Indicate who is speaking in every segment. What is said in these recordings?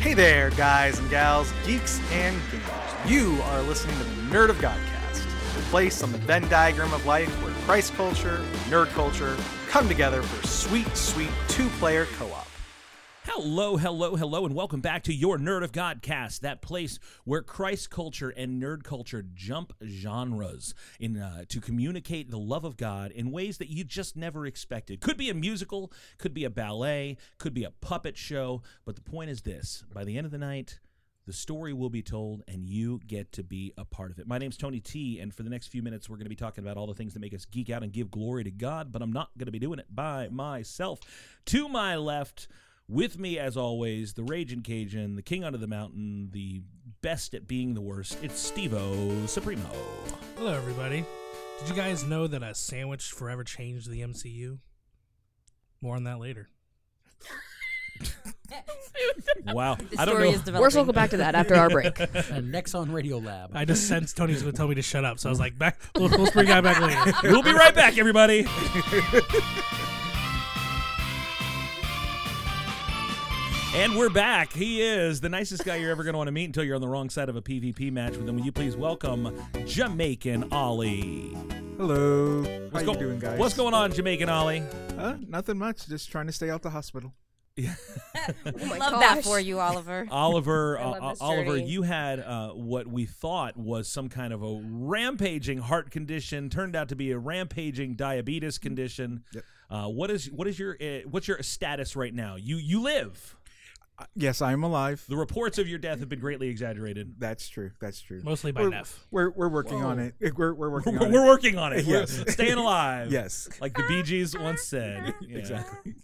Speaker 1: Hey there, guys and gals, geeks and gamers. You are listening to the Nerd of Godcast, the place on the Venn diagram of life where Christ culture and nerd culture come together for sweet, sweet two player co op.
Speaker 2: Hello, hello, hello, and welcome back to your Nerd of Godcast, that place where Christ culture and nerd culture jump genres in uh, to communicate the love of God in ways that you just never expected. Could be a musical, could be a ballet, could be a puppet show, but the point is this: by the end of the night, the story will be told, and you get to be a part of it. My name's Tony T, and for the next few minutes, we're going to be talking about all the things that make us geek out and give glory to God, but I'm not going to be doing it by myself. To my left, with me, as always, the Raging Cajun, the King Under the Mountain, the best at being the worst, it's Steve O Supremo.
Speaker 3: Hello, everybody. Did you guys know that a sandwich forever changed the MCU? More on that later.
Speaker 2: Wow.
Speaker 4: The
Speaker 2: I don't
Speaker 4: story
Speaker 2: know.
Speaker 4: is developing.
Speaker 5: We're circle back to that after our break.
Speaker 6: and Nexon Radio Lab.
Speaker 3: I just sensed Tony's going to tell me to shut up, so I was like, back, we'll, we'll bring that back later.
Speaker 2: we'll be right back, everybody. and we're back. He is the nicest guy you're ever going to want to meet until you're on the wrong side of a PvP match with him. Will you please welcome Jamaican Ollie?
Speaker 7: Hello. How
Speaker 2: go-
Speaker 7: you doing, guys?
Speaker 2: What's going on, Jamaican Ollie?
Speaker 7: Huh? Nothing much. Just trying to stay out the hospital.
Speaker 4: We
Speaker 5: my
Speaker 4: love that
Speaker 5: gosh.
Speaker 4: for you, Oliver.
Speaker 2: Oliver,
Speaker 5: I
Speaker 2: uh,
Speaker 5: love this
Speaker 2: Oliver,
Speaker 5: journey.
Speaker 2: you had uh, what we thought was some kind of a rampaging heart condition, turned out to be a rampaging diabetes condition.
Speaker 7: Yep.
Speaker 2: Uh, what is what is your uh, what's your status right now? You you live.
Speaker 7: Uh, yes, I am alive.
Speaker 2: The reports of your death have been greatly exaggerated.
Speaker 7: That's true. That's true.
Speaker 3: Mostly by
Speaker 7: we're,
Speaker 3: Neff.
Speaker 7: We're we're working on it. We're we're working
Speaker 2: We're,
Speaker 7: on
Speaker 2: we're
Speaker 7: it.
Speaker 2: working on it. We're
Speaker 7: Yes.
Speaker 2: staying alive.
Speaker 7: Yes.
Speaker 2: Like the Bee Gees once said. Exactly.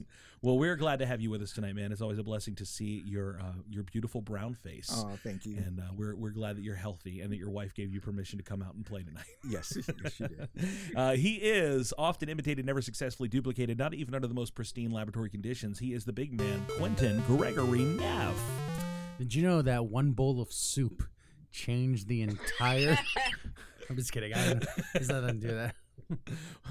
Speaker 2: Well, we're glad to have you with us tonight, man. It's always a blessing to see your uh, your beautiful brown face.
Speaker 7: Oh, thank you.
Speaker 2: and uh, we're, we're glad that you're healthy and that your wife gave you permission to come out and play tonight.
Speaker 7: yes, yes, she did.
Speaker 2: Uh, he is often imitated, never successfully duplicated, not even under the most pristine laboratory conditions. He is the big man, Quentin Gregory Neff.
Speaker 6: Did you know that one bowl of soup changed the entire? I'm just kidding. I don't. There's nothing to do with that.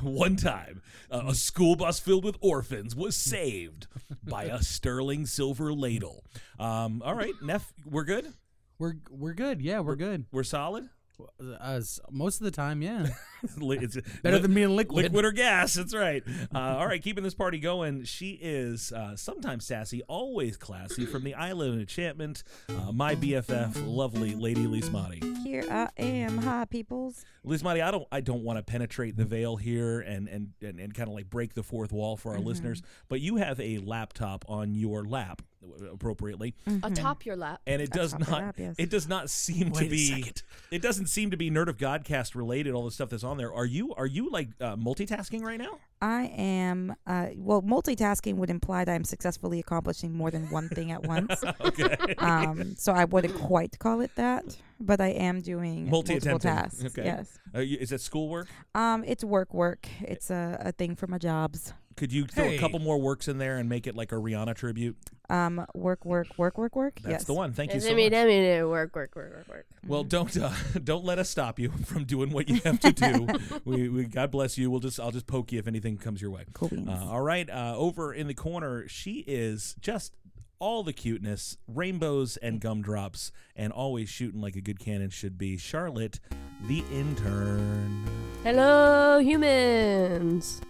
Speaker 2: One time, uh, a school bus filled with orphans was saved by a sterling silver ladle. Um, all right, Neff, we're good.
Speaker 6: We're we're good. Yeah, we're good.
Speaker 2: We're solid.
Speaker 6: Us most of the time. Yeah,
Speaker 2: It's-
Speaker 6: better than being liquid.
Speaker 2: liquid or gas. That's right. Uh, all right, keeping this party going. She is uh, sometimes sassy, always classy. From the island of enchantment, uh, my BFF, lovely lady Lismati.
Speaker 4: Here I am. Hi, peoples.
Speaker 2: Lismati, I don't, I don't want to penetrate the veil here and and and, and kind of like break the fourth wall for our
Speaker 4: Mm-hmm.
Speaker 2: listeners. But you have a laptop on your lap, w- appropriately,
Speaker 5: Atop your lap.
Speaker 2: and it does
Speaker 4: Mm. on your
Speaker 2: not,
Speaker 4: lap, yes.
Speaker 2: it does not seem
Speaker 3: Wait
Speaker 2: to
Speaker 3: a
Speaker 2: be,
Speaker 3: second.
Speaker 2: it doesn't seem to be Nerd of Godcast related. All the stuff that's on there. Are you, are you like uh, multitasking right now?
Speaker 4: I am, uh, well, multitasking would imply that I'm successfully accomplishing more than one thing at once.
Speaker 2: Okay.
Speaker 4: um, so I wouldn't quite call it that, but I am doing multiple
Speaker 2: Multi-attempting.
Speaker 4: tasks.
Speaker 2: Okay.
Speaker 4: Yes.
Speaker 2: Are you, is it schoolwork?
Speaker 4: Um, it's work, work. It's a, a thing for my jobs.
Speaker 2: Could you throw
Speaker 3: Hey.
Speaker 2: a couple more works in there and make it like a Rihanna tribute?
Speaker 4: Um, work, work, work, work, work.
Speaker 2: That's
Speaker 4: yes.
Speaker 2: the one. Thank you
Speaker 5: And
Speaker 2: so
Speaker 5: I mean,
Speaker 2: much.
Speaker 5: I mean, it work, work, work, work, work.
Speaker 2: Well, don't uh, don't let us stop you from doing what you have to do. we, we God bless you. We'll just I'll just poke you if anything comes your way.
Speaker 4: Cool beans.
Speaker 2: Uh, all right, uh, over in the corner, she is just all the cuteness, rainbows and gumdrops, and always shooting like a good cannon should be. Charlotte, the intern.
Speaker 5: Hello, humans.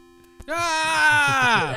Speaker 6: ah!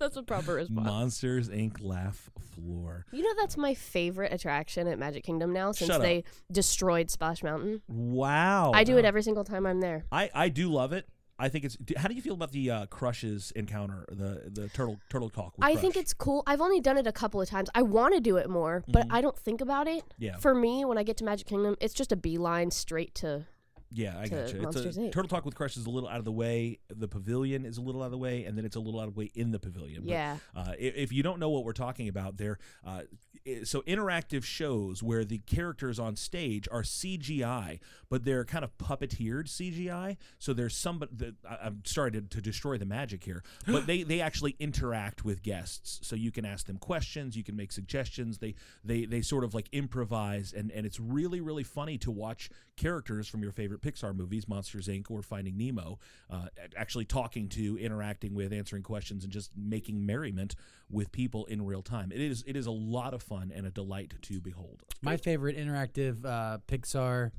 Speaker 6: that's a proper response.
Speaker 2: Monsters Inc. Laugh floor.
Speaker 5: You know that's my favorite attraction at Magic Kingdom now since
Speaker 2: Shut up. Oh,
Speaker 5: they destroyed Splash Mountain.
Speaker 2: Wow.
Speaker 5: I do it every single time I'm there.
Speaker 2: I, I do love it. I think it's. do- How do you feel about the uh, crushes encounter? The the turtle turtle talk. With
Speaker 5: I
Speaker 2: Crush?
Speaker 5: think it's cool. I've only done it a couple of times. I want to do it more, but I don't think about it.
Speaker 2: Mm-hmm. Yeah.
Speaker 5: For me, when I get to Magic Kingdom, it's just a beeline straight to
Speaker 2: yeah. I
Speaker 5: to
Speaker 2: gotcha. It's
Speaker 5: Monsters,
Speaker 2: a,
Speaker 5: Inc.
Speaker 2: turtle talk with crush is a little out of the way. The pavilion is a little out of the way, and then it's a little out of the way in the pavilion. But,
Speaker 5: Yeah.
Speaker 2: uh, i- if, you don't know what we're talking about, there. Uh, i- so interactive shows where the characters on stage are CGI, but they're kind of puppeteered CGI. So there's somebody. The, I, I'm sorry to, to destroy the magic here, but they they actually interact with guests. So you can ask them questions, you can make suggestions. They they they sort of like improvise, and and it's really really funny to watch characters from your favorite Pixar movies, Monsters Inc. or Finding Nemo, uh, a- actually talking to, interacting with, answering questions, and just making merriment with people in real time. It is it is a lot of fun and a delight to behold.
Speaker 6: My favorite interactive uh, Pixar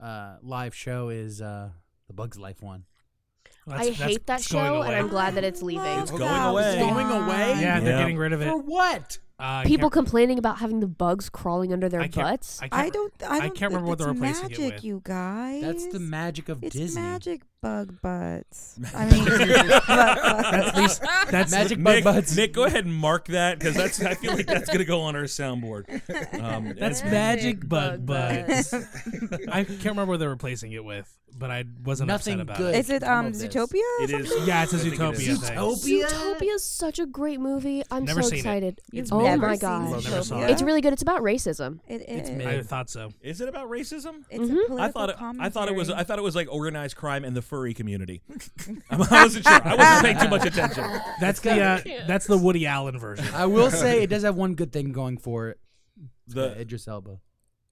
Speaker 6: uh, live show is uh, the Bugs Life one.
Speaker 3: Well,
Speaker 5: I
Speaker 3: that's- that's-
Speaker 5: hate that
Speaker 3: it's going
Speaker 5: show, and
Speaker 3: away.
Speaker 5: I'm glad that it's leaving.
Speaker 2: It's going away. It's
Speaker 6: going away?
Speaker 3: Yeah, they're
Speaker 2: Yeah.
Speaker 3: getting rid of it.
Speaker 6: For what?
Speaker 3: Uh, I can't-
Speaker 5: People complaining about having the bugs crawling under their
Speaker 3: I can't-
Speaker 5: butts.
Speaker 3: I, can't,
Speaker 4: I don't. I,
Speaker 3: I
Speaker 4: don't
Speaker 3: can't remember what
Speaker 4: it's
Speaker 3: they're replacing
Speaker 4: magic,
Speaker 3: it with.
Speaker 4: You guys.
Speaker 6: That's the magic of
Speaker 4: It's
Speaker 6: Disney.
Speaker 4: magic bug butts. I mean, butt butts.
Speaker 6: Please,
Speaker 3: That's
Speaker 6: magic bug
Speaker 2: Nick,
Speaker 6: butts.
Speaker 2: Nick, go ahead and mark that because that's I feel like that's gonna go on our soundboard. Um,
Speaker 3: That's
Speaker 2: and-
Speaker 3: magic bug
Speaker 5: bug
Speaker 3: butts. I can't remember what they're replacing it with, but I wasn't
Speaker 6: Nothing
Speaker 3: upset about
Speaker 6: good.
Speaker 3: it.
Speaker 4: Is it
Speaker 6: Come
Speaker 4: um
Speaker 6: of this.
Speaker 4: Zootopia?
Speaker 2: It is.
Speaker 3: Yeah, it's a
Speaker 2: I think it is.
Speaker 3: Zootopia thing.
Speaker 6: Zootopia.
Speaker 5: Zootopia is such a great movie. I'm
Speaker 3: Never
Speaker 5: so
Speaker 3: seen it.
Speaker 5: excited.
Speaker 4: You've
Speaker 5: oh
Speaker 4: never
Speaker 5: my
Speaker 4: seen
Speaker 5: gosh.
Speaker 3: Never saw
Speaker 4: Zootopia?
Speaker 3: it.
Speaker 5: It's really good. It's about racism.
Speaker 4: It
Speaker 6: It's
Speaker 4: is.
Speaker 6: mid.
Speaker 3: I thought so.
Speaker 2: Is it about racism?
Speaker 4: It's a political
Speaker 2: I thought it, I thought it was I
Speaker 4: commentary.
Speaker 2: thought it was like organized crime and the furry community. I wasn't sure. I wasn't paying too much attention.
Speaker 3: That's the uh, that's the Woody Allen version.
Speaker 6: I will say it does have one good thing going for it. The
Speaker 2: The
Speaker 6: Idris Elba.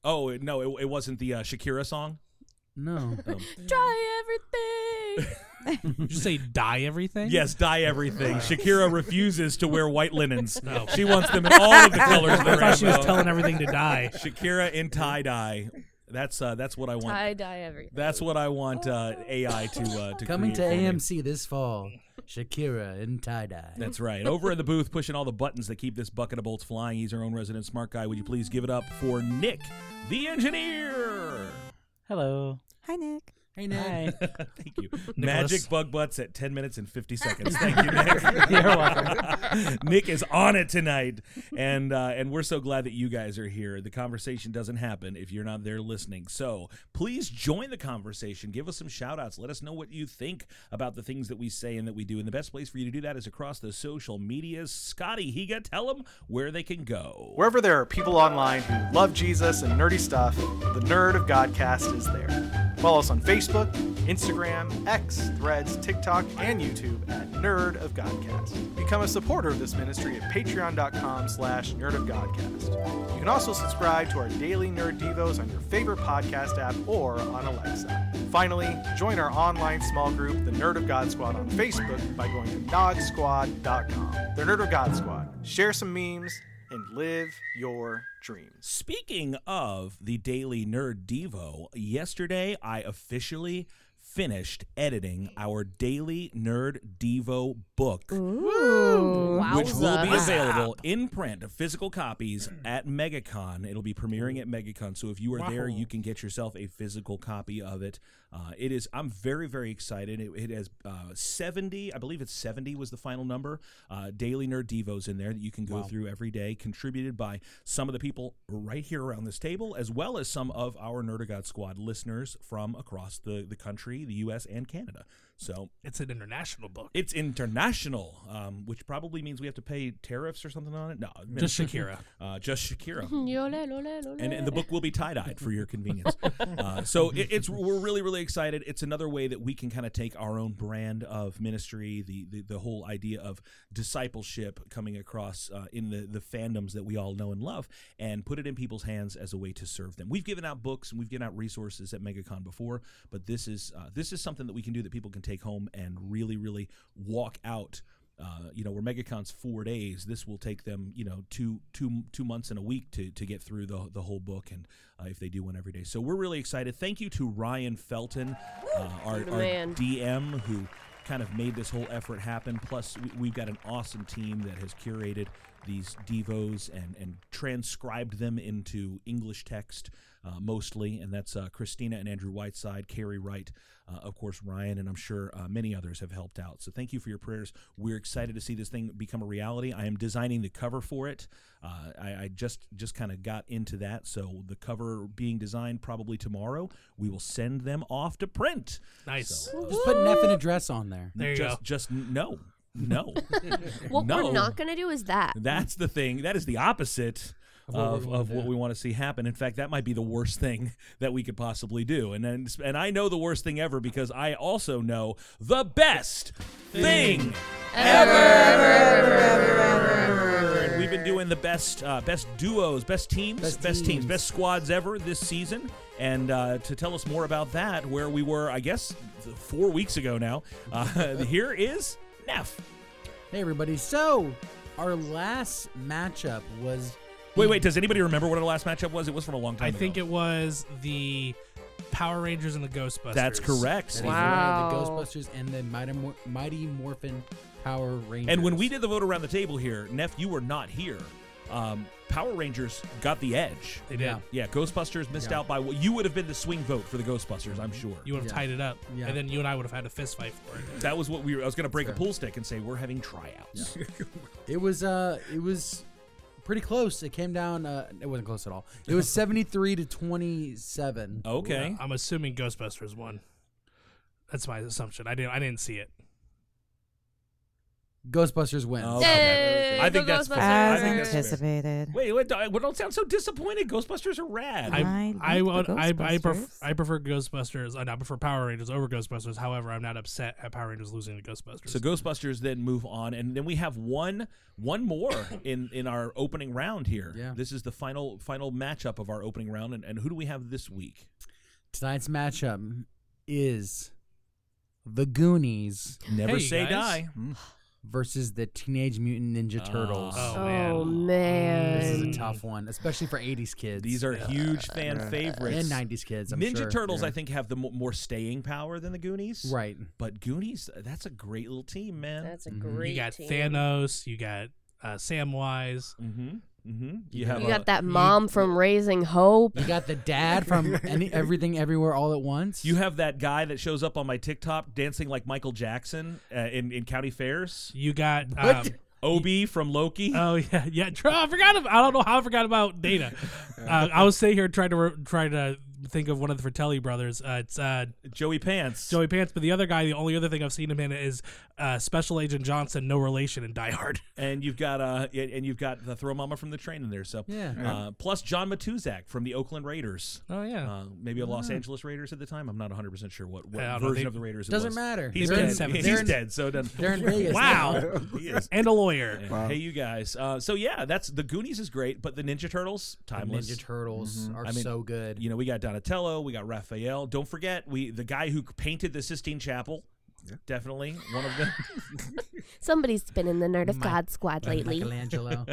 Speaker 2: oh no, it, it wasn't the uh, Shakira song. Um,
Speaker 6: No.
Speaker 5: Try everything.
Speaker 3: Did you say die everything?
Speaker 2: Yes, dye everything. Shakira refuses to wear white linens. She wants them in all of the colors of the
Speaker 3: I thought she was
Speaker 2: rainbow.
Speaker 3: telling everything to die.
Speaker 2: Shakira in tie dye. That's uh, that's what I want.
Speaker 5: I die everything.
Speaker 2: That's what I want uh, AI to uh, to
Speaker 6: Coming to
Speaker 2: create for me.
Speaker 6: AMC this fall, Shakira in tie dye.
Speaker 2: That's right. Over in the booth, pushing all the buttons that keep this bucket of bolts flying. He's our own resident smart guy. Would you please give it up for Nick, the engineer?
Speaker 8: Hello.
Speaker 4: Hi, Nick.
Speaker 6: Hey, Nick.
Speaker 2: Thank you. Magic bug butts at 10 minutes and 50 seconds. Thank you,
Speaker 8: You're
Speaker 2: Nick.
Speaker 8: welcome.
Speaker 2: Nick is on it tonight. And uh, and we're so glad that you guys are here. The conversation doesn't happen if you're not there listening. So please join the conversation. Give us some shout outs. Let us know what you think about the things that we say and that we do. And the best place for you to do that is across the social medias. Scotty Higa, tell them where they can go.
Speaker 1: Wherever there are people online who love Jesus and nerdy stuff, the Nerd of Godcast is there. Follow us on Facebook, Instagram, X, Threads, TikTok, and YouTube at Nerd of Godcast. Become a supporter of this ministry at patreon.com slash nerd of Godcast. You can also subscribe to our daily Nerd Devos on your favorite podcast app or on Alexa. Finally, join our online small group, the Nerd of God Squad, on Facebook by going to nodsquad.com. The Nerd of God Squad. Share some memes and live your dreams.
Speaker 2: Speaking of the Daily Nerd Devo, yesterday I officially finished editing our Daily Nerd Devo book.
Speaker 5: Ooh.
Speaker 2: Which will be
Speaker 5: Wowza.
Speaker 2: available in print, physical copies at MegaCon. It'll be premiering at MegaCon, so if you are there, you can get yourself a physical copy of it. Uh, it is. I'm very, very excited. It, it has uh, 70, I believe it's 70 was the final number. Uh, Daily Nerd Devos in there that you can go through every day, contributed by some of the people right here around this table, as well as some of our Nerdagot Squad listeners from across the the country, the U.S. and Canada. So
Speaker 3: It's an international book.
Speaker 2: it's international, um, which probably means we have to pay tariffs or something on it. No,
Speaker 3: Just Shakira.
Speaker 2: uh, just Shakira.
Speaker 5: Yole, lole, lole.
Speaker 2: And, and the book will be tie dyed for your convenience. Uh, so it, it's we're really really excited. It's another way that we can kind of take our own brand of ministry, the the, the whole idea of discipleship coming across uh, in the the fandoms that we all know and love, and put it in people's hands as a way to serve them. We've given out books and we've given out resources at MegaCon before, but this is uh, this is something that we can do that people can take home and really really walk out uh, you know, where MegaCon's four days, this will take them, you know, two two two months and a week to to get through the the whole book, and uh, if they do one every day, so we're really excited. Thank you to Ryan Felton, uh, our,
Speaker 5: The
Speaker 2: our
Speaker 5: man.
Speaker 2: DM, who kind of made this whole effort happen. Plus, we, we've got an awesome team that has curated these devos and and transcribed them into English text uh, mostly, and that's uh, Christina and Andrew Whiteside, Carrie Wright, uh, of course Ryan, and I'm sure uh, many others have helped out. So thank you for your prayers. We're excited to see this thing become a reality. I am designing the cover for it. Uh, I, I just just kind of got into that, so the cover being designed probably tomorrow. We will send them off to print.
Speaker 3: Nice.
Speaker 2: So,
Speaker 6: Just put an F and a dress on there.
Speaker 3: There you
Speaker 2: just
Speaker 3: go.
Speaker 2: just n- no. No,
Speaker 5: What
Speaker 2: no.
Speaker 5: we're not gonna do is that.
Speaker 2: that's the thing. That is the opposite
Speaker 6: Of what we
Speaker 2: of,
Speaker 6: wanna
Speaker 2: of what
Speaker 6: do.
Speaker 2: we want to see happen. In fact, that might be the worst thing that we could possibly do. And then, and I know the worst thing ever because I also know the best thing ever. And we've been doing doing the best uh, best duos, best teams, best,
Speaker 6: Best
Speaker 2: teams.
Speaker 6: teams.
Speaker 2: best squads ever this season. And uh, to tell us more about that, where we were, I guess, th- four weeks ago now, uh, here is Neff.
Speaker 6: Hey, everybody. So, our last matchup was.
Speaker 2: Wait, wait, does anybody remember what our last matchup was? It was from a long time
Speaker 3: I
Speaker 2: ago.
Speaker 3: think it was the Power Rangers and the Ghostbusters.
Speaker 2: That's correct.
Speaker 6: that is
Speaker 5: Wow.
Speaker 6: The Ghostbusters and the Mighty, Mor- Mighty Morphin Power Rangers.
Speaker 2: And when we did the vote around the table here, Neff, you were not here. Um, Power Rangers got the edge.
Speaker 3: They did.
Speaker 6: Yeah.
Speaker 2: Yeah, Ghostbusters missed
Speaker 6: Yeah.
Speaker 2: out by what you would have been the swing vote for the Ghostbusters, I'm sure.
Speaker 3: You would have
Speaker 6: Yeah.
Speaker 3: tied it up,
Speaker 6: Yeah.
Speaker 3: and then you and I would have had a fist fight for it.
Speaker 2: that was what we were. I was going to break a
Speaker 6: fair.
Speaker 2: pool stick and say we're having tryouts.
Speaker 6: It was uh it was pretty close. It came down uh it wasn't close at all. It was 73 to 27.
Speaker 2: Okay.
Speaker 3: I'm assuming Ghostbusters won. That's my assumption. I didn't. I didn't see it.
Speaker 6: Ghostbusters wins.
Speaker 2: Oh, okay.
Speaker 5: Yay,
Speaker 2: I think
Speaker 5: go
Speaker 2: that's fair.
Speaker 5: Ghostbusters.
Speaker 4: As
Speaker 2: I think that's fair.
Speaker 4: anticipated.
Speaker 2: Wait, uh, wait, don't, well, don't sound so disappointed. Ghostbusters are rad.
Speaker 4: I
Speaker 3: I
Speaker 4: like
Speaker 3: would.
Speaker 4: the
Speaker 3: I I, pref-
Speaker 4: Ghostbusters.
Speaker 3: I prefer Ghostbusters. I, I prefer Power Rangers over Ghostbusters. However, I'm not upset at Power Rangers losing to Ghostbusters.
Speaker 2: so Ghostbusters then move on, and then we have one one more in in our opening round here.
Speaker 6: Yeah.
Speaker 2: This is the final final matchup of our opening round, and, and who do we have this week?
Speaker 6: Tonight's matchup is the Goonies
Speaker 2: Never
Speaker 3: Hey,
Speaker 2: say
Speaker 3: guys.
Speaker 2: die. Hmm.
Speaker 6: versus the Teenage Mutant Ninja Turtles.
Speaker 3: Oh,
Speaker 5: Oh,
Speaker 3: man.
Speaker 6: This is a
Speaker 5: man.
Speaker 6: tough one, especially for 80s kids.
Speaker 2: These are huge fan favorites.
Speaker 6: uh, and 90s kids, I'm
Speaker 2: Ninja
Speaker 6: sure.
Speaker 2: Turtles,
Speaker 6: Yeah.
Speaker 2: I think, have the mo- more staying power than the Goonies.
Speaker 6: Right.
Speaker 2: But Goonies, that's a great little team, man.
Speaker 8: That's a
Speaker 6: Mhm. You
Speaker 8: great.
Speaker 3: you got
Speaker 8: team.
Speaker 3: Thanos. You got uh, Samwise.
Speaker 2: mm-hmm. Mm-hmm. You,
Speaker 6: You
Speaker 2: have
Speaker 5: You
Speaker 2: a,
Speaker 5: got that mom from Raising Hope.
Speaker 6: You got the dad from any, everything everywhere all at once.
Speaker 2: You have that guy that shows up on my TikTok dancing like Michael Jackson uh, in in county fairs.
Speaker 3: You got. Um,
Speaker 2: Obi from Loki.
Speaker 6: Uh,
Speaker 3: Oh yeah, yeah. tr- I forgot. About, I don't know how I forgot about Data. Uh, I was sitting here trying to re- trying to think of one of the Fratelli brothers. Uh, it's uh,
Speaker 2: Joey Pants.
Speaker 3: Joey Pants, but the other guy, the only other thing I've seen him in is uh, Special Agent Johnson, no relation, and Die Hard.
Speaker 2: and you've got uh and and you've got the throw mama from the train in there. So
Speaker 6: Yeah.
Speaker 2: Uh, plus John Matuzak from the Oakland Raiders.
Speaker 3: Oh yeah,
Speaker 2: Uh, maybe a
Speaker 6: Ah.
Speaker 2: Los Angeles Raiders at the time. I'm not 100 percent sure what, what
Speaker 3: I don't
Speaker 2: version
Speaker 3: know. They-
Speaker 2: of the Raiders. It
Speaker 6: Doesn't
Speaker 2: was.
Speaker 6: matter.
Speaker 2: He's
Speaker 6: They're
Speaker 2: dead.
Speaker 6: in
Speaker 3: seventh-
Speaker 2: He's
Speaker 6: they're in-
Speaker 2: dead. So it doesn't-
Speaker 6: They're in Vegas.
Speaker 3: Wow.
Speaker 2: He is.
Speaker 3: and a lawyer.
Speaker 7: Wow.
Speaker 2: Hey, you guys. Uh, so yeah, that's the Goonies is great, but the Ninja Turtles
Speaker 6: The
Speaker 2: timeless.
Speaker 6: Ninja Turtles are
Speaker 2: Mm-hmm. I mean,
Speaker 6: so good.
Speaker 2: you know, we got Donatello, we got Raphael. Don't forget, we the guy who painted the Sistine Chapel. Definitely one of them.
Speaker 5: Somebody's been in the Nerd of
Speaker 6: My-
Speaker 5: God squad lately.
Speaker 6: Michelangelo.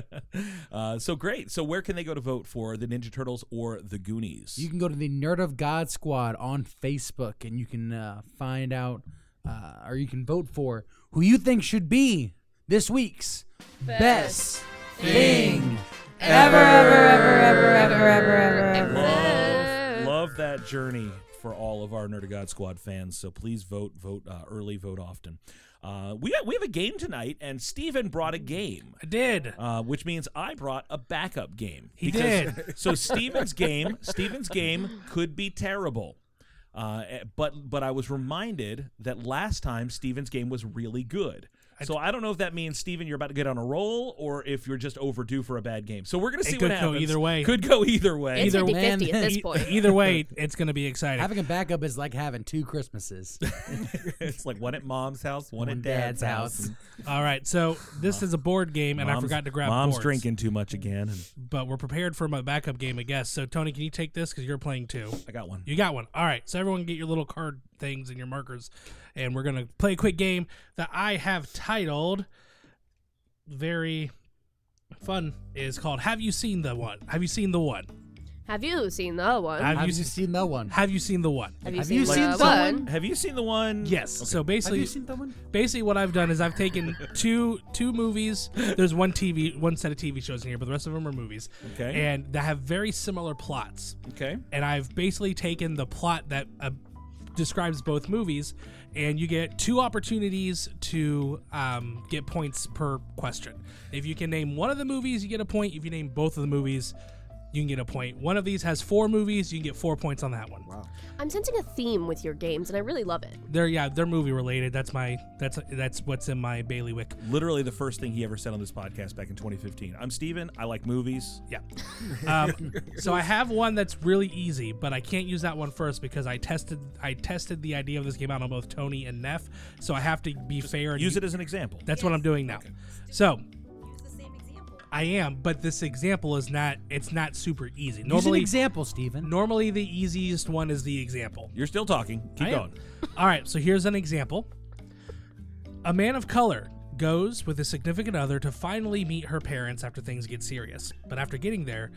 Speaker 2: Uh, so great. So where can they go to vote for the Ninja Turtles or the Goonies?
Speaker 6: you can go to the Nerd of God Squad on Facebook and you can uh, find out uh, or you can vote for who you think should be this week's best, thing
Speaker 8: Ever, ever, ever, ever, ever, ever, ever,
Speaker 2: love, love that journey for all of our Nerd of God Squad fans. So please vote, vote uh, early, vote often. Uh, we got, we have a game tonight, and Steven brought a game.
Speaker 3: I did.
Speaker 2: Uh, which means I brought a backup game.
Speaker 3: He did.
Speaker 2: So Steven's game, Steven's game could be terrible. Uh, eh, but but I was reminded that last time Steven's game was really good. So I don't know if that means Steven you're about to get on a roll or if you're just overdue for a bad game. So we're gonna see
Speaker 3: could
Speaker 2: what
Speaker 3: go
Speaker 2: happens.
Speaker 3: either way.
Speaker 2: Could go either way.
Speaker 5: It's
Speaker 3: Either-
Speaker 5: 50
Speaker 6: Man,
Speaker 5: 50 at
Speaker 3: E-
Speaker 5: this point.
Speaker 3: Either way, it's going to be exciting.
Speaker 6: Having a backup is like having two Christmases.
Speaker 2: it's like one at mom's house, one,
Speaker 6: One
Speaker 2: at dad's,
Speaker 6: dad's house.
Speaker 2: house.
Speaker 3: All right, so this is a board game, and I
Speaker 2: Uh, Mom's-
Speaker 3: forgot to grab.
Speaker 2: Mom's
Speaker 3: boards.
Speaker 2: drinking too much again. And
Speaker 3: but we're prepared for my backup game, I guess. So Tony, can you take this because you're playing too?
Speaker 2: I got one.
Speaker 3: You got one. All right. So everyone get your little card things and your markers, and we're gonna play a quick game that I have titled very fun. Is called Have you seen the one? Have you seen the one?
Speaker 5: Have you seen the one?
Speaker 3: Have,
Speaker 6: Have
Speaker 3: you
Speaker 6: you seen that one?
Speaker 3: Have you seen the one?
Speaker 5: Have you
Speaker 6: Have
Speaker 5: seen
Speaker 6: you
Speaker 5: the
Speaker 6: seen
Speaker 5: one?
Speaker 6: someone?
Speaker 2: Have you seen the one?
Speaker 3: Yes. So
Speaker 6: Have you
Speaker 3: basically,
Speaker 6: seen that one?
Speaker 3: basically what I've done is I've taken two two movies. There's one TV, one set of TV shows in here, but the rest of them are movies.
Speaker 2: Okay.
Speaker 3: And that have very similar plots.
Speaker 2: Okay.
Speaker 3: and I've basically taken the plot that uh, describes both movies, and you get two opportunities to um, get points per question. If you can name one of the movies, you get a point. If you name both of the movies, you can get a point. One of these has four movies, you can get four points on that one.
Speaker 5: I'm sensing a theme with your games, and I really love it.
Speaker 3: They're yeah, they're movie related. That's my that's that's what's in my bailiwick.
Speaker 2: Literally the first thing he ever said on this podcast back in 2015. I'm Steven. I like movies.
Speaker 3: Yeah. Um, so I have one that's really easy, but I can't use that one first because I tested I tested the idea of this game out on both Tony and Neff. So I have to be fair. And
Speaker 2: Use it as an example.
Speaker 3: That's what I'm doing now. So, I am, but this example is not. It's not super easy.
Speaker 6: Use an
Speaker 3: Normally,
Speaker 6: example, Steven.
Speaker 3: normally the easiest one is the example.
Speaker 2: You're still talking. Keep
Speaker 3: I am.
Speaker 2: going.
Speaker 3: All right, so here's an example. A man of color goes with his significant other to finally meet her parents after things get serious. But after getting there,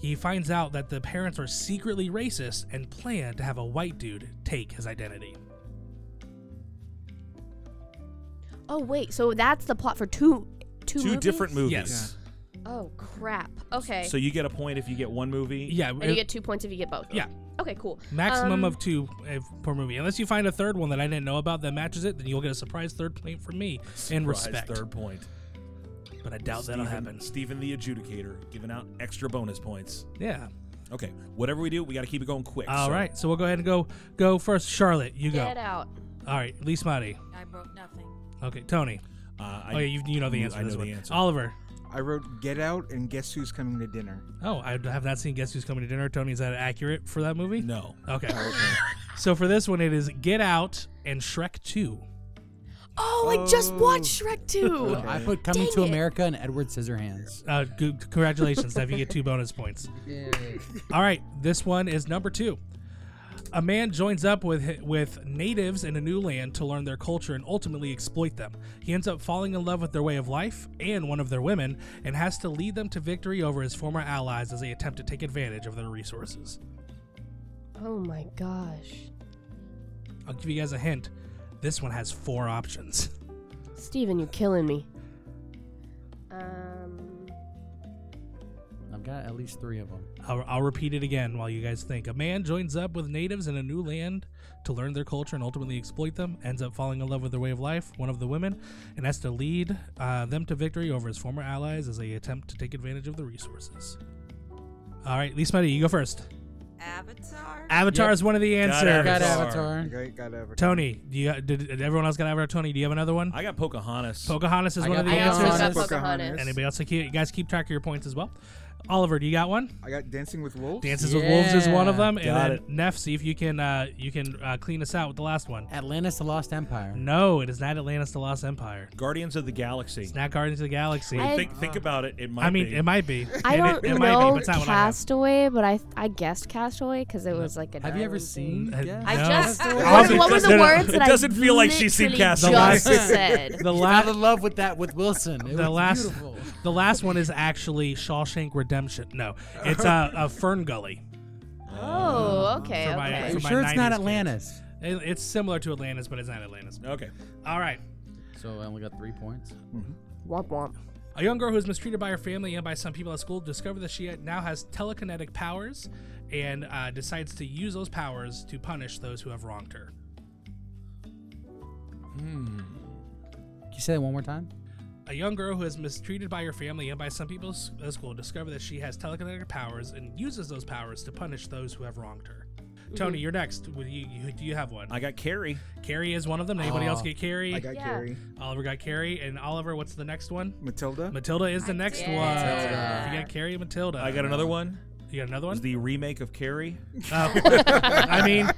Speaker 3: he finds out that the parents are secretly racist and plan to have a white dude take his identity.
Speaker 5: Oh wait, so that's the plot for two, two,
Speaker 2: Two
Speaker 5: movies?
Speaker 2: different movies.
Speaker 3: Yes.
Speaker 5: Oh crap. Okay.
Speaker 2: So you get a point if you get one movie.
Speaker 3: Yeah,
Speaker 5: and you
Speaker 3: it-
Speaker 5: get two points if you get both.
Speaker 3: Yeah.
Speaker 5: Okay, cool.
Speaker 3: maximum
Speaker 5: Um,
Speaker 3: of two eh, per movie. Unless you find a third one that I didn't know about that matches it, then you'll get a surprise third point from me in
Speaker 2: Surprise,
Speaker 3: respect.
Speaker 2: Third point.
Speaker 3: But I doubt that'll
Speaker 2: Steven-
Speaker 3: happen.
Speaker 2: Steven the adjudicator giving out extra bonus points.
Speaker 3: Yeah.
Speaker 2: Okay. Whatever we do, we got to keep it going quick.
Speaker 3: All
Speaker 2: so-
Speaker 3: right, so we'll go ahead and go go first. Charlotte, you go.
Speaker 5: Get out.
Speaker 3: All right, Lise Mati.
Speaker 8: I wrote nothing.
Speaker 3: Okay, Tony.
Speaker 2: Uh, I,
Speaker 3: oh yeah, you, you know the answer.
Speaker 2: I
Speaker 3: to
Speaker 2: know
Speaker 3: this
Speaker 2: the
Speaker 3: one.
Speaker 2: answer.
Speaker 3: Oliver.
Speaker 7: I wrote Get Out and Guess Who's Coming to Dinner.
Speaker 3: Oh, I have not seen Guess Who's Coming to Dinner. Tony, is that accurate for that movie?
Speaker 2: No. Oh,
Speaker 3: Okay. so for this one, it is Get Out and Shrek Two.
Speaker 5: Oh, I just watched Shrek 2.
Speaker 6: No, I put Coming
Speaker 5: Dang
Speaker 6: to
Speaker 5: it.
Speaker 6: America and Edward Scissorhands.
Speaker 3: Uh, g- congratulations, Steph. You get two bonus points. All right, this one is number two. A man joins up with with natives in a new land to learn their culture and ultimately exploit them. He ends up falling in love with their way of life and one of their women, and has to lead them to victory over his former allies as they attempt to take advantage of their resources.
Speaker 5: oh my gosh.
Speaker 3: I'll give you guys a hint. This one has four options.
Speaker 5: Steven, you're killing me. Um
Speaker 6: I've got at least three of them.
Speaker 3: I'll, I'll repeat it again while you guys think. A man joins up with natives in a new land to learn their culture and ultimately exploit them, ends up falling in love with their way of life, one of the women, and has to lead uh, them to victory over his former allies as they attempt to take advantage of the resources. All right, Lee Smutty, you go first.
Speaker 8: Avatar?
Speaker 3: Avatar is one of the
Speaker 2: Got
Speaker 3: answers.
Speaker 6: Got
Speaker 2: Avatar.
Speaker 6: Avatar.
Speaker 7: Okay, got Avatar.
Speaker 3: Tony, do you, did, did everyone else got Avatar? Tony, do you have another one?
Speaker 2: I got Pocahontas.
Speaker 3: Pocahontas is
Speaker 6: I
Speaker 3: one
Speaker 6: got
Speaker 3: of the
Speaker 5: I also
Speaker 6: Pocahontas.
Speaker 5: got
Speaker 6: Pocahontas.
Speaker 5: Pocahontas.
Speaker 3: Anybody else? Like, you guys keep track of your points as well. Oliver, do you got one?
Speaker 7: I got Dancing with Wolves.
Speaker 3: Dances with Wolves is one of
Speaker 6: Yeah.
Speaker 3: them, and
Speaker 2: Got
Speaker 3: then
Speaker 2: it.
Speaker 3: Neff, see if you can uh, you can uh, clean us out with the last one.
Speaker 6: Atlantis: The Lost Empire.
Speaker 3: No, it is not Atlantis: The Lost Empire.
Speaker 2: Guardians of the Galaxy.
Speaker 3: It's not Guardians of the Galaxy.
Speaker 5: I-
Speaker 2: think think about it. It might.
Speaker 3: I mean,
Speaker 2: be.
Speaker 3: it might be.
Speaker 5: I
Speaker 3: It-
Speaker 5: don't
Speaker 3: it, it might be,
Speaker 5: know
Speaker 3: but it's not what I have.
Speaker 5: Castaway, but I I guessed Castaway because it was like a.
Speaker 6: Have you ever
Speaker 5: dialogue
Speaker 6: seen?
Speaker 3: Uh,
Speaker 6: Guess?
Speaker 8: I
Speaker 3: No.
Speaker 8: just.
Speaker 5: What, what were
Speaker 2: No,
Speaker 5: the
Speaker 2: no,
Speaker 5: words
Speaker 2: it
Speaker 5: that I
Speaker 2: doesn't feel like she's seen
Speaker 5: literally
Speaker 2: Castaway.
Speaker 5: Just
Speaker 3: The last-
Speaker 5: said.
Speaker 6: the last, fell in love with that with Wilson. It
Speaker 3: The
Speaker 6: was
Speaker 3: last,
Speaker 6: beautiful.
Speaker 3: the last one is actually Shawshank Redemption. No, it's uh, a Fern Gully.
Speaker 5: Oh, okay,
Speaker 3: For my-
Speaker 5: okay.
Speaker 6: Are you
Speaker 3: for my
Speaker 6: sure it's not
Speaker 3: 90s kids.
Speaker 6: Atlantis?
Speaker 3: It- it's similar to Atlantis, but it's not Atlantis.
Speaker 2: Okay.
Speaker 3: All right.
Speaker 6: So I only got three points.
Speaker 5: Womp womp.
Speaker 3: A young girl who is mistreated by her family and by some people at school discovers that she now has telekinetic powers and uh, decides to use those powers to punish those who have wronged her.
Speaker 6: Can you say that one more time?
Speaker 3: A young girl who is mistreated by her family and by some people s- at school discovers that she has telekinetic powers and uses those powers to punish those who have wronged her. Tony, you're next. Would you, you- do you have one?
Speaker 2: I got Carrie.
Speaker 3: Carrie is one of them. Anybody
Speaker 6: Aw.
Speaker 3: else get Carrie?
Speaker 7: I got
Speaker 5: Yeah.
Speaker 7: Carrie.
Speaker 3: Oliver got Carrie, and Oliver. What's the next one?
Speaker 7: Matilda.
Speaker 3: Matilda is the next
Speaker 8: did.
Speaker 3: one.
Speaker 8: Matilda.
Speaker 3: You got Carrie, Matilda.
Speaker 2: I got another one.
Speaker 3: You got another
Speaker 2: It
Speaker 3: one.
Speaker 2: was the remake of Carrie.
Speaker 3: Oh. I mean,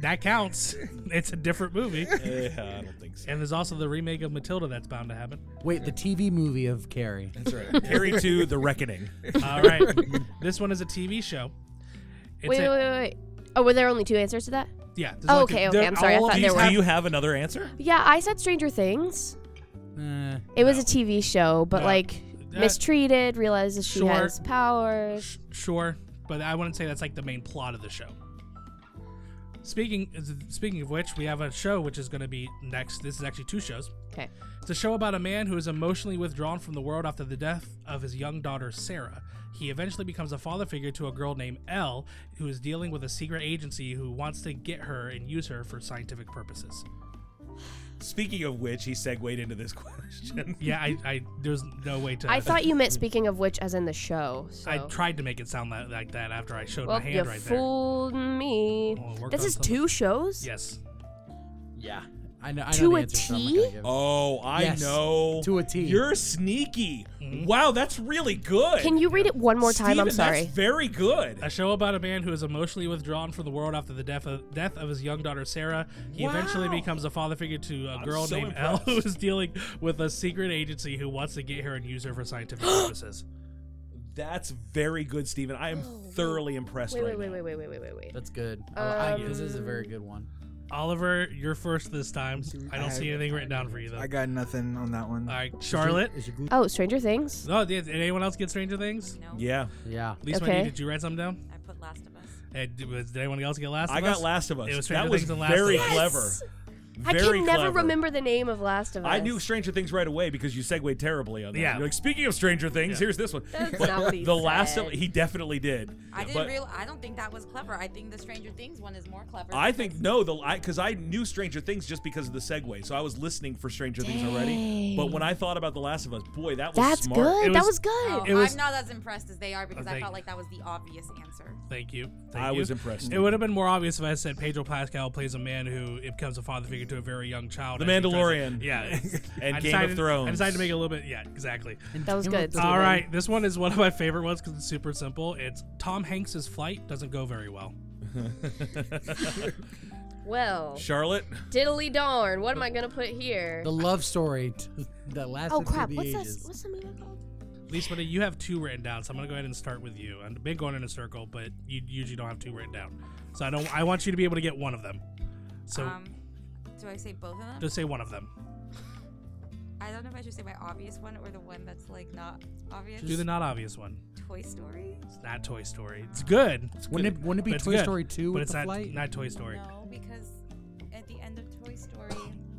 Speaker 3: that counts. It's a different movie.
Speaker 2: Yeah, I don't think so.
Speaker 3: And there's also the remake of Matilda that's bound to happen.
Speaker 6: Wait, the TV movie of Carrie.
Speaker 2: That's right. Carrie to the Reckoning.
Speaker 3: All right. this one is a TV show. It's
Speaker 5: Wait,
Speaker 3: a-
Speaker 5: wait, wait, wait. Oh, were there only two answers to that?
Speaker 3: Yeah. there's
Speaker 5: Oh,
Speaker 3: like
Speaker 5: okay,
Speaker 3: a-
Speaker 5: okay,
Speaker 3: they're
Speaker 5: I'm sorry, I
Speaker 3: all of
Speaker 5: thought
Speaker 2: Do
Speaker 5: there
Speaker 2: you,
Speaker 3: these-
Speaker 5: were-
Speaker 2: do you have another answer?
Speaker 5: Yeah, I said Stranger Things.
Speaker 6: Eh,
Speaker 5: It was a TV show, but
Speaker 3: No.
Speaker 5: like
Speaker 3: Uh,
Speaker 5: mistreated, realizes she
Speaker 3: sure.
Speaker 5: has powers.
Speaker 3: Sh- Sure, but I wouldn't say that's like the main plot of the show. Speaking speaking of which, we have a show which is going to be next. This is actually two shows.
Speaker 5: Okay.
Speaker 3: It's a show about a man who is emotionally withdrawn from the world after the death of his young daughter, Sarah. He eventually becomes a father figure to a girl named Elle, who is dealing with a secret agency who wants to get her and use her for scientific purposes.
Speaker 2: Speaking of which, he segued into this question.
Speaker 3: Yeah, I, I there's no way to.
Speaker 5: I thought you meant speaking of which as in the show. So.
Speaker 3: I tried to make it sound like, like that after I showed
Speaker 5: well,
Speaker 3: my
Speaker 5: you
Speaker 3: hand right
Speaker 5: fooled me.
Speaker 3: Well, it worked
Speaker 5: this
Speaker 3: on
Speaker 5: is
Speaker 3: something.
Speaker 5: two shows?
Speaker 3: there. Yes.
Speaker 6: yeah. I I know. I know
Speaker 5: To
Speaker 6: the
Speaker 5: a
Speaker 6: answer, so I'm not
Speaker 5: T?
Speaker 6: gonna give it.
Speaker 2: Oh, I
Speaker 6: Yes,
Speaker 2: know.
Speaker 6: to a T.
Speaker 2: You're sneaky.
Speaker 3: Hmm?
Speaker 2: Wow, that's really good.
Speaker 5: Can you read it one more time? I'm
Speaker 2: Steven, that's
Speaker 5: sorry.
Speaker 2: very good.
Speaker 3: A show about a man who is emotionally withdrawn from the world after the death of, death of his young daughter Sarah. He eventually
Speaker 2: Wow.
Speaker 3: becomes a father figure to a
Speaker 2: I'm
Speaker 3: girl
Speaker 2: so
Speaker 3: named
Speaker 2: impressed.
Speaker 3: Elle who is dealing with a secret agency who wants to get her and use her for scientific purposes.
Speaker 2: That's very good, Steven. I am thoroughly impressed
Speaker 5: Oh, Wait,
Speaker 2: right
Speaker 5: wait, wait,
Speaker 2: now.
Speaker 5: wait, wait, wait, wait, wait, wait.
Speaker 6: That's good. I- I- this is a very good one.
Speaker 3: Oliver, you're first this time. I don't
Speaker 7: I-
Speaker 3: see anything written down for you though.
Speaker 7: I got nothing on that one.
Speaker 3: All right, Charlotte.
Speaker 6: Is your glue-
Speaker 5: Oh, Stranger Things.
Speaker 3: No, did, did anyone else get Stranger Things?
Speaker 8: No,
Speaker 2: Yeah.
Speaker 6: yeah.
Speaker 3: Lisa,
Speaker 5: Okay.
Speaker 3: did you write something down?
Speaker 8: I put Last of Us.
Speaker 3: Hey, did, was- did anyone else get Last
Speaker 2: I
Speaker 3: of
Speaker 2: got
Speaker 3: Us?
Speaker 2: Last of Us.
Speaker 3: It was
Speaker 2: that
Speaker 3: Stranger
Speaker 2: was
Speaker 3: Things and Last
Speaker 2: very
Speaker 3: of Us.
Speaker 2: clever.
Speaker 5: I
Speaker 2: Very
Speaker 5: can never
Speaker 2: clever.
Speaker 5: remember the name of Last of Us.
Speaker 2: I knew Stranger Things right away because you segued terribly on that.
Speaker 3: Yeah.
Speaker 2: You're like, speaking of Stranger Things,
Speaker 3: Yeah.
Speaker 2: here's this one.
Speaker 5: That's
Speaker 2: But
Speaker 5: not what he
Speaker 2: the last
Speaker 5: said.
Speaker 2: of he definitely did.
Speaker 8: I didn't
Speaker 2: But
Speaker 8: real. I don't think that was clever. I think the Stranger Things one is more clever.
Speaker 2: I think no, the because I, knew Stranger Things just because of the segue, so I was listening for Stranger Things already. But when I thought about The Last of Us, boy, that was
Speaker 5: That's
Speaker 2: smart.
Speaker 5: good.
Speaker 3: It
Speaker 5: that
Speaker 3: was-
Speaker 5: was good.
Speaker 8: Oh,
Speaker 3: It was-
Speaker 8: I'm not as impressed as they are because I
Speaker 3: thank
Speaker 8: felt
Speaker 3: you.
Speaker 8: like that was the obvious answer.
Speaker 3: Thank you. Thank
Speaker 2: I
Speaker 3: you.
Speaker 2: was impressed.
Speaker 3: It would have been more obvious if I said Pedro Pascal plays a man who becomes a father figure to a very young child.
Speaker 2: The
Speaker 3: as he tries to-
Speaker 2: Mandalorian.
Speaker 3: yeah.
Speaker 2: And Game
Speaker 3: I
Speaker 2: of
Speaker 3: decided-
Speaker 2: Thrones.
Speaker 3: I decided to make it a little bit. Yeah, exactly.
Speaker 5: That was good.
Speaker 3: All right, this one is one of my favorite ones because it's super simple. It's Tom Hanks's flight doesn't go very well.
Speaker 5: Well,
Speaker 2: Charlotte,
Speaker 5: diddly darn. What am I gonna put here?
Speaker 6: The love story t- that lasted
Speaker 5: Oh
Speaker 6: through
Speaker 5: crap!
Speaker 6: the
Speaker 5: What's
Speaker 6: ages.
Speaker 5: that? What's the movie called?
Speaker 3: Lisa, but you have two written down, so I'm gonna go ahead and start with you. I've been going in a circle, but you usually don't have two written down, so I don't. I want you to be able to get one of them. So
Speaker 8: um, do I say both of them?
Speaker 3: just say one of them.
Speaker 8: I don't know if I should say my obvious one or the one that's like not obvious.
Speaker 3: Do the not obvious one.
Speaker 8: Toy Story.
Speaker 3: It's not Toy Story. It's good. It's
Speaker 6: Wouldn't
Speaker 3: good,
Speaker 6: it, wouldn't it be
Speaker 3: but it's
Speaker 6: Toy
Speaker 3: good,
Speaker 6: Story 2
Speaker 3: But
Speaker 6: with
Speaker 3: it's
Speaker 6: the
Speaker 3: not
Speaker 6: flight?
Speaker 3: not Toy Story.
Speaker 8: No, because at the end of Toy Story,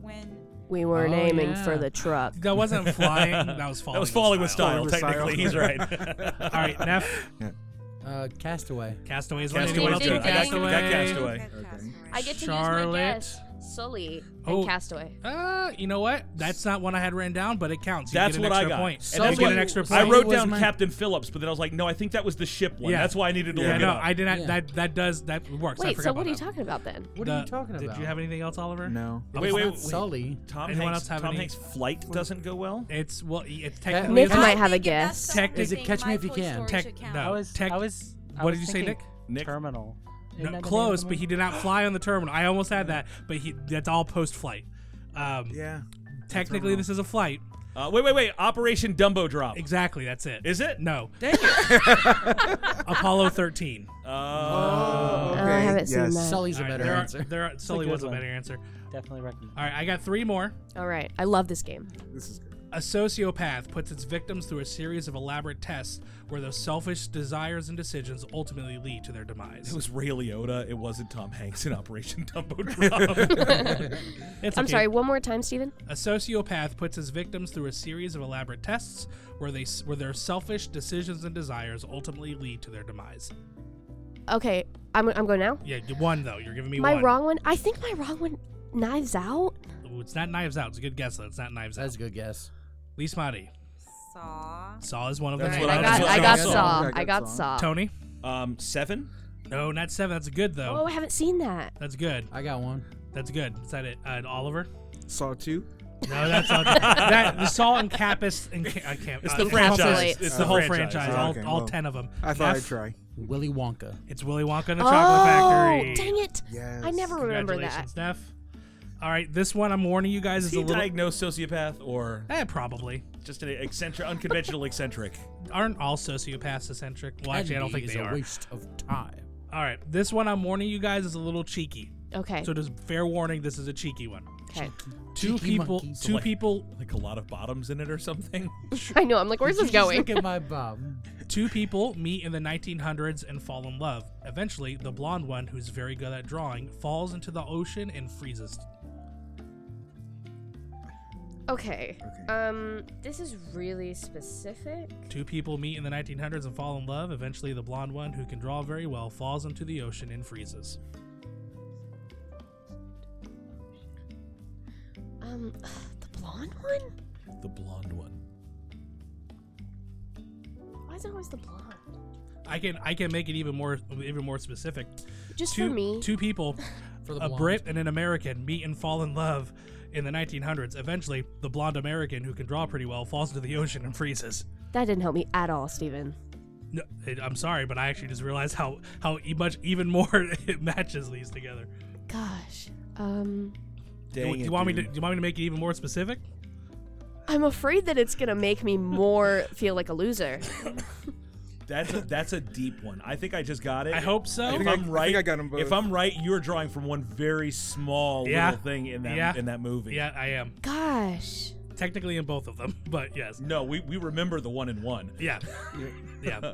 Speaker 8: when
Speaker 5: We were
Speaker 6: Oh,
Speaker 5: aiming
Speaker 6: yeah.
Speaker 5: for the truck.
Speaker 3: That wasn't flying. That was falling.
Speaker 2: that was falling with style.
Speaker 7: Falling with style.
Speaker 2: Technically, he's right.
Speaker 3: All right, Neff.
Speaker 6: Uh, Castaway.
Speaker 3: Castaways.
Speaker 2: Castaway's
Speaker 3: Anyone else do
Speaker 2: good. I got- I got Castaway.
Speaker 8: Okay,
Speaker 7: Okay.
Speaker 8: Castaway.
Speaker 5: I get to use
Speaker 3: Charlotte.
Speaker 5: my guess. Sully and
Speaker 3: Oh.
Speaker 5: Castaway.
Speaker 3: Uh, you know what? That's not one I had written down, but it counts. You
Speaker 2: That's
Speaker 3: get an
Speaker 2: what I
Speaker 3: extra
Speaker 2: got.
Speaker 3: Point.
Speaker 2: And that's
Speaker 3: you get
Speaker 2: what-
Speaker 3: an extra point.
Speaker 2: I wrote
Speaker 6: was
Speaker 2: down
Speaker 6: my-
Speaker 2: Captain Phillips, but then I was like, no, I think that was the ship one.
Speaker 3: Yeah.
Speaker 2: That's why I needed to
Speaker 3: Yeah,
Speaker 2: look it
Speaker 3: no,
Speaker 2: up.
Speaker 3: I did not.
Speaker 6: Yeah.
Speaker 3: That that does that works. I
Speaker 5: Wait,
Speaker 3: forgot
Speaker 5: so
Speaker 3: about
Speaker 5: what are you
Speaker 3: that.
Speaker 5: talking about then?
Speaker 6: What are you
Speaker 3: The-
Speaker 6: talking about?
Speaker 3: Did you have anything else, Oliver?
Speaker 7: No.
Speaker 2: Wait,
Speaker 3: It's
Speaker 2: wait,
Speaker 3: not
Speaker 2: wait.
Speaker 6: Sully.
Speaker 2: Tom
Speaker 3: Anyone
Speaker 2: Hanks.
Speaker 3: else have
Speaker 2: Tom
Speaker 3: any-
Speaker 2: Hanks' flight doesn't go well.
Speaker 3: It's well, it's
Speaker 6: That-
Speaker 3: technically.
Speaker 5: Nick
Speaker 6: I
Speaker 5: might
Speaker 8: I
Speaker 5: have a
Speaker 8: think if that's
Speaker 5: guess.
Speaker 8: something
Speaker 6: Is it
Speaker 8: my
Speaker 6: Catch Me If You
Speaker 8: Toy
Speaker 6: Can?
Speaker 8: Story
Speaker 3: Tech-
Speaker 8: should count.
Speaker 3: no.
Speaker 9: I was,
Speaker 3: tech-
Speaker 9: I was. I
Speaker 3: what
Speaker 9: was
Speaker 3: did you say,
Speaker 9: thinking
Speaker 2: Nick?
Speaker 9: Terminal. Isn't
Speaker 3: No,
Speaker 9: that the name of
Speaker 3: close,
Speaker 9: the
Speaker 3: but he
Speaker 9: movie?
Speaker 3: did not fly on the terminal. I almost had that, but he that's all post flight. Um,
Speaker 7: Yeah.
Speaker 3: technically, this is a flight.
Speaker 2: Uh, wait, wait, wait. Operation Dumbo Drop.
Speaker 3: Exactly, that's it.
Speaker 2: Is it?
Speaker 3: No. Apollo 13.
Speaker 2: Uh,
Speaker 7: Okay.
Speaker 5: I haven't seen
Speaker 7: yes.
Speaker 5: that.
Speaker 6: Sully's
Speaker 3: All
Speaker 6: a
Speaker 3: right,
Speaker 6: better
Speaker 3: there are-
Speaker 6: answer.
Speaker 3: there are- Sully
Speaker 9: good
Speaker 3: was a
Speaker 9: one.
Speaker 3: better answer.
Speaker 9: Definitely recommend.
Speaker 3: All right, I got three more.
Speaker 5: All right, I love this game.
Speaker 7: This is good.
Speaker 3: A sociopath puts its victims through a series of elaborate tests where their selfish desires and decisions ultimately lead to their
Speaker 2: it
Speaker 3: demise.
Speaker 2: was Ray Liotta. It wasn't Tom Hanks in Operation Dumbo Drop.
Speaker 3: It's
Speaker 5: I'm
Speaker 3: okay.
Speaker 5: sorry, one more time, Steven.
Speaker 3: A sociopath puts his victims through a series of elaborate tests where they where their selfish decisions and desires ultimately lead to their demise.
Speaker 5: Okay, I'm, I'm going now.
Speaker 3: Yeah, you one though. You're giving me
Speaker 5: My
Speaker 3: one.
Speaker 5: wrong one. I think my wrong one. Knives Out.
Speaker 3: Ooh, it's not Knives Out. It's a good guess though. It's not Knives
Speaker 6: That's a
Speaker 3: Out.
Speaker 6: good guess.
Speaker 3: Lee Smati.
Speaker 8: Saw.
Speaker 3: Saw is one of
Speaker 2: That's
Speaker 3: them.
Speaker 2: what
Speaker 5: I "Ah!"
Speaker 2: I
Speaker 5: got
Speaker 2: was
Speaker 5: I got
Speaker 2: Saw.
Speaker 5: Saw.
Speaker 7: Okay,
Speaker 5: I
Speaker 7: I
Speaker 5: got
Speaker 7: got
Speaker 5: Saw.
Speaker 3: Tony.
Speaker 2: um, seven.
Speaker 3: No, not seven. That's good
Speaker 5: Oh,
Speaker 3: though.
Speaker 5: I haven't seen that.
Speaker 3: That's good.
Speaker 6: I got one.
Speaker 3: That's good. Is that it? Uh, and Oliver.
Speaker 7: Saw 2.
Speaker 3: No, that's not that. The Saw and Capus and Ca- I can't.
Speaker 2: It's
Speaker 3: uh,
Speaker 2: the franchise.
Speaker 3: Compass.
Speaker 5: Complex.
Speaker 2: It's
Speaker 3: the
Speaker 2: the
Speaker 3: whole franchise.
Speaker 7: Oh,
Speaker 3: All,
Speaker 7: okay,
Speaker 3: all
Speaker 7: well,
Speaker 3: ten of them.
Speaker 7: I thought I'd
Speaker 3: Neff,
Speaker 7: try.
Speaker 6: Willy Wonka.
Speaker 3: It's Willy Wonka and the Chocolate Factory.
Speaker 5: Oh, dang it!
Speaker 7: Yes.
Speaker 5: I never remember that.
Speaker 3: Congratulations, Neff. All right, this one I'm warning you guys
Speaker 2: Is
Speaker 3: is,
Speaker 2: he
Speaker 3: a little.
Speaker 2: diagnosed sociopath or
Speaker 3: Eh, probably.
Speaker 2: just an eccentric, unconventional eccentric?
Speaker 3: Aren't all sociopaths eccentric? Well, actually, I don't
Speaker 6: Candy
Speaker 3: think
Speaker 6: is
Speaker 3: they
Speaker 6: a
Speaker 3: are.
Speaker 6: waste of time.
Speaker 3: All right, this one I'm warning you guys is a little cheeky.
Speaker 5: Okay.
Speaker 3: So just fair warning, this is a cheeky one.
Speaker 5: Okay.
Speaker 3: Two
Speaker 6: Cheeky
Speaker 3: people,
Speaker 6: monkeys.
Speaker 3: two
Speaker 2: Like-
Speaker 3: people,
Speaker 2: Like a lot of bottoms in it or something.
Speaker 5: I know. I'm like, where's this
Speaker 6: Just
Speaker 5: going?
Speaker 6: Look at my bum.
Speaker 3: two people meet in the 1900s and fall in love. Eventually, the blonde one, who's very good at drawing, falls into the ocean and freezes.
Speaker 5: Okay.
Speaker 7: Okay.
Speaker 5: Um, this is really specific.
Speaker 3: Two people meet in the 1900s and fall in love. Eventually, the blonde one, who can draw very well, falls into the ocean and freezes.
Speaker 5: Um, the blonde one.
Speaker 2: The blonde one.
Speaker 5: Why is it always the blonde?
Speaker 3: I can I can make it even more even more specific.
Speaker 5: Just
Speaker 3: two
Speaker 5: for me.
Speaker 3: two people,
Speaker 6: For the
Speaker 3: a
Speaker 6: blonde.
Speaker 3: Brit and an American, meet and fall in love. in the 1900s, eventually the blonde American who can draw pretty well falls into the ocean and freezes.
Speaker 5: That didn't help me at all, Steven.
Speaker 3: No, it- I'm sorry, but I actually just realized how how e- much even more it matches these together.
Speaker 5: Gosh. Um
Speaker 3: Do you,
Speaker 1: Dang
Speaker 3: do
Speaker 1: it,
Speaker 3: you want me to?
Speaker 1: dude.
Speaker 3: Do you want me to make it even more specific?
Speaker 5: I'm afraid that it's gonna make me more feel like a loser.
Speaker 2: That's a, that's a deep one. I think I just got it.
Speaker 3: I hope so.
Speaker 2: If
Speaker 3: I
Speaker 2: I'm
Speaker 3: think I-
Speaker 7: I think
Speaker 2: right,
Speaker 7: I got 'em both.
Speaker 2: If I'm right, you're drawing from one very small
Speaker 3: Yeah.
Speaker 2: little thing in that
Speaker 3: Yeah.
Speaker 2: in that movie.
Speaker 3: Yeah, I am
Speaker 5: Gosh.
Speaker 3: technically in both of them, but yes,
Speaker 2: No, we, we remember the one in one.
Speaker 3: yeah, yeah. Okay,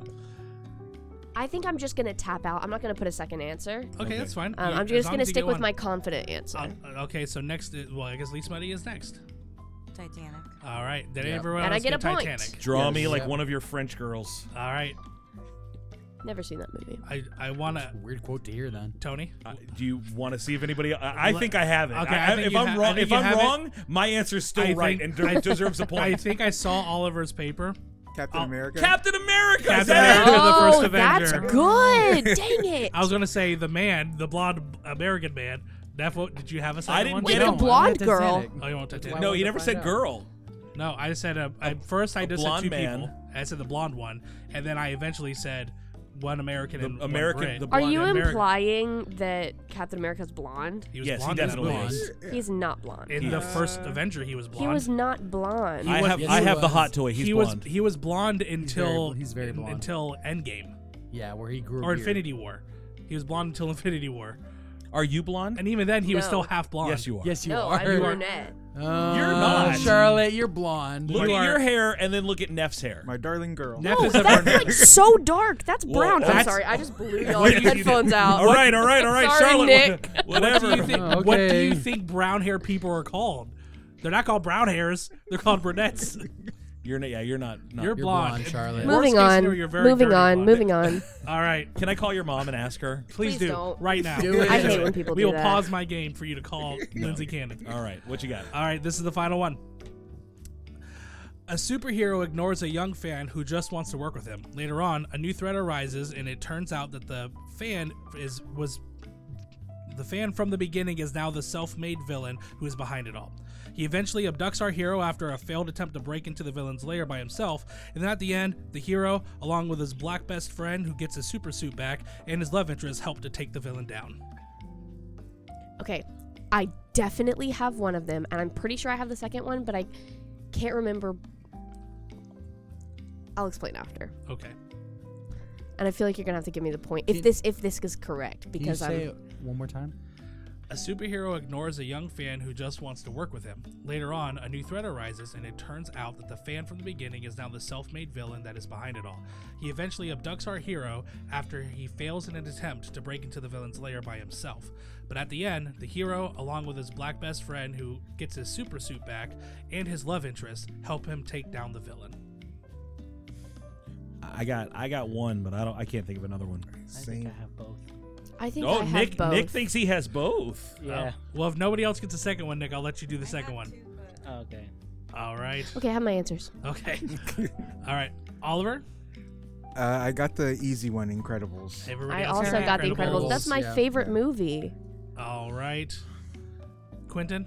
Speaker 5: I think I'm just gonna tap out. I'm not gonna put a second answer.
Speaker 3: that's fine.
Speaker 5: Um,
Speaker 3: You-
Speaker 5: I'm
Speaker 3: as
Speaker 5: just
Speaker 3: long
Speaker 5: gonna
Speaker 3: as you
Speaker 5: stick
Speaker 3: go
Speaker 5: with
Speaker 3: on-
Speaker 5: my confident answer.
Speaker 3: Uh, okay, so next, is, well, I guess Lee Smutty is next.
Speaker 8: Titanic.
Speaker 3: All right, did everyone
Speaker 5: And I
Speaker 3: else
Speaker 5: get a point.
Speaker 3: Titanic?
Speaker 2: Draw
Speaker 7: Yes.
Speaker 2: me like
Speaker 7: Yeah.
Speaker 2: one of your French girls.
Speaker 3: All right,
Speaker 5: Never seen that movie.
Speaker 3: I I wanna
Speaker 6: Weird quote to hear then.
Speaker 3: Tony.
Speaker 2: Uh, do you want to see if anybody? I, I
Speaker 3: Let-
Speaker 2: think I have it.
Speaker 3: Okay,
Speaker 2: I,
Speaker 3: I
Speaker 2: I-
Speaker 3: think
Speaker 2: if
Speaker 3: you
Speaker 2: I'm
Speaker 3: ha- I
Speaker 2: wrong,
Speaker 3: think
Speaker 2: if
Speaker 3: you
Speaker 2: I'm
Speaker 3: have it.
Speaker 2: wrong, my answer's still
Speaker 3: I
Speaker 2: right
Speaker 3: think-
Speaker 2: and der- deserves a point.
Speaker 3: I think I saw Oliver's paper.
Speaker 7: Captain
Speaker 3: Oh,
Speaker 7: America.
Speaker 2: Captain America. is
Speaker 3: Captain
Speaker 2: that it?
Speaker 3: America, the first
Speaker 5: oh, that's
Speaker 3: Avenger.
Speaker 5: good. Dang it.
Speaker 3: I was gonna say the man, the blonde American man. Defo, did you have a second
Speaker 2: I didn't
Speaker 3: one?
Speaker 2: get
Speaker 5: Wait,
Speaker 2: it.
Speaker 5: the
Speaker 2: No,
Speaker 5: blonde girl.
Speaker 3: Oh, you want to
Speaker 6: why I
Speaker 2: No, he
Speaker 6: wanted
Speaker 2: never
Speaker 6: to
Speaker 2: said
Speaker 6: find out.
Speaker 2: girl.
Speaker 3: No, I said a, I first I
Speaker 2: a
Speaker 3: just said
Speaker 2: blonde
Speaker 3: two
Speaker 2: man.
Speaker 3: people. I said the blonde one, and then I eventually said one American
Speaker 2: The
Speaker 3: and
Speaker 2: American-
Speaker 3: One Brit.
Speaker 2: the
Speaker 5: Are
Speaker 2: blonde
Speaker 5: you
Speaker 3: American.
Speaker 5: implying that Captain America's blonde?
Speaker 3: He was
Speaker 2: Yes, he
Speaker 3: blonde in that
Speaker 2: definitely
Speaker 3: movie.
Speaker 2: is.
Speaker 5: He's not blonde.
Speaker 3: In
Speaker 2: He
Speaker 3: the
Speaker 2: is.
Speaker 3: first Avenger, he was blonde.
Speaker 5: He was not blonde.
Speaker 2: I
Speaker 3: was-
Speaker 2: have
Speaker 6: yes,
Speaker 2: I
Speaker 6: he
Speaker 2: have the
Speaker 6: was.
Speaker 2: hot toy. He's
Speaker 3: he
Speaker 2: blonde.
Speaker 3: was he was blonde until
Speaker 6: very- he's very
Speaker 3: un-
Speaker 6: blonde.
Speaker 3: until Endgame
Speaker 6: Yeah, where he grew. a
Speaker 3: or
Speaker 6: beard.
Speaker 3: Infinity War. He was blonde until Infinity War,
Speaker 2: Are you blonde?
Speaker 3: and even then he was
Speaker 5: No.
Speaker 3: still half blonde.
Speaker 2: Yes, you are.
Speaker 6: Yes, you
Speaker 5: no,
Speaker 6: are.
Speaker 5: I'm brunette.
Speaker 6: Oh,
Speaker 2: not.
Speaker 6: Charlotte. You're blonde.
Speaker 2: Look
Speaker 3: You
Speaker 2: at
Speaker 3: are-
Speaker 2: your hair and then look at Neff's hair.
Speaker 7: My darling girl.
Speaker 3: Neff
Speaker 5: No,
Speaker 3: is a
Speaker 5: that's
Speaker 3: brunette.
Speaker 5: like so dark. That's
Speaker 2: Whoa,
Speaker 5: brown. I'm
Speaker 2: that's-
Speaker 5: sorry, I just blew y'all headphones out.
Speaker 2: All right, all right, all right,
Speaker 5: Sorry,
Speaker 2: Charlotte.
Speaker 5: Nick.
Speaker 2: wha- Whatever.
Speaker 3: What do you think, what do you
Speaker 6: Okay.
Speaker 3: think brown hair people are called? They're not called brown hairs. They're called brunettes.
Speaker 2: You're not. Yeah, you're not. not-
Speaker 3: You're
Speaker 6: You're
Speaker 3: blonde.
Speaker 6: blonde, Charlotte.
Speaker 3: Worst
Speaker 5: Moving
Speaker 3: case
Speaker 5: on.
Speaker 3: scenario, you're very
Speaker 5: Moving
Speaker 3: dirty
Speaker 5: on.
Speaker 3: blonde.
Speaker 5: Moving on.
Speaker 3: All right.
Speaker 2: Can I call your mom and ask her?
Speaker 3: Please,
Speaker 5: Please
Speaker 3: do
Speaker 5: don't.
Speaker 3: right now.
Speaker 6: Do it.
Speaker 5: I hate when people
Speaker 3: we
Speaker 5: do
Speaker 3: will
Speaker 5: that.
Speaker 3: pause my game for you to call Lindsay Cannon.
Speaker 2: All right, what you got?
Speaker 3: All right, this is the final one. A superhero ignores a young fan who just wants to work with him. Later on, a new threat arises, and it turns out that the fan is was the fan from the beginning is now the self-made villain who is behind it all. He eventually abducts our hero after a failed attempt to break into the villain's lair by himself, and then at the end, the hero, along with his black best friend who gets his super suit back, and his love interest help to take the villain down.
Speaker 5: Okay, I definitely have one of them, and I'm pretty sure I have the second one, but I can't remember. I'll explain after,
Speaker 3: Okay.
Speaker 5: and I feel like you're gonna have to give me the point if
Speaker 6: Can-
Speaker 5: this if this is correct because
Speaker 6: Can you say
Speaker 5: I'm
Speaker 6: it one more time.
Speaker 3: A superhero ignores a young fan who just wants to work with him. Later on, a new threat arises, and it turns out that the fan from the beginning is now the self made villain that is behind it all. He eventually abducts our hero after he fails in an attempt to break into the villain's lair by himself. But at the end, the hero, along with his black best friend who gets his super suit back, and his love interest, help him take down the villain.
Speaker 2: I got I got one, but I don't I can't think of another one.
Speaker 9: I think I
Speaker 7: Same.
Speaker 9: have both.
Speaker 5: I think
Speaker 2: Oh,
Speaker 5: I have
Speaker 2: Nick
Speaker 5: both.
Speaker 2: Nick thinks he has both.
Speaker 9: Yeah.
Speaker 3: Oh, well, if nobody else gets a second one, Nick, I'll let you do the second one.
Speaker 9: okay.
Speaker 3: All right.
Speaker 5: okay, I have my answers.
Speaker 3: Okay. all right. Oliver,
Speaker 7: Uh, I got the easy one, Incredibles.
Speaker 3: everybody
Speaker 5: I
Speaker 3: else
Speaker 5: also
Speaker 3: got
Speaker 5: got the Incredibles. That's my
Speaker 6: yeah.
Speaker 5: favorite
Speaker 7: Yeah.
Speaker 5: movie.
Speaker 3: All right. Quentin,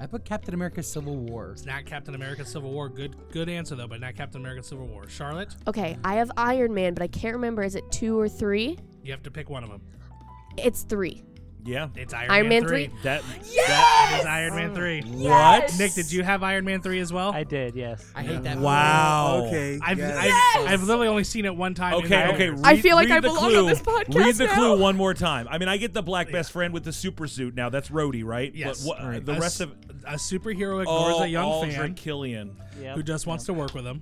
Speaker 6: I put Captain America: Civil War.
Speaker 3: it's not Captain America Civil War. Good good answer though, but not Captain America Civil War. Charlotte,
Speaker 5: Okay, I have Iron Man, but I can't remember. Is it two or three?
Speaker 3: you have to pick one of them.
Speaker 5: It's three.
Speaker 2: Yeah.
Speaker 3: It's Iron,
Speaker 5: Iron
Speaker 3: Man,
Speaker 5: Man
Speaker 3: 3.
Speaker 2: That
Speaker 3: It is Iron Man 3.
Speaker 2: Yes!
Speaker 3: Nick, did you have Iron Man 3 as well?
Speaker 9: I did, yes.
Speaker 6: I hate that.
Speaker 2: that
Speaker 6: movie.
Speaker 2: Wow.
Speaker 7: Okay.
Speaker 3: I've,
Speaker 7: yes.
Speaker 3: I've, I've literally only seen it one time. in
Speaker 2: Okay,
Speaker 3: the
Speaker 2: okay.
Speaker 3: universe.
Speaker 5: I
Speaker 2: read-
Speaker 5: feel like
Speaker 2: read
Speaker 5: I
Speaker 2: the
Speaker 5: belong on
Speaker 2: clue.
Speaker 5: this podcast
Speaker 2: Read the
Speaker 5: now.
Speaker 2: clue one more time. I mean, I get the black best friend with the super suit now. That's Rhodey, right?
Speaker 3: Yes.
Speaker 2: But what,
Speaker 7: Right.
Speaker 2: the
Speaker 3: A
Speaker 2: rest
Speaker 3: s-
Speaker 2: of
Speaker 3: a superhero ignores
Speaker 2: oh,
Speaker 3: a young
Speaker 2: Aldrich
Speaker 3: fan
Speaker 2: Killian.
Speaker 9: Yep.
Speaker 3: who just wants to work with him.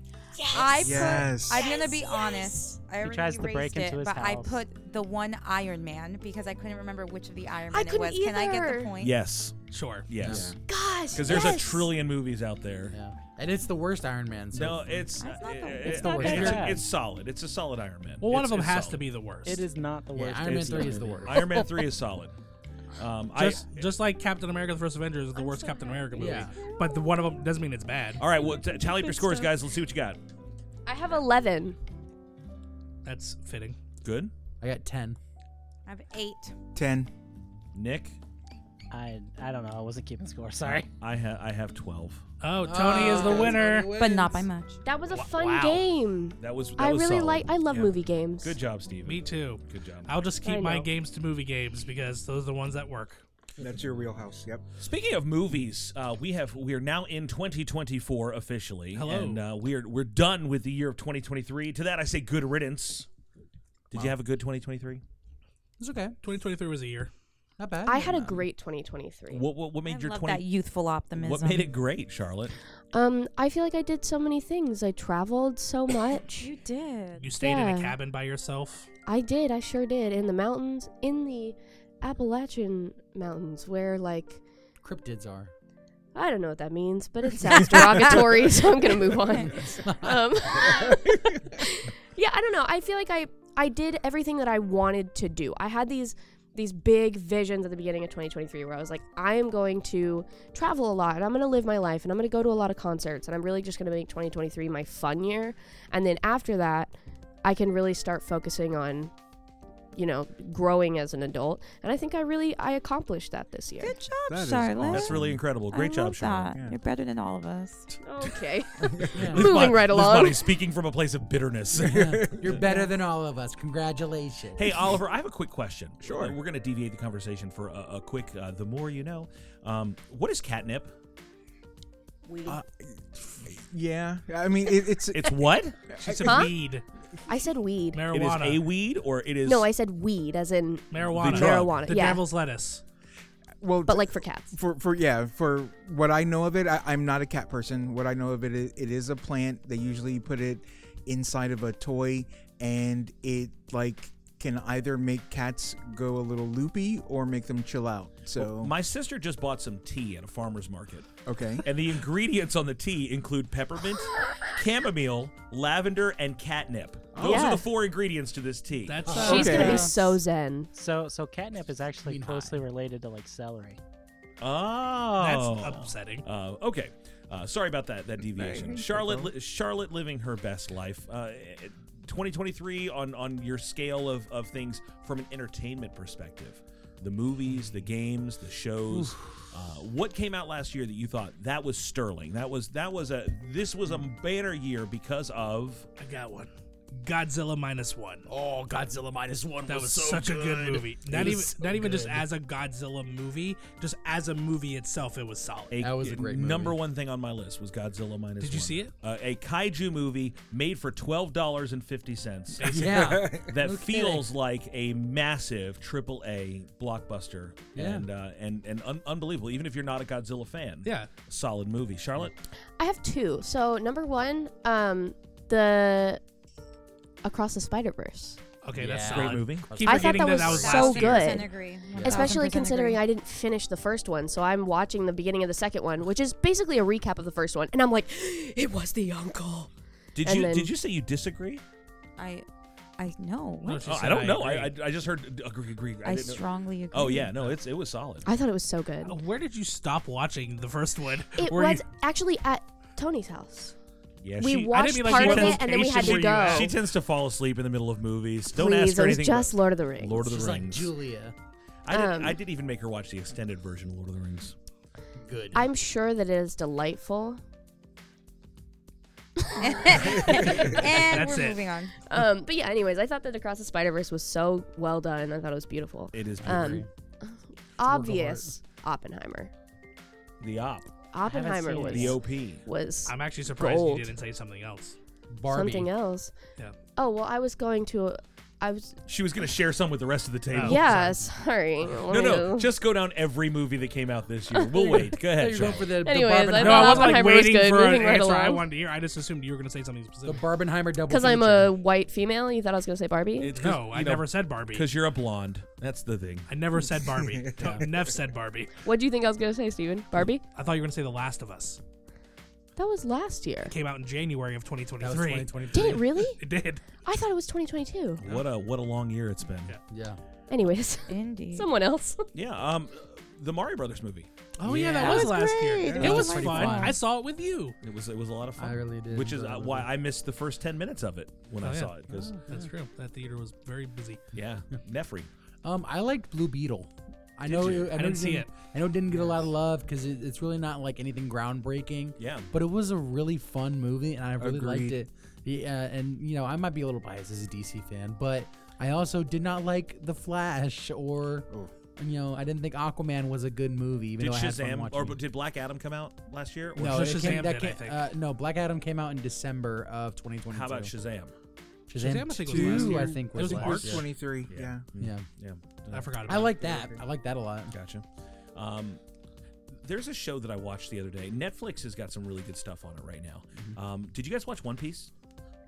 Speaker 8: I put.
Speaker 7: Yes.
Speaker 8: I'm gonna be honest. I already
Speaker 9: tries to
Speaker 8: erased
Speaker 9: break
Speaker 8: it,
Speaker 9: into his
Speaker 8: but I
Speaker 9: house.
Speaker 8: put the one Iron Man because I couldn't remember which of the Iron
Speaker 5: I
Speaker 8: Man it
Speaker 5: couldn't
Speaker 8: was. Can I get
Speaker 5: either.
Speaker 8: the point?
Speaker 2: Yes.
Speaker 3: Sure.
Speaker 2: Yes.
Speaker 5: Gosh,
Speaker 2: Because there's a
Speaker 5: yes.
Speaker 2: trillion movies out there.
Speaker 6: Yeah, and it's the worst Iron Man. So
Speaker 2: No, it's
Speaker 8: That's not the-
Speaker 2: it-
Speaker 8: It's
Speaker 2: it-
Speaker 6: not that
Speaker 2: it's,
Speaker 9: bad.
Speaker 2: it's solid. It's a solid Iron Man.
Speaker 3: Well, one
Speaker 2: It's-
Speaker 3: of them
Speaker 2: it's
Speaker 3: has
Speaker 2: solid.
Speaker 3: to be the worst.
Speaker 9: It is not the
Speaker 6: Yeah,
Speaker 9: worst.
Speaker 6: Iron Man
Speaker 9: It's
Speaker 6: three
Speaker 9: not.
Speaker 6: is the worst.
Speaker 2: Iron Man three is solid. Um,
Speaker 3: Just,
Speaker 2: I,
Speaker 3: just like Captain America: The First Avenger is the worst Captain America movie,
Speaker 6: Yeah.
Speaker 3: but the one of them doesn't mean it's bad.
Speaker 2: all right, well, t- tally up your scores, guys. Let's see what you got.
Speaker 5: I have eleven.
Speaker 3: That's fitting.
Speaker 2: Good,
Speaker 6: I got ten.
Speaker 8: I have eight.
Speaker 7: Ten.
Speaker 2: Nick.
Speaker 9: I I don't know. I wasn't keeping score. Sorry.
Speaker 2: I have I have twelve.
Speaker 3: Oh, Tony is the
Speaker 6: Oh,
Speaker 3: winner.
Speaker 6: Tony
Speaker 4: but not by
Speaker 6: wins.
Speaker 4: much.
Speaker 5: That was a fun
Speaker 9: wow.
Speaker 5: game.
Speaker 2: That was. That
Speaker 5: I
Speaker 2: was
Speaker 5: really
Speaker 2: solid.
Speaker 5: like. I love
Speaker 2: Yeah.
Speaker 5: movie games.
Speaker 2: Good job, Steve.
Speaker 3: Me too.
Speaker 2: Good job.
Speaker 3: I'll just
Speaker 5: I
Speaker 3: keep my
Speaker 5: know.
Speaker 3: games to movie games because those are the ones that work.
Speaker 7: That's your wheelhouse. Yep.
Speaker 2: Speaking of movies, uh, we have we are now in 2024 officially,
Speaker 3: Hello.
Speaker 2: and uh, we're we're done with the year of 2023. To that, I say good riddance. Did you have a good 2023?
Speaker 6: It's okay.
Speaker 3: 2023 was a year.
Speaker 6: Not bad.
Speaker 5: I had a great 2023.
Speaker 2: What what, what made
Speaker 4: I
Speaker 2: your
Speaker 4: love
Speaker 2: 20?
Speaker 4: that youthful optimism.
Speaker 2: What made it great, Charlotte?
Speaker 5: Um, I feel like I did so many things. I traveled so much.
Speaker 4: You did.
Speaker 3: You stayed in a
Speaker 5: Yeah.
Speaker 3: cabin by yourself.
Speaker 5: I did. I sure did. In the mountains, in the Appalachian Mountains, where like
Speaker 6: Cryptids are.
Speaker 5: I don't know what that means, but it sounds derogatory, so I'm gonna move on. Um, yeah, I don't know. I feel like I I did everything that I wanted to do. I had these these big visions at the beginning of 2023 where I was like, I am going to travel a lot and I'm going to live my life and I'm going to go to a lot of concerts and I'm really just going to make 2023 my fun year. And then after that, I can really start focusing on you know, growing as an adult. And I think I really I accomplished that this year.
Speaker 4: Good job,
Speaker 7: That is
Speaker 4: Charlotte.
Speaker 2: That's really incredible. Great
Speaker 4: I
Speaker 2: job,
Speaker 4: love
Speaker 2: Charlotte.
Speaker 4: that.
Speaker 7: Yeah.
Speaker 4: You're better than all of us.
Speaker 5: Okay.
Speaker 6: Yeah.
Speaker 2: Liz
Speaker 5: Moving
Speaker 2: Bo-
Speaker 5: right
Speaker 2: Liz
Speaker 5: along.
Speaker 2: Bonnie speaking from a place of bitterness.
Speaker 6: Yeah. You're better than all of us. Congratulations.
Speaker 2: Hey, Oliver, I have a quick question.
Speaker 7: Sure.
Speaker 2: We're going to deviate the conversation for a, a quick, uh, the more you know. Um, what is catnip?
Speaker 7: Uh, yeah. I mean, it, it's
Speaker 2: It's what?
Speaker 3: She said
Speaker 5: Huh?
Speaker 3: weed,
Speaker 5: I said weed.
Speaker 2: it is
Speaker 3: marijuana,
Speaker 2: a weed or it is.
Speaker 5: No, I said weed, as in
Speaker 3: marijuana,
Speaker 2: The drug.
Speaker 5: Marijuana,
Speaker 3: the
Speaker 5: yeah.
Speaker 3: devil's lettuce.
Speaker 7: well,
Speaker 5: but like for cats.
Speaker 7: for for yeah for what I know of it, I, I'm not a cat person. What I know of it, it, it is a plant. They usually put it inside of a toy, and it like can either make cats go a little loopy or make them chill out. So
Speaker 2: My sister just bought some tea at a farmer's market,
Speaker 7: okay,
Speaker 2: and the ingredients on the tea include peppermint, chamomile, lavender, and catnip. Those are
Speaker 5: Yeah.
Speaker 2: the four ingredients to this tea.
Speaker 3: That's uh,
Speaker 5: She's gonna
Speaker 7: Okay.
Speaker 5: be so zen.
Speaker 9: So so catnip is actually
Speaker 6: Mean high.
Speaker 9: closely related to like celery.
Speaker 2: oh,
Speaker 3: That's upsetting.
Speaker 2: Uh, okay, uh, sorry about that that deviation. Charlotte, li- Charlotte living her best life. Uh, 2023 on on your scale of of things from an entertainment perspective, the movies, the games, the shows. Uh, what came out last year that you thought that was sterling? That was that was a this was a banner year because of
Speaker 3: I got one. Godzilla minus one.
Speaker 2: oh Godzilla minus one.
Speaker 3: That was, such a good movie. Not
Speaker 6: was
Speaker 3: even
Speaker 6: so
Speaker 3: not even just
Speaker 6: good.
Speaker 3: as a Godzilla movie, just as a movie itself, it was solid.
Speaker 2: A,
Speaker 6: That was a great movie.
Speaker 2: number one thing on my list was Godzilla minus.
Speaker 3: Did you
Speaker 2: one.
Speaker 3: see it?
Speaker 2: Uh, a kaiju movie made for twelve dollars and fifty cents.
Speaker 6: Yeah.
Speaker 2: that
Speaker 6: No kidding.
Speaker 2: feels like a massive triple A blockbuster
Speaker 6: Yeah.
Speaker 2: and uh, and and un- unbelievable. Even if you're not a Godzilla fan,
Speaker 3: yeah.
Speaker 2: solid movie. Charlotte,
Speaker 5: I have two. So number one, um, the Across the Spider Verse,
Speaker 3: Okay,
Speaker 6: Yeah.
Speaker 3: that's
Speaker 6: Great
Speaker 3: solid.
Speaker 2: movie.
Speaker 3: Keep
Speaker 5: I thought
Speaker 3: forgetting
Speaker 5: that
Speaker 3: that
Speaker 5: was
Speaker 3: was
Speaker 5: so
Speaker 3: last year.
Speaker 5: good.
Speaker 8: 100% agree.
Speaker 6: Yeah.
Speaker 8: 100%
Speaker 5: especially considering
Speaker 8: agree.
Speaker 5: I didn't finish the first one. So I'm watching the beginning of the second one, which is basically a recap of the first one, and I'm like, it was the uncle.
Speaker 2: did
Speaker 5: And
Speaker 2: you
Speaker 5: then-
Speaker 2: did you say you disagree?
Speaker 4: I, I know.
Speaker 3: No,
Speaker 4: What?
Speaker 3: she
Speaker 2: Oh, I
Speaker 3: said
Speaker 2: don't know. I, I
Speaker 3: agree.
Speaker 2: I just heard agree agree.
Speaker 4: I,
Speaker 2: didn't know-
Speaker 4: strongly agree.
Speaker 2: Oh yeah, no, it's it was solid.
Speaker 5: I thought it was so good.
Speaker 3: Uh, Where did you stop watching the first one?
Speaker 5: It
Speaker 3: Were
Speaker 5: was
Speaker 3: you-
Speaker 5: actually at Tony's house.
Speaker 2: Yeah,
Speaker 5: we
Speaker 2: she,
Speaker 5: watched
Speaker 3: mean, like,
Speaker 5: part
Speaker 3: what
Speaker 5: of it, and then we
Speaker 3: location
Speaker 5: had
Speaker 3: were you
Speaker 5: to go.
Speaker 3: at?
Speaker 2: she tends to fall asleep in the middle of movies. Don't
Speaker 5: Please,
Speaker 2: ask her
Speaker 5: it was
Speaker 2: anything.
Speaker 5: just
Speaker 2: about-
Speaker 5: Lord of the Rings.
Speaker 2: Lord of the
Speaker 6: She's like
Speaker 2: Rings.
Speaker 6: Julia.
Speaker 2: I did,
Speaker 5: Um,
Speaker 2: I did even make her watch the extended version of Lord of the Rings.
Speaker 6: Good.
Speaker 5: I'm sure that it is delightful.
Speaker 8: and
Speaker 3: That's
Speaker 8: we're
Speaker 3: it.
Speaker 8: moving on.
Speaker 5: Um, but yeah, anyways, I thought that Across the Spider Verse was so well done. I thought it was beautiful.
Speaker 2: It is
Speaker 5: Um, obvious Oppenheimer.
Speaker 2: the op,
Speaker 5: Oppenheimer
Speaker 9: seen it
Speaker 5: was
Speaker 2: the op.
Speaker 5: was
Speaker 3: I'm actually surprised
Speaker 5: Gold.
Speaker 3: you didn't say something else.
Speaker 6: Barbie.
Speaker 5: something else.
Speaker 3: Yeah.
Speaker 5: Oh well, I was going to. I was.
Speaker 2: She was going to share some with the rest of the table.
Speaker 3: Oh,
Speaker 5: yeah, sorry.
Speaker 2: No, no, just go down every movie that came out this year. We'll Oh, wait. Go ahead,
Speaker 6: You're going
Speaker 2: Charlotte.
Speaker 6: for the, the
Speaker 5: Anyways,
Speaker 6: Barbenheimer,
Speaker 5: I
Speaker 3: No, I
Speaker 5: thought
Speaker 3: was like
Speaker 5: Oppenheimer was
Speaker 3: waiting
Speaker 5: good,
Speaker 3: for an
Speaker 5: moving right
Speaker 3: answer I
Speaker 5: along.
Speaker 3: wanted to hear. I just assumed you were going to say something
Speaker 6: the
Speaker 3: specific.
Speaker 6: Barbenheimer double.
Speaker 5: because I'm
Speaker 6: feature.
Speaker 5: a white female. You thought I was gonna say Barbie.
Speaker 3: no, I never said Barbie.
Speaker 2: Because you're a blonde. That's the thing.
Speaker 3: I never said Barbie. Neff said Barbie.
Speaker 5: what do you think I was gonna say, Steven? Barbie.
Speaker 3: I thought you were going to say The Last of Us.
Speaker 5: That was last year.
Speaker 3: It came out in January of
Speaker 6: That was
Speaker 3: 2023.
Speaker 6: 2023.
Speaker 5: Did it really?
Speaker 3: It did.
Speaker 5: I thought it was 2022.
Speaker 2: What a what a long year it's been.
Speaker 3: Yeah.
Speaker 6: Yeah.
Speaker 5: Anyways,
Speaker 4: Indeed.
Speaker 5: someone else.
Speaker 2: Yeah. Um, the Mario Brothers movie.
Speaker 3: Oh yeah,
Speaker 6: Yeah.
Speaker 3: that
Speaker 6: That
Speaker 3: was
Speaker 4: was
Speaker 3: last
Speaker 4: great.
Speaker 3: year.
Speaker 4: It
Speaker 3: It
Speaker 6: was
Speaker 3: was fun.
Speaker 6: pretty fun.
Speaker 3: I saw it with you.
Speaker 2: It was it was a lot of fun.
Speaker 6: I really did
Speaker 2: Which is
Speaker 6: enjoy
Speaker 2: uh,
Speaker 6: that
Speaker 2: why
Speaker 6: movie.
Speaker 2: I missed the first ten minutes of it when
Speaker 3: Oh,
Speaker 2: I
Speaker 3: yeah.
Speaker 2: saw it because
Speaker 3: That's true. That theater was very busy.
Speaker 2: yeah, Nefri.
Speaker 6: Um, I liked Blue Beetle. I know.
Speaker 3: you?
Speaker 6: It,
Speaker 3: I
Speaker 6: know
Speaker 3: didn't see it.
Speaker 6: I know it didn't get a lot of love because it, it's really not like anything groundbreaking.
Speaker 2: Yeah.
Speaker 6: But it was a really fun movie, and I really liked
Speaker 7: Agreed.
Speaker 6: it. Yeah, and you know, I might be a little biased as a DC fan, but I also did not like The Flash, or you know, I didn't think Aquaman was a good movie. Even
Speaker 2: Did
Speaker 6: though I had fun
Speaker 2: Shazam
Speaker 6: watching
Speaker 2: or
Speaker 6: it.
Speaker 2: did Black Adam come out last year? Or
Speaker 6: no,
Speaker 3: So
Speaker 6: it came-
Speaker 3: Shazam
Speaker 6: that
Speaker 3: did, I
Speaker 6: came-
Speaker 3: think.
Speaker 6: uh, no, Black Adam came out in December of 2022.
Speaker 2: How about Shazam?
Speaker 6: Shazam?
Speaker 3: Shazam, I think, was last
Speaker 6: two,
Speaker 3: year.
Speaker 6: I think
Speaker 3: It
Speaker 6: was,
Speaker 3: was
Speaker 6: last
Speaker 3: March.
Speaker 6: year.
Speaker 7: 23.
Speaker 2: Yeah.
Speaker 7: yeah.
Speaker 6: Yeah,
Speaker 2: Yeah.
Speaker 3: I forgot about
Speaker 6: I
Speaker 3: it.
Speaker 6: like that. I like that a lot.
Speaker 2: Gotcha. Um, there's a show that I watched the other day. Netflix has got some really good stuff on it right now. Um, did you guys watch One Piece?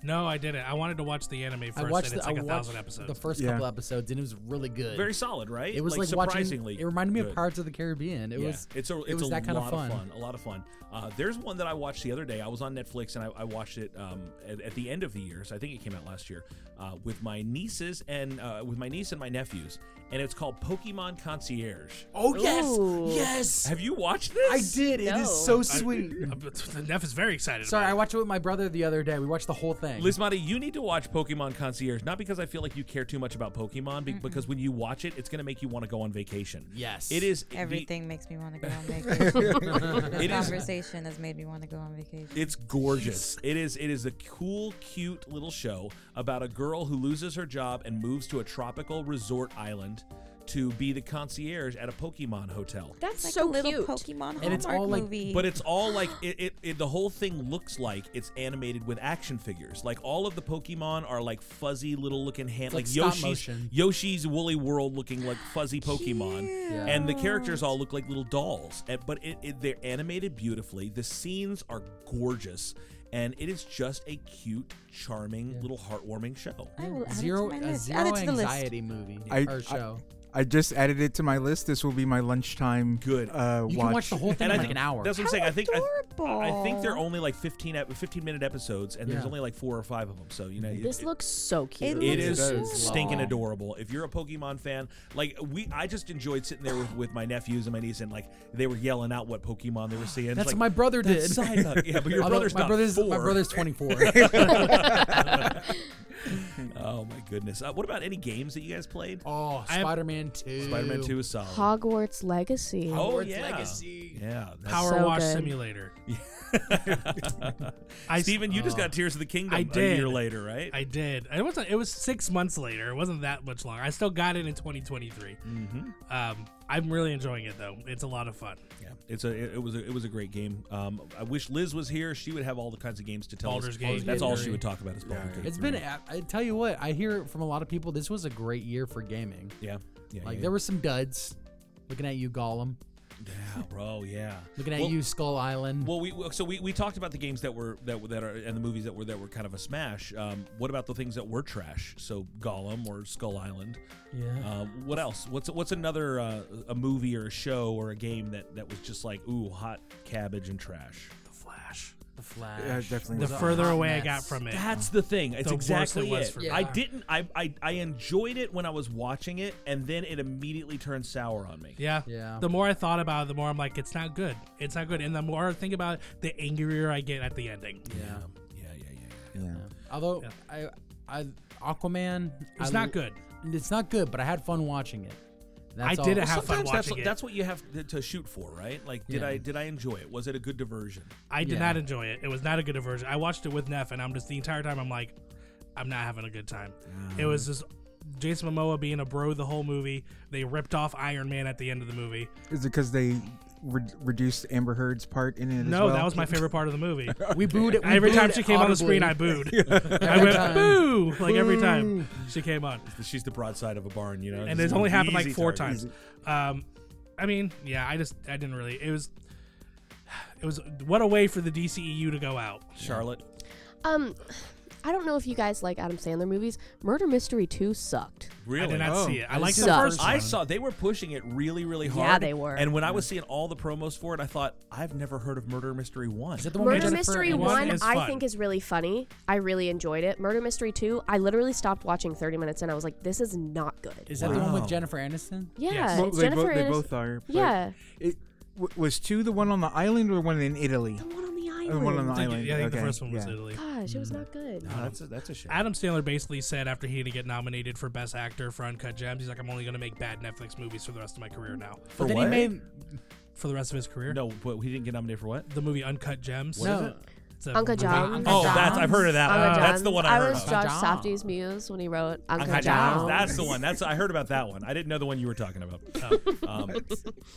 Speaker 3: No, I didn't. I wanted to watch the anime first,
Speaker 6: I watched
Speaker 3: and
Speaker 6: the,
Speaker 3: it's like
Speaker 6: I
Speaker 3: a thousand
Speaker 6: watched
Speaker 3: episodes.
Speaker 6: the first
Speaker 7: Yeah.
Speaker 6: couple episodes, and it was really good.
Speaker 2: Very solid, right?
Speaker 6: it was like, watching-
Speaker 2: surprisingly.
Speaker 6: It reminded me
Speaker 2: good.
Speaker 6: of Pirates of the Caribbean. It
Speaker 2: Yeah.
Speaker 6: was.
Speaker 2: it's a it's
Speaker 6: it was
Speaker 2: a
Speaker 6: that
Speaker 2: lot
Speaker 6: kind of fun.
Speaker 2: A lot of fun. Uh, there's one that I watched the other day. I was on Netflix and I, I watched it um, at, at the end of the year. So I think it came out last year uh, with my nieces and uh, with my niece and my nephews. And it's called Pokemon Concierge.
Speaker 6: Oh
Speaker 5: Ooh.
Speaker 6: yes, yes.
Speaker 2: Have you watched this?
Speaker 6: I did. It
Speaker 5: No.
Speaker 6: is so
Speaker 3: I-
Speaker 6: sweet.
Speaker 3: I- but the Neff is very excited.
Speaker 6: Sorry, I
Speaker 3: about
Speaker 6: watched it with my brother the other day. We watched the whole thing.
Speaker 2: Liz Motti, you need to watch Pokemon Concierge, not because I feel like you care too much about Pokemon, be- because when you watch it, it's going to make you want to go on vacation.
Speaker 6: Yes.
Speaker 2: It is the-
Speaker 4: Everything makes me want to go on vacation. this
Speaker 2: It is-
Speaker 4: conversation has made me want to go on vacation.
Speaker 2: It's gorgeous. It is it is a cool, cute little show about a girl who loses her job and moves to a tropical resort island to be the concierge at a Pokemon hotel.
Speaker 5: That's
Speaker 4: It's like
Speaker 5: so
Speaker 4: a little
Speaker 5: cute.
Speaker 4: Pokemon Hallmark
Speaker 6: And it's all, like-
Speaker 4: movie.
Speaker 2: But it's all like it, it, it the whole thing looks like it's animated with action figures. Like all of the Pokemon are like fuzzy little looking hand
Speaker 6: Like
Speaker 2: like,
Speaker 6: stop
Speaker 2: Yoshi's
Speaker 6: motion.
Speaker 2: Yoshi's Woolly World looking like fuzzy Pokemon.
Speaker 6: Yeah.
Speaker 2: And the characters all look like little dolls. And- But it, it, they're animated beautifully. The scenes are gorgeous. And it is just a cute, charming, little heartwarming show.
Speaker 4: I will add
Speaker 6: zero
Speaker 4: it to my
Speaker 6: a
Speaker 4: list.
Speaker 6: zero
Speaker 4: add it to the list.
Speaker 6: anxiety movie
Speaker 7: I-
Speaker 6: or
Speaker 7: I-
Speaker 6: show.
Speaker 7: I just added it to my list. This will be my lunchtime
Speaker 2: Good.
Speaker 7: Uh,
Speaker 6: you
Speaker 7: watch.
Speaker 6: can watch the whole thing in
Speaker 2: I
Speaker 6: like
Speaker 2: think-
Speaker 6: an hour.
Speaker 2: That's what I'm saying. I think I, I think they're
Speaker 4: adorable.
Speaker 2: only like 15 ep- 15 minute episodes, and there's
Speaker 6: Yeah.
Speaker 2: only like four or five of them. So you know, it-
Speaker 5: This
Speaker 2: it-
Speaker 5: looks so cute.
Speaker 4: It
Speaker 2: it
Speaker 4: looks
Speaker 2: is
Speaker 4: adorable.
Speaker 2: stinking adorable. If you're a Pokemon fan, like we, I just enjoyed sitting there with, with my nephews and my niece, and like they were yelling out what Pokemon they were seeing. It's
Speaker 6: That's
Speaker 2: like,
Speaker 6: what my brother did.
Speaker 2: "That's side up." Yeah, but your
Speaker 6: Although
Speaker 2: brother's
Speaker 6: my
Speaker 2: not
Speaker 6: brother's my
Speaker 2: four.
Speaker 6: brother's 24.
Speaker 2: oh my goodness! Uh, what about any games that you guys played?
Speaker 6: oh,
Speaker 3: I have-
Speaker 6: Spider-Man 2.
Speaker 2: Spider-Man Two is solid.
Speaker 5: Hogwarts Legacy.
Speaker 2: oh
Speaker 6: Hogwarts
Speaker 2: yeah,
Speaker 6: Legacy.
Speaker 2: yeah. that's-
Speaker 3: Power
Speaker 5: So
Speaker 3: Wash
Speaker 5: good.
Speaker 3: Simulator.
Speaker 2: I,
Speaker 3: I-
Speaker 2: Steven, you just
Speaker 6: Oh.
Speaker 2: got Tears of the Kingdom
Speaker 3: I
Speaker 2: a year
Speaker 3: did.
Speaker 2: later, right?
Speaker 3: I did. It was it was six months later. It wasn't that much longer. I still got it in 2023.
Speaker 2: mm-hmm.
Speaker 3: Um, I'm really enjoying it though. It's a lot of fun.
Speaker 2: Yeah, it's a it, it was a, it was a great game. Um, I wish Liz was here; she would have all the kinds of games to tell
Speaker 3: Baldur's
Speaker 2: us.
Speaker 3: Gate.
Speaker 2: That's all
Speaker 6: Baldur's
Speaker 2: she
Speaker 6: Gate.
Speaker 2: would talk about is Baldur's Gate.
Speaker 6: It's
Speaker 2: three.
Speaker 6: been. I I tell you what, I hear from a lot of people. This was a great year for gaming.
Speaker 2: yeah, yeah,
Speaker 6: Like
Speaker 2: yeah.
Speaker 6: there were some duds. Looking at you, Gollum.
Speaker 2: yeah, bro, yeah.
Speaker 6: Looking at
Speaker 2: Well-
Speaker 6: you, Skull Island.
Speaker 2: Well, we so we, we talked about the games that were that were- that are and the movies that were that were kind of a smash. Um, what about the things that were trash? So Gollum or Skull Island.
Speaker 6: yeah.
Speaker 2: Uh, what else? What's what's another uh, a movie or a show or a game that that was just like ooh hot cabbage and trash?
Speaker 3: The Flash.
Speaker 6: the Flash.
Speaker 7: Yeah, definitely.
Speaker 3: The
Speaker 6: was a
Speaker 3: further
Speaker 6: hot
Speaker 3: away I
Speaker 6: mess.
Speaker 3: got from it,
Speaker 2: That's the thing. It's
Speaker 3: The worst
Speaker 2: exactly
Speaker 3: it was
Speaker 2: it.
Speaker 3: for me.
Speaker 2: I
Speaker 6: Yeah.
Speaker 2: didn't. I, I I enjoyed it when I was watching it, and then it immediately turned sour on me.
Speaker 3: Yeah.
Speaker 6: Yeah.
Speaker 3: The more I thought about it, the more I'm like, it's not good. It's not good. And the more I think about it, the angrier I get at the ending.
Speaker 2: yeah, yeah, yeah, yeah. yeah.
Speaker 7: Yeah.
Speaker 6: Although
Speaker 3: Yeah.
Speaker 6: I, I Aquaman.
Speaker 3: It's
Speaker 6: I-
Speaker 3: not good.
Speaker 6: It's not good, but I had fun watching it. That's
Speaker 3: I
Speaker 6: all.
Speaker 3: did have fun
Speaker 2: Sometimes that's
Speaker 3: watching it.
Speaker 2: that's what you have to, to shoot for, right? Like, did
Speaker 6: Yeah.
Speaker 2: I did I enjoy it? Was it a good diversion?
Speaker 3: I did
Speaker 6: Yeah.
Speaker 3: not enjoy it. It was not a good version. I watched it with Neff, and I'm just the entire time I'm like, I'm not having a good time. It was just Jason Momoa being a bro the whole movie. They ripped off Iron Man at the end of the movie.
Speaker 7: Is it because they re- reduced Amber Heard's part in it?
Speaker 3: No,
Speaker 7: as well?
Speaker 3: that was my favorite part of the movie.
Speaker 6: We booed it. we
Speaker 3: every
Speaker 6: booed
Speaker 3: time
Speaker 6: it
Speaker 3: she came on the screen, I
Speaker 6: audibly.
Speaker 3: booed. I went
Speaker 6: time.
Speaker 3: boo like every time she came on,
Speaker 2: She's the broadside of a barn, you know.
Speaker 3: and it's only happened like four times. Um, I mean, yeah, I just I didn't really. It was. It was what a way for the DCEU to go out.
Speaker 2: Charlotte,
Speaker 5: Um, I don't know if you guys like Adam Sandler movies. Murder Mystery 2 sucked.
Speaker 2: really? Oh,
Speaker 3: I did not see it. I liked the
Speaker 5: Sucked.
Speaker 3: first one.
Speaker 2: I saw they were pushing it really, really
Speaker 5: Yeah,
Speaker 2: hard.
Speaker 5: they were.
Speaker 2: And when I was seeing all the promos for it, I thought I've never heard of Murder Mystery One.
Speaker 6: Is it the one
Speaker 5: Murder
Speaker 6: with
Speaker 5: Mystery
Speaker 6: Jennifer
Speaker 3: One
Speaker 5: 1,
Speaker 3: is
Speaker 5: I
Speaker 3: fun.
Speaker 5: think, is really funny. I really enjoyed it. Murder Mystery 2, I literally stopped watching 30 minutes and I was like, this is not good.
Speaker 6: Is that the one
Speaker 2: Wow.
Speaker 6: with Jennifer Aniston?
Speaker 5: Yeah,
Speaker 3: Yes.
Speaker 7: Well,
Speaker 5: it's
Speaker 7: they,
Speaker 5: Jennifer
Speaker 7: both, they
Speaker 5: Aniston-
Speaker 2: Mm.
Speaker 7: both are. but
Speaker 5: Yeah,
Speaker 7: It, w- was two the one on the island or the one in Italy?
Speaker 5: the one on the
Speaker 2: Oh,
Speaker 7: The one on the
Speaker 3: Did you-
Speaker 7: island.
Speaker 3: I think the
Speaker 7: okay,
Speaker 3: first one was
Speaker 7: yeah.
Speaker 3: Italy.
Speaker 5: Gosh, it was not good.
Speaker 2: Oh, that's a, that's a shame.
Speaker 3: Adam Sandler basically said after he didn't get nominated for Best Actor for Uncut Gems, he's like, I'm only going to make bad Netflix movies for the rest of my career now.
Speaker 2: For
Speaker 6: but then
Speaker 2: what?
Speaker 6: he made
Speaker 3: For the rest of his career?
Speaker 2: no, but he didn't get nominated for what?
Speaker 3: The movie Uncut Gems.
Speaker 2: What is
Speaker 6: No.
Speaker 2: it?
Speaker 3: It's a
Speaker 5: Uncut
Speaker 3: movie-
Speaker 5: Gems.
Speaker 2: Oh, that's I've heard of that.
Speaker 5: Uncle
Speaker 2: one. That's the
Speaker 5: John's.
Speaker 2: one I, heard
Speaker 5: was
Speaker 2: of.
Speaker 5: Josh
Speaker 6: John.
Speaker 5: Safdie's muse when he wrote Uncle,
Speaker 2: Uncut
Speaker 5: John.
Speaker 2: Gems. That's the one. That's I heard about that one. I didn't know the one you were talking about. Um,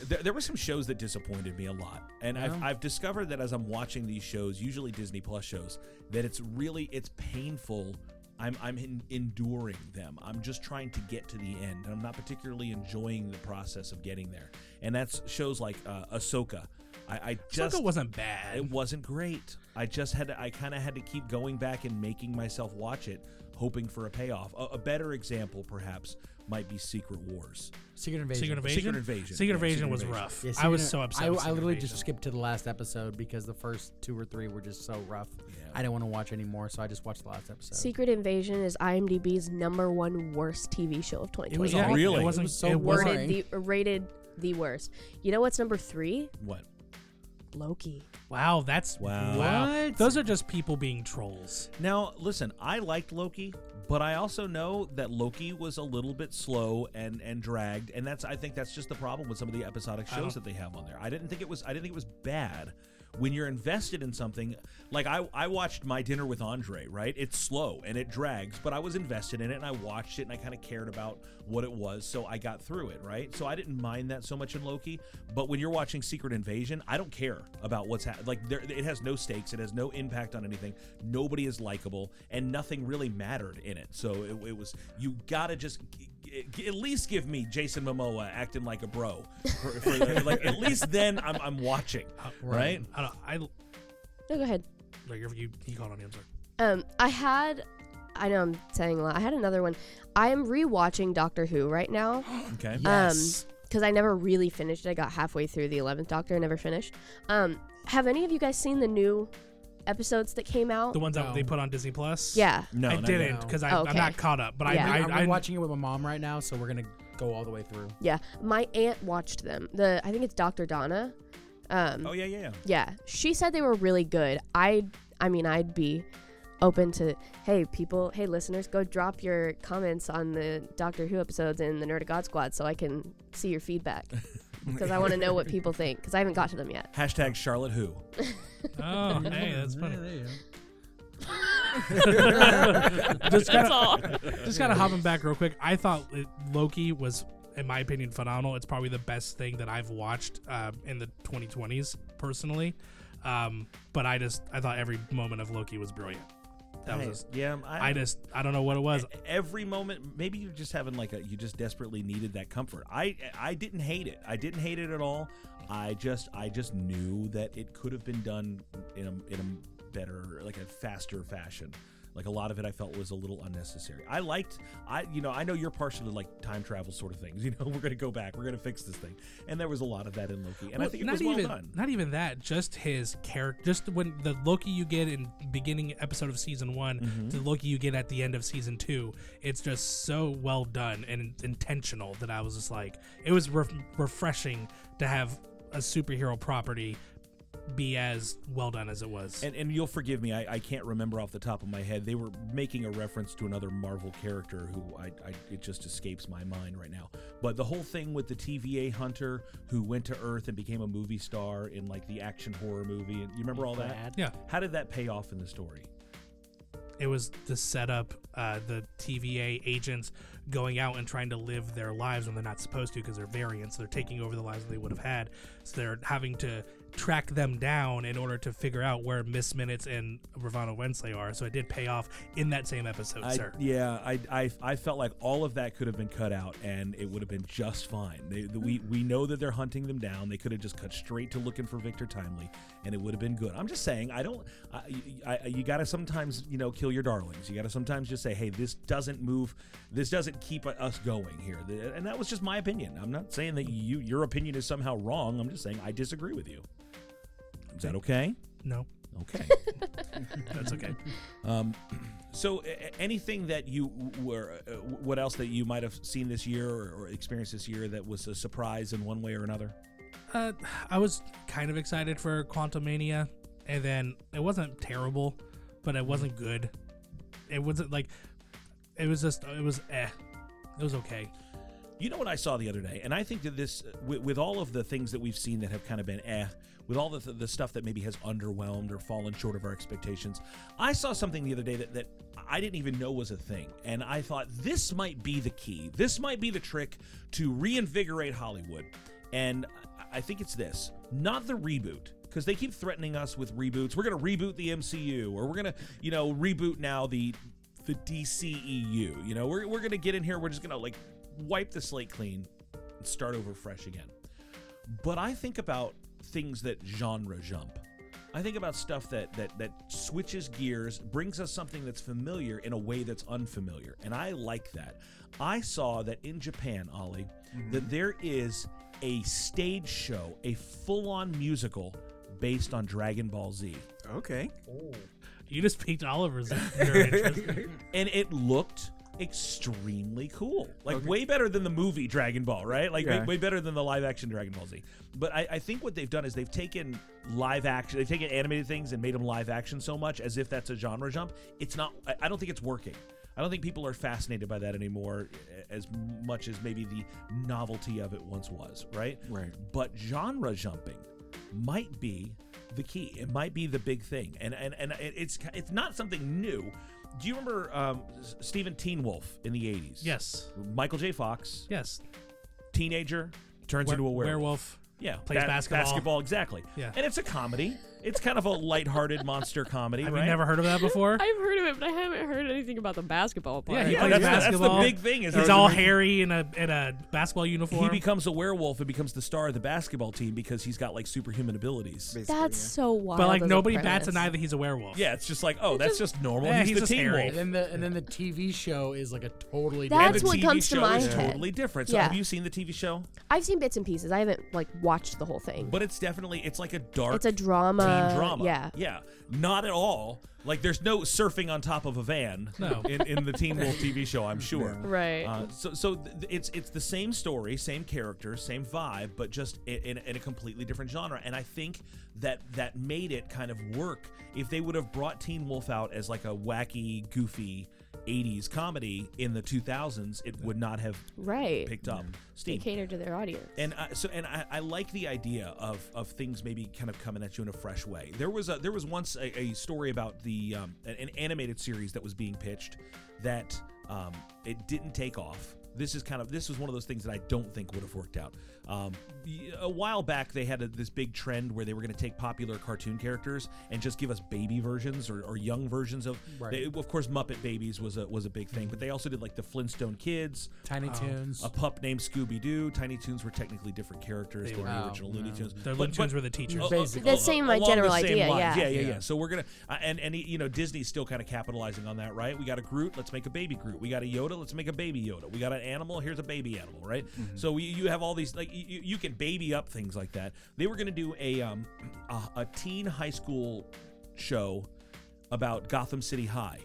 Speaker 2: there, there were some shows that disappointed me a lot, and I've, I've discovered that as I'm watching these shows, usually Disney Plus shows, that it's really it's painful. I'm I'm en- enduring them. I'm just trying to get to the end, and I'm not particularly enjoying the process of getting there. And that's shows like uh, Ahsoka. I, I just
Speaker 3: Sucker wasn't
Speaker 2: it
Speaker 3: bad.
Speaker 2: wasn't great. I just had to, I kind of had to keep going back and making myself watch it, hoping for a payoff. A, a better example, perhaps, might be Secret Wars.
Speaker 6: Secret Invasion.
Speaker 3: Secret Invasion.
Speaker 2: Secret Invasion.
Speaker 3: Secret
Speaker 2: Yeah,
Speaker 3: Invasion
Speaker 2: Secret
Speaker 3: was
Speaker 2: Invasion.
Speaker 3: rough.
Speaker 6: Yeah,
Speaker 3: I was
Speaker 6: Secret-
Speaker 3: so upset.
Speaker 6: I,
Speaker 3: with
Speaker 6: I
Speaker 3: Secret
Speaker 6: literally
Speaker 3: Invasion.
Speaker 6: just skipped to the last episode because the first two or three were just so rough.
Speaker 2: Yeah.
Speaker 6: I didn't want to watch anymore, so I just watched the last episode.
Speaker 5: Secret Invasion is IMDb's number one worst TV show of 2020.
Speaker 6: It was
Speaker 3: Yeah,
Speaker 6: awful.
Speaker 2: Really?
Speaker 3: It wasn't
Speaker 6: It was so
Speaker 3: it wasn't-
Speaker 6: boring.
Speaker 5: Rated the, rated the worst. You know what's number three?
Speaker 2: What?
Speaker 5: Loki.
Speaker 3: Wow, that's
Speaker 2: Wow.
Speaker 6: What?
Speaker 3: Those are just people being trolls.
Speaker 2: Now, listen, I liked Loki, but I also know that Loki was a little bit slow and and dragged, and that's I think that's just the problem with some of the episodic
Speaker 3: I don't-
Speaker 2: shows that they have on there. I didn't think it was I didn't think it was bad. When you're invested in something, like I, I watched My Dinner with Andre, right? It's slow and it drags, but I was invested in it and I watched it and I kind of cared about what it was, so I got through it, right? So I didn't mind that so much in Loki. But when you're watching Secret Invasion, I don't care about what's happening. Like, there, it has no stakes, it has no impact on anything. Nobody is likable, and nothing really mattered in it. So it, it was you gotta just g- g- at least give me Jason Momoa acting like a bro. For, for the- like at least then I'm, I'm watching, right?
Speaker 3: I don't. I no,
Speaker 5: No, go ahead.
Speaker 3: you're- you, you called on him, sir.
Speaker 5: Um, I had, I know I'm saying a lot. I had another one. I am rewatching Doctor Who right now.
Speaker 2: Okay.
Speaker 6: Yes.
Speaker 5: Um, because I never really finished. it. I got halfway through the eleventh Doctor, and never finished. Um, have any of you guys seen the new episodes that came out?
Speaker 3: The ones
Speaker 6: No.
Speaker 3: that they put on Disney Plus.
Speaker 5: yeah.
Speaker 2: No,
Speaker 3: I
Speaker 2: not
Speaker 3: didn't
Speaker 6: yet.
Speaker 3: because I'm
Speaker 5: Okay.
Speaker 3: not caught up. But
Speaker 5: Yeah.
Speaker 3: I,
Speaker 6: I'm
Speaker 3: I, I
Speaker 6: watching it with my mom right now, so we're gonna go all the way through.
Speaker 5: Yeah, my aunt watched them. The I think it's Dr. Donna. Um,
Speaker 2: yet. Oh yeah, yeah, yeah.
Speaker 5: yeah, she said they were really good. I I mean, I'd be open to hey people, hey listeners, go drop your comments on the Doctor Who episodes in the Nerd of God Squad so I can see your feedback because I want to know what people think because I haven't got to them yet.
Speaker 2: Hashtag Charlotte Who.
Speaker 3: Oh, hey, that's funny.
Speaker 5: That's all.
Speaker 3: Just gotta hopping back real quick. I thought it, Loki was, in my opinion, phenomenal. It's probably the best thing that I've watched uh, in the 2020s, personally. Um, but I just, I thought every moment of Loki was brilliant. That was, just,
Speaker 2: yeah.
Speaker 3: I just, I don't know what it was.
Speaker 2: every moment maybe you're just having like a you just desperately needed that comfort i i didn't hate it i didn't hate it at all i just i just knew that it could have been done in a, in a better like a faster fashion like a lot of it i felt was a little unnecessary i liked i you know i know you're partial to like time travel sort of things you know we're gonna go back we're gonna fix this thing and there was a lot of that in loki and i
Speaker 3: Well,
Speaker 2: think it
Speaker 3: not
Speaker 2: was well
Speaker 3: even,
Speaker 2: done
Speaker 3: Not even that, just his character. Just when the Loki you get in beginning episode of season one
Speaker 2: Mm-hmm.
Speaker 3: to the Loki you get at the end of season two, it's just so well done and intentional that I was just like, it was ref refreshing to have a superhero property be as well done as it was.
Speaker 2: And, and you'll forgive me, I, I can't remember off the top of my head. They were making a reference to another Marvel character who I, I it just escapes my mind right now. But the whole thing with the TVA hunter who went to Earth and became a movie star in like the action horror movie, and you remember all that?
Speaker 9: Brad.
Speaker 3: yeah,
Speaker 2: How did that pay off in the story?
Speaker 3: it was the setup, uh, the TVA agents going out and trying to live their lives when they're not supposed to because they're variants. They're taking over the lives that they would have had. So they're having to track them down in order to figure out where Miss Minutes and Ravana Wensley are. So it did pay off in that same episode,
Speaker 2: I,
Speaker 3: sir.
Speaker 2: yeah, I, I I felt like all of that could have been cut out and it would have been just fine. They, the, we we know that they're hunting them down. They could have just cut straight to looking for Victor Timely, and it would have been good. I'm just saying, I don't. I, I, I- you got to sometimes you know kill your darlings. You got to sometimes just say, hey, this doesn't move. This doesn't keep us going here. The- And that was just my opinion. I'm not saying that you your opinion is somehow wrong. I'm just saying I disagree with you. Is that okay?
Speaker 3: No,
Speaker 2: Okay.
Speaker 3: that's okay.
Speaker 2: Um, so, a- a- anything that you w- were, uh, w- what else that you might have seen this year or, or experienced this year that was a surprise in one way or another?
Speaker 3: Uh, I was kind of excited for Quantumania. and then it wasn't terrible, but it wasn't good. It wasn't like it was just it was eh. It was okay.
Speaker 2: You know what I saw the other day, and I think that this, uh, with, with all of the things that we've seen that have kind of been eh, with all the the stuff that maybe has underwhelmed or fallen short of our expectations, I saw something the other day that that I didn't even know was a thing, and I thought this might be the key, this might be the trick to reinvigorate Hollywood, and I- I think it's this, not the reboot. Because they keep threatening us with reboots. We're going to reboot the MCU, or we're going to, you know, reboot now the the DCEU. You know, we're, we're going to get in here. We're just going to like wipe the slate clean and start over fresh again. But I think about things that genre jump. I think about stuff that that that switches gears, brings us something that's familiar in a way that's unfamiliar. And I like that. I saw that in Japan, Ollie, that there is a stage show, a full-on musical based on Dragon Ball Z.
Speaker 7: Okay.
Speaker 3: You just piqued Oliver's interest.
Speaker 2: and it looked extremely cool like way better than the movie dragon ball right like way,
Speaker 7: Yeah.
Speaker 2: way better than the live action dragon ball z but I, I think what they've done is they've taken live action they've taken animated things and made them live action so much as if that's a genre jump it's not i, I don't think it's working i don't think people are fascinated by that anymore a- as much as maybe the novelty of it once was right
Speaker 7: Right.
Speaker 2: but genre jumping might be the key. It might be the big thing, and and and it- it's it's not something new. Do you remember um, S- Stephen Teen Wolf in the eighties?
Speaker 3: yes.
Speaker 2: Michael J. Fox,
Speaker 3: Yes.
Speaker 2: teenager, turns
Speaker 3: Were-
Speaker 2: into a werewolf.
Speaker 3: werewolf.
Speaker 2: Yeah,
Speaker 3: Plays basketball.
Speaker 2: Basketball, exactly.
Speaker 3: Yeah.
Speaker 2: and it's a comedy. It's kind of a lighthearted monster comedy.
Speaker 3: Have
Speaker 2: right?
Speaker 3: you never heard of that before?
Speaker 5: I've heard of it, but I haven't heard anything about the basketball part.
Speaker 3: Yeah, he
Speaker 2: Yeah,
Speaker 3: plays
Speaker 2: that's, the- that's
Speaker 3: basketball.
Speaker 2: the big thing. Is
Speaker 3: He's
Speaker 2: that-
Speaker 3: all hairy in a in a basketball uniform.
Speaker 2: He becomes a werewolf and becomes the star of the basketball team because he's got like superhuman abilities.
Speaker 7: Basically,
Speaker 5: That's
Speaker 7: yeah.
Speaker 5: so wild.
Speaker 3: but like
Speaker 5: as a
Speaker 3: nobody bats an
Speaker 5: premise.
Speaker 3: eye that he's a werewolf.
Speaker 2: Yeah, it's just like, oh, that's just normal.
Speaker 3: Yeah,
Speaker 2: he's,
Speaker 3: he's
Speaker 2: the
Speaker 3: just
Speaker 2: teen
Speaker 3: hairy.
Speaker 2: wolf.
Speaker 6: And then the and then the TV show is like a totally
Speaker 5: That's
Speaker 2: and the
Speaker 5: what
Speaker 2: TV
Speaker 5: comes to
Speaker 2: show
Speaker 5: my
Speaker 2: is
Speaker 5: head.
Speaker 2: totally different. So
Speaker 5: Yeah.
Speaker 2: have you seen the TV show?
Speaker 5: I've seen bits and pieces. I haven't like watched the whole thing.
Speaker 2: But it's definitely it's like a dark
Speaker 5: it's a drama.
Speaker 2: teen drama.
Speaker 5: Yeah.
Speaker 2: Yeah. Not at all. Like there's no surfing on top of a van
Speaker 3: No.
Speaker 2: in, in the Teen Wolf TV show, I'm sure.
Speaker 5: Right.
Speaker 2: Uh, so so th- th- it's it's the same story, same character, same vibe, but just i- in, in a completely different genre. And I think that that made it kind of work. If they would have brought Teen Wolf out as like a wacky, goofy 80s comedy in the 2000s, it would not have
Speaker 5: right.
Speaker 2: picked up
Speaker 5: They
Speaker 2: steam.
Speaker 5: cater to their audience.
Speaker 2: And I, so, and I, I like the idea of, of things maybe kind of coming at you in a fresh way. There was a, there was once a, a story about the um, an, an animated series that was being pitched that um, it didn't take off. This is kind of this was one of those things that I don't think would have worked out. Um, y- a while back, they had a, this big trend where they were going to take popular cartoon characters and just give us baby versions or, or young versions of. They, of course, Muppet Babies was a was a big thing, but they also did like the Flintstone Kids,
Speaker 6: Tiny Toons.
Speaker 2: Oh. a pup named Scooby Doo. Tiny Toons were technically different characters
Speaker 3: They
Speaker 2: than
Speaker 3: were.
Speaker 2: the
Speaker 6: Wow.
Speaker 2: original Looney Tunes.
Speaker 3: The Looney Tunes were the teachers.
Speaker 2: Oh,
Speaker 6: Basically.
Speaker 5: Oh, That's same, like,
Speaker 2: along
Speaker 5: general
Speaker 2: the same
Speaker 5: idea,
Speaker 2: lines.
Speaker 5: yeah.
Speaker 2: yeah, yeah,
Speaker 6: Yeah.
Speaker 2: yeah. So we're gonna uh, and and you know Disney's still kind of capitalizing on that, right? We got a Groot, let's make a baby Groot. We got a Yoda, let's make a baby Yoda. We got an animal, here's a baby animal, right? So we, you have all these like you, you you can baby up things like that. They were gonna do a um a, a teen high school show about Gotham City High.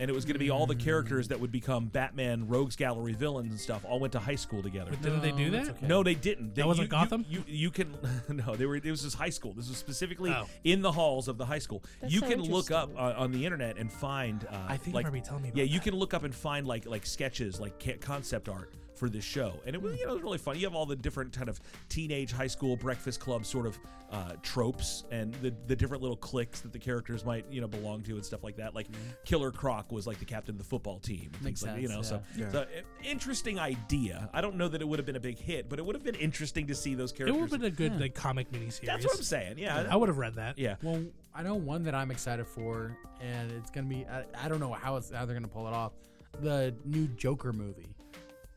Speaker 2: And it was going to be all the characters that would become Batman, Rogues Gallery villains and stuff. All went to high school together.
Speaker 3: But didn't they do that?
Speaker 2: No, they didn't. They,
Speaker 3: That wasn't
Speaker 2: you-
Speaker 3: Gotham?
Speaker 2: You, you, you can no. They were. It was just high school. This was specifically
Speaker 3: Oh.
Speaker 2: in the halls of the high school.
Speaker 5: That's
Speaker 2: you
Speaker 5: so
Speaker 2: can look up
Speaker 5: interesting.
Speaker 2: uh, on the internet and find. Uh,
Speaker 3: I think you
Speaker 2: like,
Speaker 3: remember you telling me
Speaker 2: Yeah,
Speaker 3: about
Speaker 2: you
Speaker 3: that.
Speaker 2: can look up and find like like sketches, like ca- concept art for this show, and it
Speaker 3: Hmm.
Speaker 2: was you know it was really fun. You have all the different kind of teenage high school breakfast club sort of uh, tropes and the the different little cliques that the characters might you know belong to and stuff like that.
Speaker 3: Hmm.
Speaker 2: Like Killer Croc was like the captain of the football team. and things
Speaker 6: Makes
Speaker 2: like that, you know,
Speaker 6: sense,
Speaker 2: so
Speaker 7: yeah. Yeah.
Speaker 2: so, i- interesting idea. I don't know that it would have been a big hit, but it would have been interesting to see those
Speaker 3: It
Speaker 2: characters.
Speaker 3: would have been a good like comic miniseries.
Speaker 2: That's what I'm saying. Yeah.
Speaker 3: I would have read that.
Speaker 2: yeah.
Speaker 6: Well, I know one that I'm excited for, and it's gonna be I, I don't know how it's how they're gonna pull it off. The new Joker movie.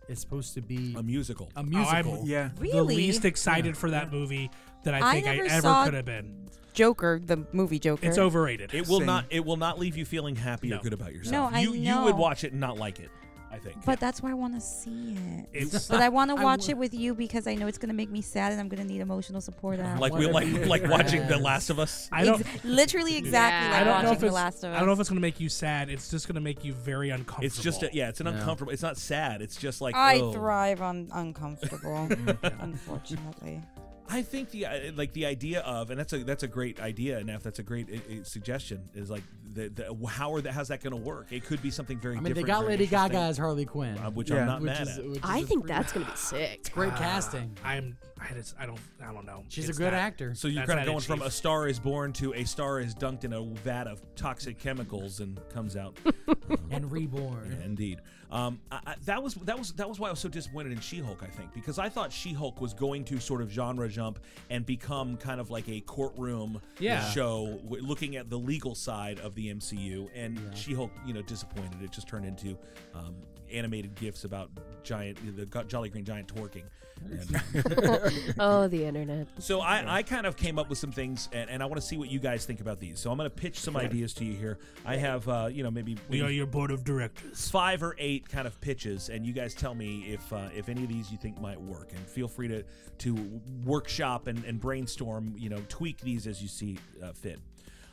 Speaker 6: It's supposed to be
Speaker 2: A musical.
Speaker 3: Oh,
Speaker 6: a
Speaker 3: I'm-
Speaker 6: musical.
Speaker 7: Yeah.
Speaker 3: The
Speaker 4: Really?
Speaker 3: least excited for that movie that I
Speaker 4: I
Speaker 3: think I,
Speaker 4: never
Speaker 3: ever
Speaker 4: saw
Speaker 3: could have been.
Speaker 4: Joker, the movie Joker.
Speaker 3: It's overrated.
Speaker 2: It will
Speaker 7: Same.
Speaker 2: not it will not leave you feeling happy or
Speaker 3: No.
Speaker 2: good about yourself.
Speaker 4: No, I
Speaker 2: you you would
Speaker 4: know.
Speaker 2: watch it and not like it, I think.
Speaker 4: But that's why I want to see it.
Speaker 3: It's-
Speaker 4: but I want to
Speaker 6: I
Speaker 4: watch
Speaker 6: would-
Speaker 4: it with you because I know it's going to make me sad and I'm going to need emotional support. Out.
Speaker 2: like we
Speaker 6: wanna
Speaker 2: like
Speaker 6: be
Speaker 2: like watching The
Speaker 6: friends.
Speaker 2: Last of Us.
Speaker 3: I don't.
Speaker 4: Ex- literally exactly
Speaker 5: Yeah.
Speaker 4: like
Speaker 3: I don't know
Speaker 4: watching
Speaker 3: if
Speaker 4: The
Speaker 3: it's.
Speaker 4: Last of Us.
Speaker 3: I don't know if it's gonna make you sad. It's just gonna make you very uncomfortable.
Speaker 2: It's just a, yeah, it's an
Speaker 6: No.
Speaker 2: uncomfortable. It's not sad. It's just like
Speaker 4: I
Speaker 2: oh.
Speaker 4: thrive on uncomfortable, unfortunately.
Speaker 2: I think the uh, like the idea of, and that's a that's a great idea, and that's a great uh, uh, suggestion. Is like the, the how are that how's that going to work? It could be something very.
Speaker 6: I mean, they
Speaker 2: different,
Speaker 6: got
Speaker 2: very
Speaker 6: Lady
Speaker 2: interesting,
Speaker 6: Gaga as Harley Quinn,
Speaker 2: uh, which
Speaker 7: Yeah.
Speaker 2: I'm not
Speaker 6: which
Speaker 2: mad
Speaker 6: is-
Speaker 2: at.
Speaker 6: which
Speaker 5: I
Speaker 6: is a
Speaker 5: think
Speaker 6: pretty-
Speaker 5: that's gonna be sick.
Speaker 6: great
Speaker 3: Ah,
Speaker 6: casting.
Speaker 3: I'm. I just. I don't. I don't know.
Speaker 6: She's
Speaker 3: It's
Speaker 6: a good
Speaker 3: that-
Speaker 6: actor.
Speaker 2: So you're
Speaker 3: That's
Speaker 2: kind of
Speaker 3: not
Speaker 2: going
Speaker 3: it,
Speaker 2: from
Speaker 3: Chief.
Speaker 2: a star is born to a star is dunked in a vat of toxic chemicals and comes out.
Speaker 6: and reborn.
Speaker 2: Yeah, indeed. Um, I, I, that was that was that was why I was so disappointed in She-Hulk. I think because I thought She-Hulk was going to sort of genre jump and become kind of like a courtroom
Speaker 3: Yeah.
Speaker 2: show, w- looking at the legal side of the MCU. And She-Hulk, you know, disappointed. It just turned into um, animated gifs about giant the go- Jolly Green Giant twerking. And,
Speaker 5: Oh, the internet.
Speaker 2: so I, I kind of came up with some things, and, and I want to see what you guys think about these. So I'm going to pitch some ideas to you here. I have, uh, you know, maybe
Speaker 3: We are
Speaker 2: maybe
Speaker 3: your board of directors.
Speaker 2: five or eight kind of pitches, and you guys tell me if uh, if any of these you think might work. And feel free to to workshop and, and brainstorm, you know, tweak these as you see uh, fit.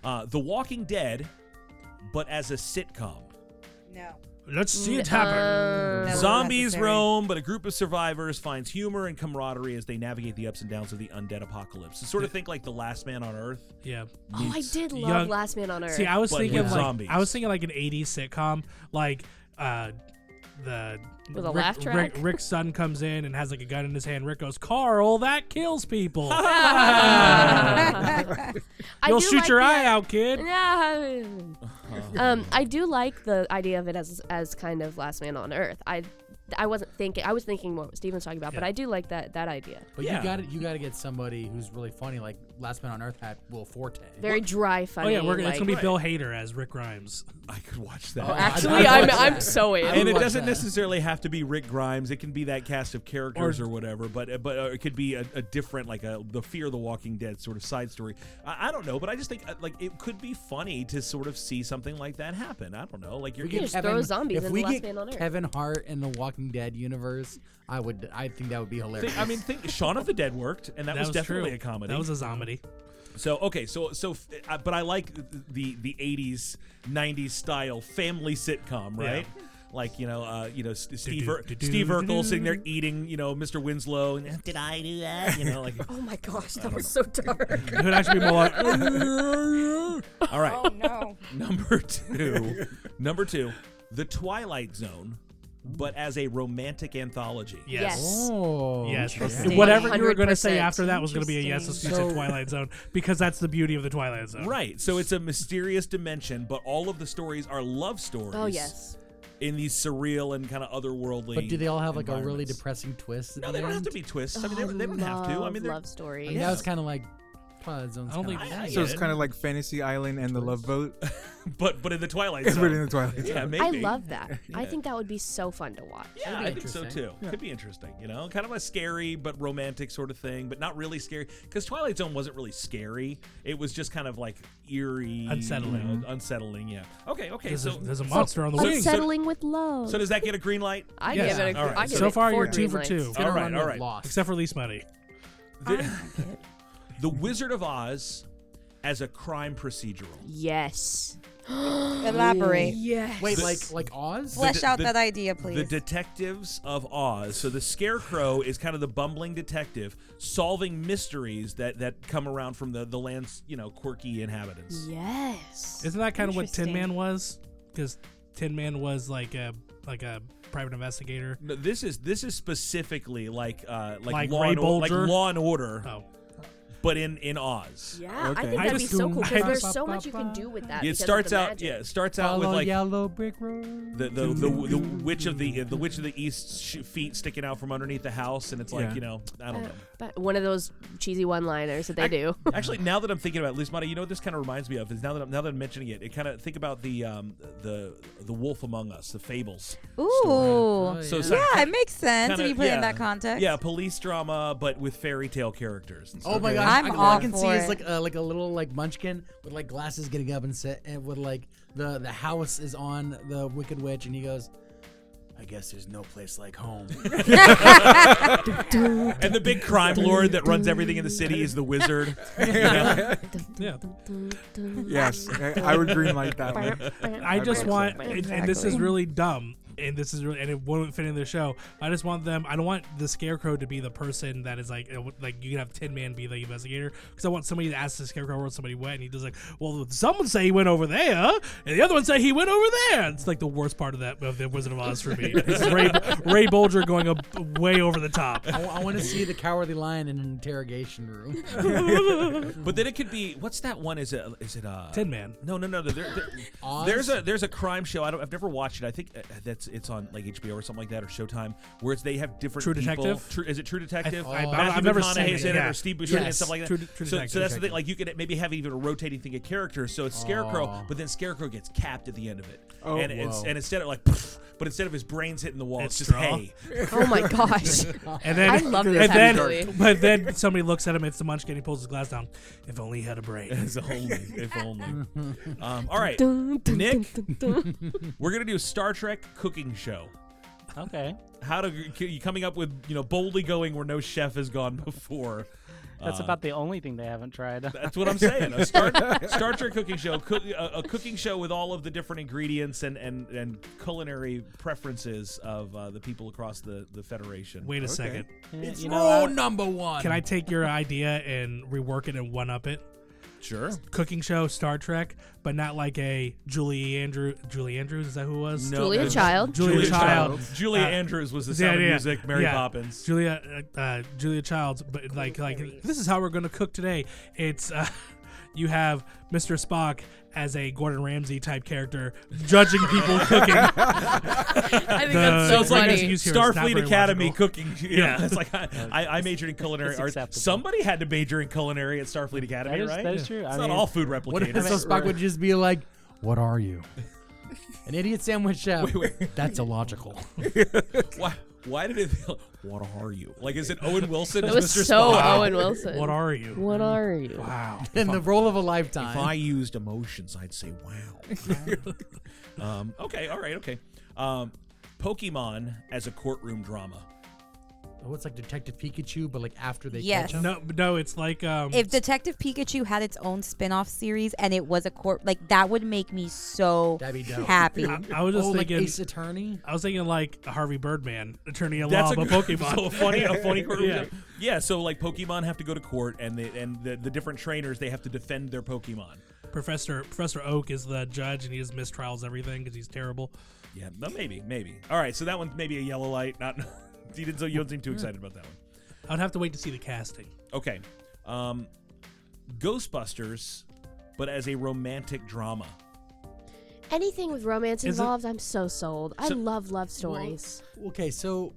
Speaker 2: Uh, the Walking Dead, but as a sitcom.
Speaker 4: No.
Speaker 3: Let's see it
Speaker 5: uh, Oh,
Speaker 3: happen.
Speaker 5: um,
Speaker 4: That was
Speaker 2: Zombies
Speaker 4: necessary.
Speaker 2: roam, but a group of survivors finds humor and camaraderie as they navigate the ups and downs of the undead apocalypse. So sort of think like the Last Man on Earth.
Speaker 3: Yeah.
Speaker 5: Oh, I
Speaker 2: meets-
Speaker 5: did love
Speaker 3: young-
Speaker 5: Last Man on Earth.
Speaker 3: See, I was
Speaker 2: But
Speaker 3: thinking
Speaker 2: with
Speaker 3: like
Speaker 2: zombies.
Speaker 3: I was thinking like an '80s sitcom, like uh, the
Speaker 5: With a laugh track?
Speaker 3: Rick, Rick's son comes in and has like a gun in his hand. Rick goes, "Carl, that kills people.
Speaker 5: I
Speaker 3: You'll
Speaker 5: do
Speaker 3: shoot
Speaker 5: like
Speaker 3: your
Speaker 5: that.
Speaker 3: eye out, kid."
Speaker 5: Yeah. um, I do like the idea of it as as kind of Last Man on Earth. I I wasn't thinking. I was thinking more what Steven was talking about, but I do like that that idea.
Speaker 6: But
Speaker 2: Yeah.
Speaker 6: you got to You got to get somebody who's really funny, like Last Man on Earth had Will Forte.
Speaker 5: Very dry, funny.
Speaker 3: Oh yeah, we're,
Speaker 5: like,
Speaker 3: gonna it's gonna be Bill Hader as Rick Grimes.
Speaker 2: I could watch that.
Speaker 6: Oh,
Speaker 5: Actually,
Speaker 6: I'd
Speaker 5: I'm
Speaker 6: watch that.
Speaker 5: I'm so in.
Speaker 6: I
Speaker 2: and
Speaker 6: would
Speaker 2: it
Speaker 6: watch
Speaker 2: doesn't
Speaker 6: that.
Speaker 2: necessarily have to be Rick Grimes. It can be that cast of characters or, whatever, but but uh, it could be a, a different, like a the Fear of the Walking Dead sort of side story. I, I don't know, but I just think uh, like it could be funny to sort of see something like that happen. I don't know, like you're
Speaker 6: We get
Speaker 5: just throw zombies
Speaker 6: if
Speaker 5: in
Speaker 6: we
Speaker 5: The Last
Speaker 6: get
Speaker 5: Man on Earth.
Speaker 6: Kevin Hart in the Walking Dead universe, I would. I think that would be hilarious.
Speaker 2: Think- I mean, think Shaun of the Dead worked, and that,
Speaker 3: That,
Speaker 2: was, definitely
Speaker 3: true.
Speaker 2: a comedy.
Speaker 3: That was a zombie.
Speaker 2: so okay, so so, f- uh, but I like the the '80s, '90s style family sitcom, right? Like you know, uh, you know, S- Steve Ur-
Speaker 3: do, do,
Speaker 2: Steve
Speaker 3: do,
Speaker 2: Urkel
Speaker 3: do.
Speaker 2: sitting there eating, you know, Mr. Winslow, and did I do that? You know, like
Speaker 5: oh my gosh, that was so dark.
Speaker 3: It would actually be more like.
Speaker 2: all right.
Speaker 8: Oh no.
Speaker 2: Number two, number two, The Twilight Zone, but as a romantic anthology.
Speaker 3: Yes.
Speaker 6: oh,
Speaker 3: Yes.
Speaker 5: Interesting.
Speaker 3: Whatever you were going to say
Speaker 5: 100%.
Speaker 3: after that was going to be a yes as you
Speaker 5: Interesting.
Speaker 3: said Twilight Zone because that's the beauty of the Twilight Zone.
Speaker 2: Right, so it's a mysterious dimension, but all of the stories are love stories.
Speaker 5: Oh yes.
Speaker 2: in these surreal and kind of otherworldly.
Speaker 6: But do they all have like a really
Speaker 2: environments.
Speaker 6: depressing twist? At
Speaker 2: No,
Speaker 6: the
Speaker 2: they
Speaker 6: end?
Speaker 2: don't have to be twists. I mean, they,
Speaker 5: Oh,
Speaker 2: don't- they don't have to. I
Speaker 5: love
Speaker 2: mean, they're
Speaker 5: love story.
Speaker 6: I mean, That was kind of like Twilight Zone's
Speaker 3: I don't
Speaker 6: kinda
Speaker 3: think-
Speaker 6: like
Speaker 2: I-
Speaker 6: that.
Speaker 7: So it's kind of like Fantasy Island and the Love Boat,
Speaker 2: but but in the Twilight
Speaker 7: but in
Speaker 2: Zone.
Speaker 7: the Twilight.
Speaker 2: yeah, maybe.
Speaker 5: I love that. I think that would be so fun to watch.
Speaker 2: Yeah, I
Speaker 6: That'd be
Speaker 2: think so
Speaker 6: interesting.
Speaker 2: too. Could be interesting, you know, kind of a scary but romantic sort of thing, but not really scary because Twilight Zone wasn't really scary. It was just kind of like eerie,
Speaker 3: Unsettling.
Speaker 2: you know, unsettling. Yeah. Okay. Okay.
Speaker 3: There's,
Speaker 2: so
Speaker 3: a, there's a monster on the
Speaker 2: so-
Speaker 3: wing.
Speaker 5: Unsettling with love.
Speaker 2: so does that get a green light?
Speaker 5: I
Speaker 3: Yes.
Speaker 5: give it. A,
Speaker 2: All right.
Speaker 5: I give
Speaker 3: So
Speaker 5: it
Speaker 3: far,
Speaker 5: four
Speaker 3: you're two
Speaker 5: green
Speaker 3: for
Speaker 5: lights.
Speaker 3: two.
Speaker 2: all right.
Speaker 6: Run
Speaker 2: All
Speaker 6: with
Speaker 2: right.
Speaker 6: Lost.
Speaker 3: Except for Least Money.
Speaker 2: The Wizard of Oz as a crime procedural.
Speaker 5: Yes.
Speaker 4: Elaborate.
Speaker 5: Yes.
Speaker 6: Wait,
Speaker 2: The-
Speaker 6: like like Oz?
Speaker 4: Flesh
Speaker 2: the-
Speaker 4: out
Speaker 2: the-
Speaker 4: that idea, please.
Speaker 2: The Detectives of Oz. So the Scarecrow is kind of the bumbling detective solving mysteries that that come around from the the land's you know quirky inhabitants.
Speaker 5: Yes.
Speaker 3: Isn't that kind of what Tin
Speaker 8: Interesting.
Speaker 3: Man was? Because Tin Man was like a like a private investigator.
Speaker 2: No, this is this is specifically like uh, like,
Speaker 3: Like
Speaker 2: law
Speaker 3: Ray
Speaker 2: and Or- like
Speaker 3: Bolger?
Speaker 2: Law and Order,
Speaker 3: Oh,
Speaker 2: but in in Oz.
Speaker 5: Yeah, I
Speaker 7: Okay.
Speaker 5: think
Speaker 3: I
Speaker 5: that'd be
Speaker 3: just
Speaker 5: so
Speaker 3: do-
Speaker 5: cool
Speaker 3: I
Speaker 5: because there's
Speaker 6: just-
Speaker 5: so much you can do with that.
Speaker 2: It
Speaker 5: because of
Speaker 2: starts
Speaker 5: the
Speaker 2: out
Speaker 5: magic.
Speaker 2: yeah, it starts out
Speaker 6: Follow
Speaker 2: with like
Speaker 6: yellow brick road.
Speaker 2: the the, the the witch of the the witch of the east sh- feet sticking out from underneath the house, and it's like
Speaker 7: Yeah.
Speaker 2: you know I don't know.
Speaker 5: But one of those cheesy one-liners that they
Speaker 2: Ac-
Speaker 5: do.
Speaker 2: Actually, now that I'm thinking about it, Lismata, you know what this kind of reminds me of is now that I'm, now that I'm mentioning it, it kind of think about the um, the the Wolf Among Us, the fables.
Speaker 6: Oh,
Speaker 4: Ooh.
Speaker 2: So it's
Speaker 4: Yeah, it makes sense
Speaker 2: kinda-
Speaker 4: if you put it
Speaker 2: yeah.
Speaker 4: in that context.
Speaker 2: Yeah, police drama, but with fairy tale characters. And
Speaker 6: Oh my
Speaker 7: Okay.
Speaker 6: god!
Speaker 4: I'm
Speaker 6: I can,
Speaker 4: all
Speaker 6: I can see
Speaker 4: for
Speaker 6: is
Speaker 4: it.
Speaker 6: like a, like a little like munchkin with like glasses getting up and set and with like the the house is on the Wicked Witch and he goes, I guess there's no place like home.
Speaker 2: stuff. and the big crime lord that runs everything in the city is the wizard.
Speaker 3: yeah.
Speaker 7: Yes, I, I would green light that one.
Speaker 3: I just want, and, and this is really dumb, and this is really, and it wouldn't fit in the show. I just want them. I don't want the scarecrow to be the person that is like, uh, w- like you can have Tin Man be the investigator because I want somebody to ask the scarecrow where somebody went, and he does like, well, someone say he went over there, and the other one say he went over there. It's like the worst part of that of the Wizard of Oz for me. It's Ray, Ray Bolger going up way over the top.
Speaker 6: I, want to see the cowardly lion in an interrogation room. Oh,
Speaker 2: But then it could be what's that one? Is it is it uh
Speaker 3: Tin Man.
Speaker 2: No, no, no. there- there-
Speaker 6: Oz?
Speaker 2: there's a there's a crime show. I don't. I've never watched it. I think uh, that's it's on like HBO or something like that or Showtime, where it's, they have different
Speaker 3: True
Speaker 2: people.
Speaker 3: Detective?
Speaker 2: True, is it True Detective?
Speaker 3: I- I-
Speaker 2: Matthew
Speaker 3: I've never
Speaker 2: McConaughey's
Speaker 3: seen it,
Speaker 2: in
Speaker 3: yeah.
Speaker 2: or Steve Buscemi and
Speaker 6: Yes.
Speaker 2: stuff like that.
Speaker 3: True De- True
Speaker 2: so, so
Speaker 3: Detective.
Speaker 2: that's the thing. Like you could maybe have even a rotating thing of characters. So it's Scarecrow, but then Scarecrow gets capped at the end of it.
Speaker 7: Oh,
Speaker 2: and, it's-
Speaker 6: whoa.
Speaker 2: and instead of like, poof, but instead of his brains hitting the wall, it's, just
Speaker 3: It's straw.
Speaker 2: hay.
Speaker 5: Oh my gosh.
Speaker 3: And then
Speaker 5: I love this
Speaker 3: And then,
Speaker 5: actually.
Speaker 3: but then somebody looks at him. It's the Munchkin. He pulls his glass down. If only he had a brain.
Speaker 2: As only, if only. Um, all right,
Speaker 5: Dun, dun,
Speaker 2: Nick?
Speaker 5: dun, dun, dun.
Speaker 2: we're gonna do a Star Trek cooking show.
Speaker 9: Okay,
Speaker 2: How to you coming up with you know boldly going where no chef has gone before?
Speaker 9: that's
Speaker 2: Uh,
Speaker 9: about the only thing they haven't tried.
Speaker 2: That's what I'm saying. A Star, Star Trek cooking show, cook, a, a cooking show with all of the different ingredients and and, and culinary preferences of uh, the people across the the Federation.
Speaker 3: Wait a second.
Speaker 9: Yeah,
Speaker 6: it's
Speaker 9: you
Speaker 6: rule
Speaker 9: know, I-
Speaker 6: number one.
Speaker 3: Can I take your idea and rework it and one up it?
Speaker 2: sure.
Speaker 3: Cooking show, Star Trek, but not like a Julie Andrew. Julie Andrews is that who it was?
Speaker 2: No,
Speaker 5: Julia
Speaker 2: there's-
Speaker 5: Child.
Speaker 3: Julia Child.
Speaker 2: Julia
Speaker 3: Uh,
Speaker 2: Andrews was the
Speaker 3: yeah,
Speaker 2: sound
Speaker 3: yeah,
Speaker 2: of music. Mary
Speaker 3: yeah.
Speaker 2: Poppins.
Speaker 3: Julia, uh, uh, Julia Childs, but like, like this is how we're gonna cook today. It's uh, you have Mr. Spock as a Gordon Ramsay type character judging people cooking.
Speaker 5: I think
Speaker 3: The-
Speaker 5: that's so
Speaker 3: Sounds like
Speaker 5: funny.
Speaker 3: it's used here. It's not
Speaker 2: Starfleet
Speaker 3: very
Speaker 2: Academy
Speaker 3: logical.
Speaker 2: cooking. You know,
Speaker 3: Yeah.
Speaker 2: it's like I, I, I majored in culinary
Speaker 9: it's
Speaker 2: arts.
Speaker 9: acceptable.
Speaker 2: Somebody had to major in culinary at Starfleet Academy,
Speaker 9: that is,
Speaker 2: right?
Speaker 9: that is true.
Speaker 2: It's
Speaker 9: I
Speaker 2: not
Speaker 9: mean,
Speaker 2: all food
Speaker 6: What if
Speaker 2: replicators.
Speaker 6: so Spock would just be like, "What are you? An idiot sandwich chef? That's illogical."
Speaker 2: Why? Why did it? Feel, what are you? Like, is it Owen Wilson?
Speaker 5: That
Speaker 2: as
Speaker 5: was
Speaker 2: Mr.
Speaker 5: so
Speaker 2: Spock?
Speaker 5: Owen Wilson.
Speaker 3: what are you?
Speaker 5: What are you?
Speaker 3: Wow.
Speaker 6: In the role of a
Speaker 2: If I
Speaker 6: lifetime.
Speaker 2: used emotions, I'd say wow. um, okay, all right, okay. Um, Pokemon as a courtroom drama.
Speaker 6: Oh, it's like Detective Pikachu, but like after they
Speaker 4: Yes.
Speaker 6: catch him.
Speaker 3: No, no, it's like um.
Speaker 4: If Detective Pikachu had its own spin-off series and it was a court, like that would make me so
Speaker 6: That'd be dope.
Speaker 4: happy.
Speaker 3: I, I was just
Speaker 6: oh, like
Speaker 3: thinking.
Speaker 6: Ace Attorney.
Speaker 3: I was thinking like Harvey Birdman, attorney at
Speaker 2: That's
Speaker 3: law, but
Speaker 2: a
Speaker 3: Pokemon.
Speaker 2: So funny, a funny courtroom.
Speaker 3: Yeah.
Speaker 2: drama. yeah, so like Pokemon have to go to court, and they, and the, the different trainers they have to defend their Pokemon.
Speaker 3: Professor Professor Oak is the judge, and he just mistrials everything because he's terrible.
Speaker 2: Yeah, but maybe, maybe. All right, so that one's maybe a yellow light. Not you didn't so you don't seem too excited about that one.
Speaker 3: I'd have to wait to see the casting.
Speaker 2: Okay, um, Ghostbusters, but as a romantic drama.
Speaker 5: Anything with romance
Speaker 3: Is it-
Speaker 5: involved, I'm so sold. I
Speaker 2: So-
Speaker 5: love love stories.
Speaker 6: Okay, so.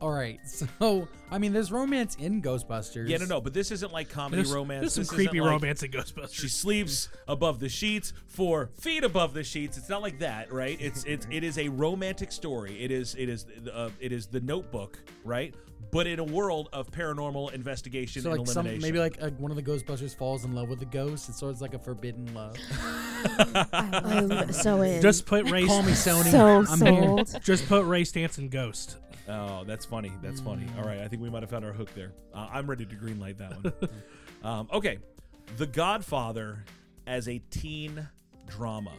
Speaker 6: All right, so I mean, there's romance in Ghostbusters.
Speaker 2: Yeah, no, no, but this isn't like comedy
Speaker 3: There's,
Speaker 2: romance.
Speaker 3: there's some
Speaker 2: This isn't
Speaker 3: creepy
Speaker 2: like-
Speaker 3: romance in Ghostbusters.
Speaker 2: She sleeps above the sheets, four feet above the sheets. It's not like that, right? It's it's it is a romantic story. It is it is uh, it is the Notebook, right? But in a world of paranormal investigation
Speaker 6: So
Speaker 2: and
Speaker 6: like some
Speaker 2: elimination.
Speaker 6: maybe like a, one of the Ghostbusters falls in love with a ghost, and so it's like a forbidden love.
Speaker 5: I'm so in.
Speaker 3: just put race.
Speaker 6: Call me Sony.
Speaker 5: so
Speaker 6: I'm here.
Speaker 5: sold.
Speaker 3: Just put Ray Stance in Ghost.
Speaker 2: oh, that's funny. That's funny.
Speaker 5: Mm.
Speaker 2: All right, I think we might have found our hook there. Uh, I'm ready to greenlight that one. um, okay, The Godfather as a teen drama.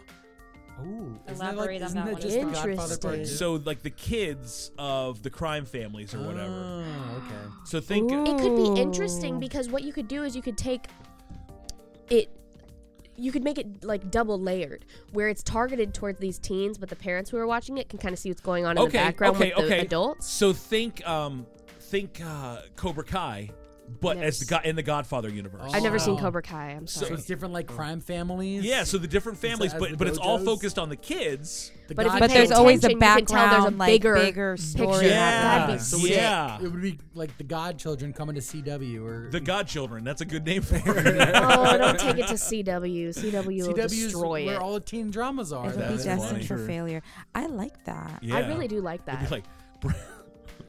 Speaker 6: Ooh, isn't that like,
Speaker 8: Elaborate on
Speaker 6: isn't
Speaker 8: that
Speaker 6: that
Speaker 8: one.
Speaker 6: just the Godfather part
Speaker 5: Interesting.
Speaker 6: two?
Speaker 2: So like the kids of the crime families or whatever.
Speaker 6: Oh, okay.
Speaker 2: So think
Speaker 5: It could Ooh. be interesting because what you could do is you could take it you could make it like double layered where it's targeted towards these teens but the parents who are watching it can kind of see what's going on in the background with the adults.
Speaker 2: So think, um, think uh, Cobra Kai, but as the
Speaker 5: Yes.
Speaker 2: go- in the Godfather universe.
Speaker 5: I've never seen
Speaker 6: Oh.
Speaker 5: Cobra Kai. I'm
Speaker 6: So
Speaker 5: sorry.
Speaker 6: it's different, like crime families.
Speaker 2: Yeah, so the different families,
Speaker 6: as
Speaker 2: but
Speaker 6: the
Speaker 2: but it's all
Speaker 6: dojos?
Speaker 2: focused on the kids.
Speaker 6: The
Speaker 5: but if you
Speaker 6: Godfather-
Speaker 4: but
Speaker 5: pay
Speaker 4: there's always a
Speaker 5: attention, you can tell there's a
Speaker 4: background, like
Speaker 5: bigger
Speaker 4: bigger,
Speaker 5: picture.
Speaker 4: story.
Speaker 5: Yeah.
Speaker 4: happening.
Speaker 5: That'd be sick.
Speaker 2: yeah.
Speaker 6: It would be like the Godchildren coming to CW or
Speaker 2: The Godchildren. That's a good name for it.
Speaker 5: oh, don't take it to CW. CW will
Speaker 6: CW's
Speaker 5: destroy
Speaker 6: where
Speaker 5: it.
Speaker 6: all the teen dramas are.
Speaker 4: It would be
Speaker 2: That's
Speaker 4: destined
Speaker 2: funny.
Speaker 4: for
Speaker 7: True.
Speaker 4: failure. I like that.
Speaker 2: yeah.
Speaker 5: I really do like
Speaker 2: It'd be
Speaker 5: that.
Speaker 2: like, br-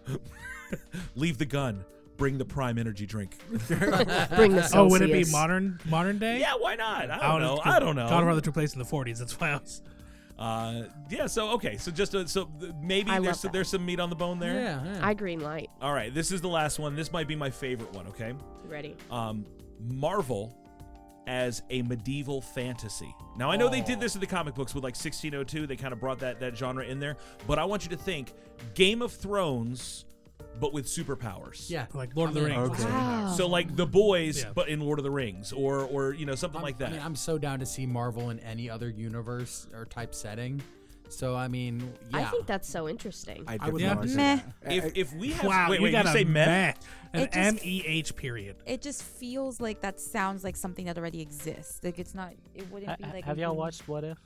Speaker 2: leave the gun, bring the prime energy drink.
Speaker 5: Bring the
Speaker 3: Oh, would it be
Speaker 5: Celsius.
Speaker 3: modern modern day?
Speaker 2: Yeah, why not? I don't,
Speaker 3: Oh,
Speaker 2: know.
Speaker 3: it's 'cause
Speaker 2: I don't know.
Speaker 3: Godfather took place in the 40s. That's why I was.
Speaker 2: Uh, yeah. So okay. So just uh, so th- maybe
Speaker 5: I love
Speaker 2: there's some,
Speaker 5: that.
Speaker 2: there's some meat on the bone there.
Speaker 6: Yeah, yeah.
Speaker 5: I green light.
Speaker 2: All right. This is the last one. This might be my favorite one. Okay.
Speaker 5: Ready.
Speaker 2: um, Marvel as a medieval fantasy. Now I know they
Speaker 5: Oh.
Speaker 2: did this in the comic books with like 1602. They kind of brought that that genre in there, but I want you to think Game of Thrones, but with superpowers.
Speaker 6: Yeah.
Speaker 3: Like Lord of the
Speaker 6: I mean,
Speaker 3: Rings.
Speaker 7: Okay.
Speaker 5: Wow.
Speaker 2: So like the boys,
Speaker 3: Yeah.
Speaker 2: but in Lord of the Rings, or or you know something
Speaker 6: I'm-
Speaker 2: like that.
Speaker 6: I mean, I'm so down to see Marvel in any other universe or type setting. So I mean, yeah.
Speaker 5: I think that's so interesting.
Speaker 7: I,
Speaker 3: would
Speaker 7: definitely
Speaker 3: love
Speaker 7: wanna
Speaker 3: to
Speaker 7: see
Speaker 4: Meh.
Speaker 7: that. I- I-
Speaker 2: if if we have
Speaker 3: Wow,
Speaker 2: wait
Speaker 3: you
Speaker 2: wait
Speaker 3: got a
Speaker 2: say men?
Speaker 3: meh. an
Speaker 8: It just-
Speaker 3: M E H period.
Speaker 8: It just feels like that sounds like something that already exists. Like it's not. It wouldn't be
Speaker 9: Ha-
Speaker 8: like.
Speaker 9: have y'all
Speaker 8: new-
Speaker 9: watched What If?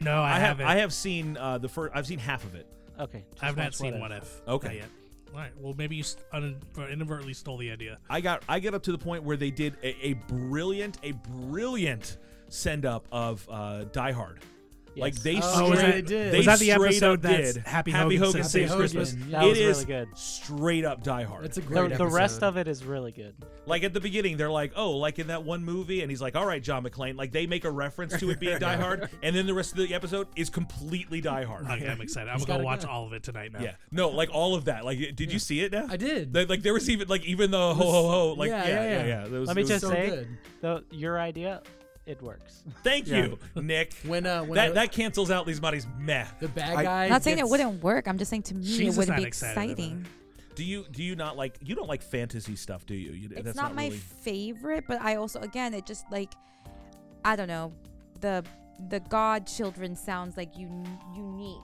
Speaker 3: No,
Speaker 2: I
Speaker 3: I,
Speaker 2: have
Speaker 3: haven't.
Speaker 2: I have seen uh, the first. I've seen half of it.
Speaker 9: Okay. just
Speaker 3: I've not
Speaker 9: watch
Speaker 3: seen
Speaker 9: If.
Speaker 3: What If.
Speaker 2: Okay.
Speaker 3: Not yet. All right. Well, maybe you st- un- inadvertently stole the idea.
Speaker 2: I got I got up to the point where they did a, a brilliant a brilliant send up of uh, Die Hard. Like
Speaker 9: Yes.
Speaker 2: they straight,
Speaker 6: Oh, was that-
Speaker 2: they
Speaker 3: was that the
Speaker 2: straight
Speaker 3: episode
Speaker 2: up
Speaker 3: that's
Speaker 2: did
Speaker 3: Happy
Speaker 2: Happy
Speaker 3: Hogan
Speaker 2: Hogan
Speaker 3: Saves
Speaker 2: Saves Christmas.
Speaker 6: Christmas?
Speaker 9: That
Speaker 2: It
Speaker 9: was really
Speaker 2: is
Speaker 9: good.
Speaker 2: straight up Die Hard.
Speaker 6: that's a
Speaker 9: The,
Speaker 6: great.
Speaker 9: the rest
Speaker 6: episode.
Speaker 9: of it is really good.
Speaker 2: like at the beginning, they're like, "Oh, like in that one movie," and he's like, "All right, John McClane." Like they make a reference to it being Die Hard, and then the rest of the episode is completely Die Hard.
Speaker 3: Okay, I'm excited. I'm
Speaker 6: He's
Speaker 3: gonna
Speaker 6: gotta
Speaker 3: go watch
Speaker 6: go.
Speaker 3: all of it tonight now.
Speaker 2: Yeah, no, like all of that. Like, did you see it now?
Speaker 6: I did.
Speaker 2: Like, like, there was even like even the ho ho ho. Like, yeah,
Speaker 6: yeah,
Speaker 2: yeah,
Speaker 6: yeah,
Speaker 2: yeah.
Speaker 6: yeah.
Speaker 2: That was-
Speaker 9: Let
Speaker 2: it
Speaker 9: me
Speaker 2: was-
Speaker 9: just
Speaker 6: so
Speaker 9: say,
Speaker 6: good.
Speaker 9: though, your idea, it works.
Speaker 2: thank you, Nick.
Speaker 6: when uh, when
Speaker 2: that
Speaker 6: the,
Speaker 2: that cancels out these bodies. Meh.
Speaker 6: the bad
Speaker 7: I-
Speaker 6: guy.
Speaker 4: Not saying it
Speaker 6: gets-
Speaker 4: wouldn't work. I'm just saying to me
Speaker 3: She's
Speaker 4: it wouldn't
Speaker 3: not
Speaker 4: be
Speaker 3: excited about it.
Speaker 4: exciting.
Speaker 2: Do you do you not like you don't like fantasy stuff? Do you? you
Speaker 8: It's not, my
Speaker 2: really-
Speaker 8: favorite, but I also again it just like I don't know the the God children sounds like un- unique.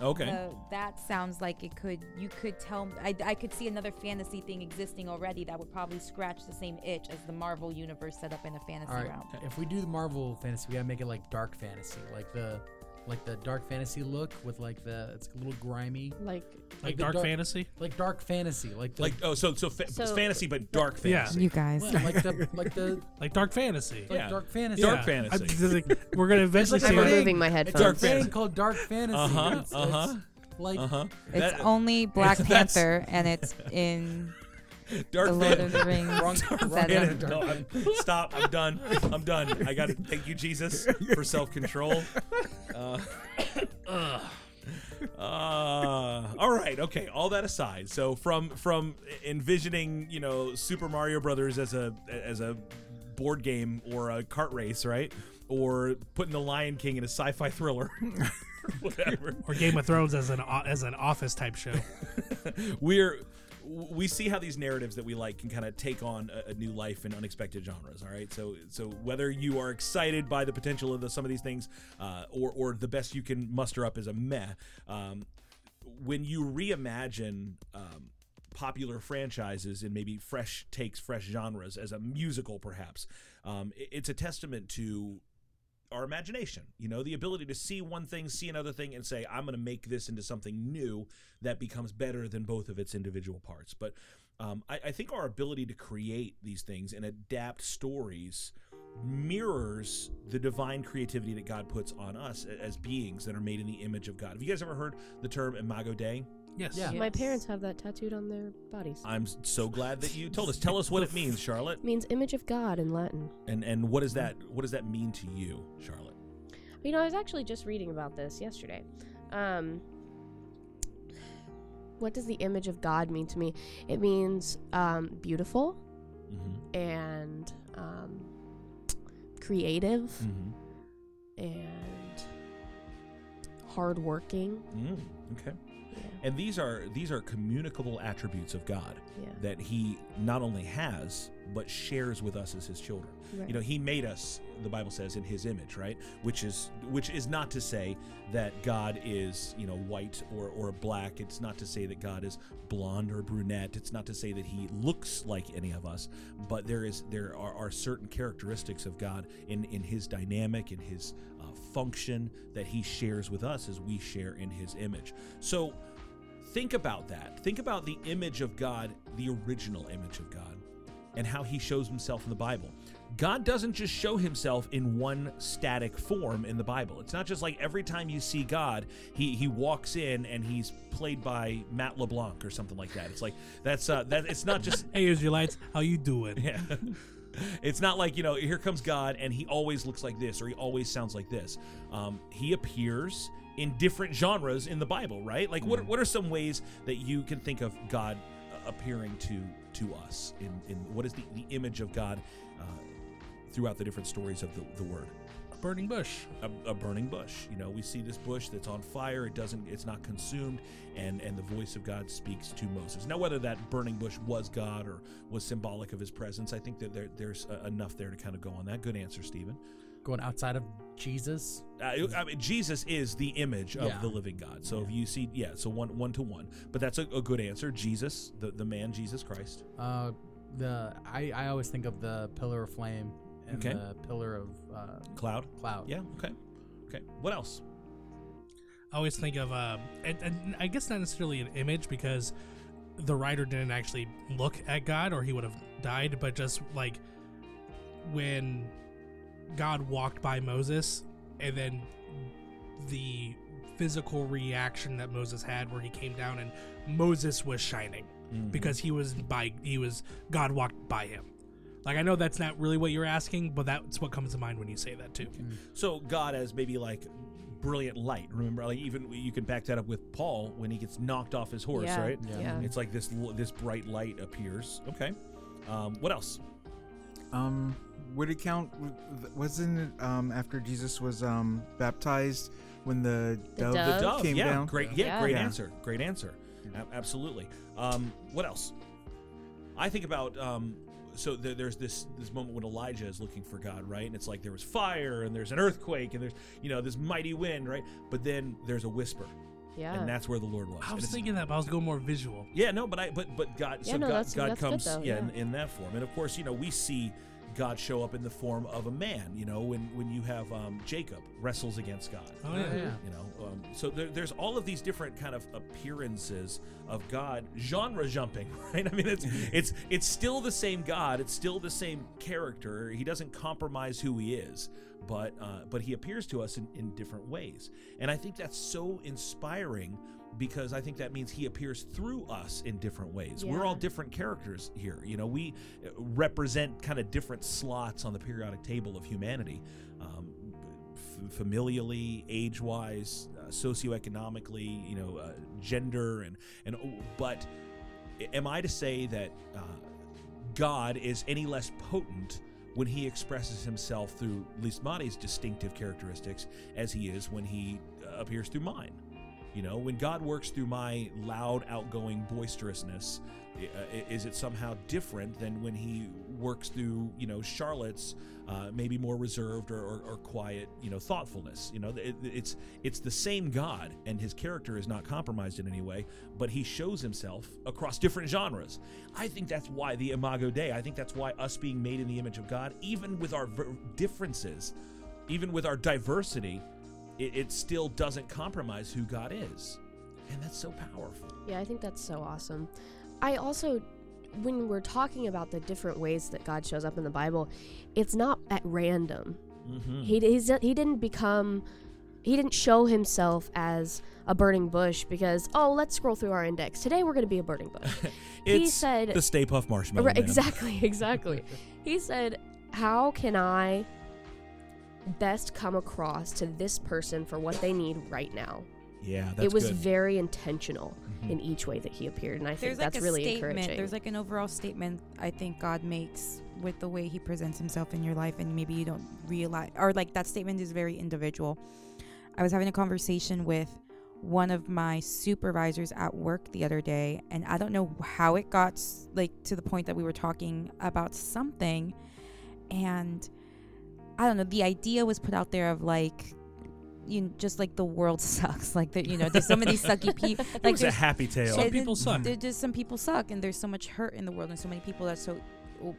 Speaker 2: okay.
Speaker 4: uh,
Speaker 8: The, that sounds like it could you could tell I, I could see another fantasy thing existing already that would probably scratch the same itch as the Marvel universe set up in a fantasy
Speaker 6: All right.
Speaker 8: realm.
Speaker 6: If we do the Marvel fantasy, we gotta make it like dark fantasy, like the like the dark fantasy look with like the it's a little grimy,
Speaker 5: like
Speaker 3: Like
Speaker 6: the
Speaker 3: dark, fantasy.
Speaker 6: like dark fantasy, like the,
Speaker 2: like oh, so so, fa-
Speaker 5: So-
Speaker 2: fantasy, but dark
Speaker 3: Yeah.
Speaker 2: fantasy.
Speaker 4: You guys.
Speaker 6: well, like the like the
Speaker 3: Like dark fantasy.
Speaker 6: like
Speaker 2: Yeah.
Speaker 6: dark fantasy.
Speaker 2: Dark
Speaker 3: Yeah.
Speaker 2: fantasy.
Speaker 3: I'm just like- we're gonna eventually
Speaker 6: It's
Speaker 3: see
Speaker 6: like
Speaker 5: I'm
Speaker 6: a
Speaker 3: it.
Speaker 6: thing.
Speaker 5: removing my
Speaker 6: It's a
Speaker 5: headphones.
Speaker 6: thing called dark fantasy.
Speaker 2: Uh-huh,
Speaker 6: It's- it's
Speaker 2: uh-huh.
Speaker 6: Like
Speaker 2: Uh huh.
Speaker 4: It's only Black
Speaker 2: that's-
Speaker 4: Panther, and it's in
Speaker 2: dark
Speaker 4: the Lord of the Rings.
Speaker 2: Yeah,
Speaker 4: setting.
Speaker 2: no, I'm, stop. I'm done. I'm done. I got to thank you, Jesus, for self control. Uh, uh, all right. Okay. All that aside, so from from envisioning, you know, Super Mario Brothers as a as a board game or a cart race, right? Or putting the Lion King in a sci-fi thriller, whatever.
Speaker 3: Or Game of Thrones as an o- as an office type show.
Speaker 2: we're we see how these narratives that we like can kind of take on a, a new life in unexpected genres. All right, so so whether you are excited by the potential of the, some of these things, uh, or or the best you can muster up is a meh. Um, when you reimagine um, popular franchises and maybe fresh takes, fresh genres as a musical, perhaps, um, it- it's a testament to our imagination. You know, the ability to see one thing, see another thing, and say, I'm going to make this into something new that becomes better than both of its individual parts. But um, I, I think our ability to create these things and adapt stories mirrors the divine creativity that God puts on us a- as beings that are made in the image of God. Have you guys ever heard the term imago Dei?
Speaker 3: Yes.
Speaker 6: Yeah.
Speaker 5: My parents have that tattooed on their bodies.
Speaker 2: I'm s- so glad that you told us. Tell us what it means, Charlotte,
Speaker 5: It means image of God in Latin.
Speaker 2: and and what does that what does that mean to you, Charlotte?
Speaker 5: You know, I was actually just reading about this yesterday. Um, what does the image of God mean to me? It means um, beautiful
Speaker 2: Mm-hmm.
Speaker 5: and um, creative
Speaker 2: Mm-hmm.
Speaker 5: and hardworking.
Speaker 2: Mm, okay.
Speaker 5: Yeah,
Speaker 2: And these are these are communicable attributes of God
Speaker 5: yeah.
Speaker 2: that He not only has but shares with us as His children.
Speaker 5: Right.
Speaker 2: You know, He made us, the Bible says, in His image, right? Which is which is not to say that God is you know white or or black. It's not to say that God is blonde or brunette. It's not to say that He looks like any of us. But there is there are, are certain characteristics of God in in His dynamic in His uh, function that He shares with us as we share in His image. So think about that. Think about the image of God, the original image of God, and how he shows himself in the Bible. God doesn't just show himself in one static form in the Bible. It's not just like every time you see God, he he walks in and he's played by Matt LeBlanc or something like that. It's like that's uh that it's not just
Speaker 3: Hey, Israelites, how you doing?
Speaker 2: yeah. It's not like, you know, here comes God and he always looks like this or he always sounds like this. Um, he appears in different genres in the Bible, right? Like what what are some ways that you can think of God uh, appearing to to us in, in what is the, the image of God uh, throughout the different stories of the, the word.
Speaker 3: burning bush.
Speaker 2: a, a burning bush. You know, we see this bush that's on fire. It doesn't. It's not consumed, and and the voice of God speaks to Moses. Now, whether that burning bush was God or was symbolic of His presence, I think that there, there's uh, enough there to kind of go on that. Good answer, Stephen.
Speaker 6: Going outside of Jesus.
Speaker 2: Uh, I- I mean, Jesus is the image of
Speaker 6: Yeah.
Speaker 2: the living God. So if you see, yeah, so one one to one. But that's a, a good answer. Jesus, the the man, Jesus Christ.
Speaker 6: Uh, the I, I always think of the pillar of flame and
Speaker 2: Okay.
Speaker 6: the pillar of uh,
Speaker 2: Cloud.
Speaker 6: cloud.
Speaker 2: Yeah. Okay. Okay. What else?
Speaker 3: I always think of, um, and, and I guess not necessarily an image because the writer didn't actually look at God or he would have died, but just like when God walked by Moses and then the physical reaction that Moses had where he came down and Moses was shining
Speaker 2: Hmm. Mm-hmm.
Speaker 3: because he was by, he was, God walked by him. Like, I know that's not really what you're asking, but that's what comes to mind when you say that too.
Speaker 2: So God as maybe like brilliant light. Remember, like even you can back that up with Paul when he gets knocked off his horse,
Speaker 5: yeah.
Speaker 2: right?
Speaker 5: Yeah.
Speaker 2: It's like this l- this bright light appears. Okay. Um, what else?
Speaker 7: Um, would it count? Wasn't it um, after Jesus was um, baptized when the,
Speaker 5: The
Speaker 7: dove,
Speaker 5: dove?
Speaker 2: Dove.
Speaker 7: came
Speaker 2: yeah.
Speaker 7: down?
Speaker 2: Great. Yeah.
Speaker 5: Yeah.
Speaker 2: Great
Speaker 7: Yeah.
Speaker 2: answer. Great answer. A- absolutely. Um, what else? I think about. Um, so there, there's this this moment when Elijah is looking for God, right? And it's like there was fire, and there's an earthquake, and there's you know this mighty wind, right? But then there's a whisper,
Speaker 5: Yeah.
Speaker 2: and that's where the Lord was.
Speaker 3: I
Speaker 2: And
Speaker 3: was
Speaker 2: it's-
Speaker 3: thinking that, but I was going more visual.
Speaker 2: Yeah, no, but I but but God
Speaker 5: Yeah,
Speaker 2: so
Speaker 5: no,
Speaker 2: God,
Speaker 5: that's-
Speaker 2: God
Speaker 5: that's good
Speaker 2: comes
Speaker 5: though,
Speaker 2: yeah, In,
Speaker 5: yeah.
Speaker 2: in that form. And of course, you know, we see God show up in the form of a man, you know, when when you have um, Jacob wrestles against God.
Speaker 3: Oh, yeah.
Speaker 6: yeah.
Speaker 2: You know, um, so there, there's all of these different kind of appearances of God, genre jumping, right? I mean, it's it's it's still the same God, it's still the same character. He doesn't compromise who he is, but uh, but he appears to us in, in different ways, and I think that's so inspiring because I think that means he appears through us in different ways. We're all
Speaker 5: Yeah.
Speaker 2: different characters here. You know, we uh, represent kind of different slots on the periodic table of humanity. Um, f- familially, age-wise, uh, socioeconomically, you know, uh, gender, and and oh, but am I to say that uh, God is any less potent when He expresses Himself through Lismati's distinctive characteristics as He is when He uh, appears through mine? You know, when God works through my loud, outgoing boisterousness, i- uh, i- is it somehow different than when He works through, you know, Charlotte's uh, maybe more reserved or, or, or quiet, you know, thoughtfulness? You know, it, it's it's the same God, and His character is not compromised in any way, but He shows Himself across different genres. I think that's why the Imago Dei. I think that's why us being made in the image of God, even with our ver- differences, even with our diversity, it, it still doesn't compromise who God is. And that's so powerful.
Speaker 5: Yeah, I think that's so awesome. I also, when we're talking about the different ways that God shows up in the Bible, it's not at random.
Speaker 2: Hmm. Mm-hmm.
Speaker 5: He d- he's, he didn't become, he didn't show himself as a burning bush because oh let's scroll through our index today we're going to be a burning bush. he said
Speaker 2: the Stay Puff Marshmallow.
Speaker 5: Right,
Speaker 2: Man.
Speaker 5: exactly, exactly. he said, How can I best come across to this person for what they need right now?
Speaker 2: Yeah, that's
Speaker 5: it was
Speaker 2: good.
Speaker 5: very intentional
Speaker 2: Mhm.
Speaker 5: in each way that he appeared, and I
Speaker 4: there's
Speaker 5: think
Speaker 4: like
Speaker 5: that's
Speaker 4: a
Speaker 5: really
Speaker 4: statement.
Speaker 5: encouraging.
Speaker 4: There's like an overall statement I think God makes with the way He presents Himself in your life, and maybe you don't realize, or like that statement is very individual. I was having a conversation with one of my supervisors at work the other day, and I don't know how it got s- like to the point that we were talking about something, and I don't know. The idea was put out there of like. You just like the world sucks, like that. You know, there's so many sucky people.
Speaker 2: it
Speaker 4: Like
Speaker 2: was a
Speaker 4: there's-
Speaker 2: happy tale.
Speaker 3: Some
Speaker 4: Yeah,
Speaker 3: people
Speaker 4: th-
Speaker 3: suck.
Speaker 4: There just some people suck, and there's so much hurt in the world, and so many people that are so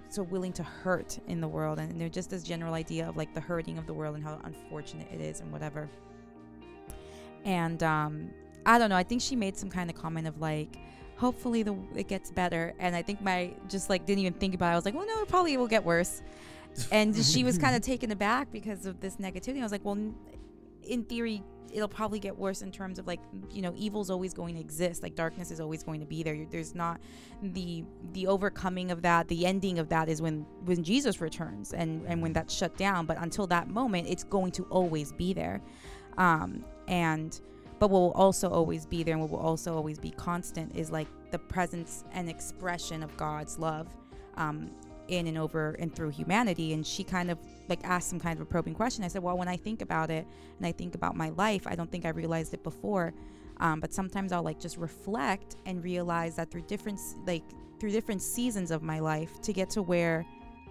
Speaker 4: so willing to hurt in the world, and there's just this general idea of like the hurting of the world and how unfortunate it is and whatever. And um, I don't know. I think she made some kind of comment of like, hopefully the it gets better, and I think my just like didn't even think about. it. I was like, well, no, it probably will get worse. And she was kind of taken aback because of this negativity. I was like, well, n- in theory, it'll probably get worse in terms of like you know evil's always going to exist like darkness is always going to be there You- there's not the the overcoming of that the ending of that is when when jesus returns and and when that's shut down but until that moment it's going to always be there um and but what will also always be there and what will also always be constant is like the presence and expression of god's love um in and over and through humanity. And she kind of like asked some kind of a probing question. I said, Well, when I think about it and I think about my life, I don't think I realized it before. Um, but sometimes I'll like just reflect and realize that through different s- like through different seasons of my life to get to where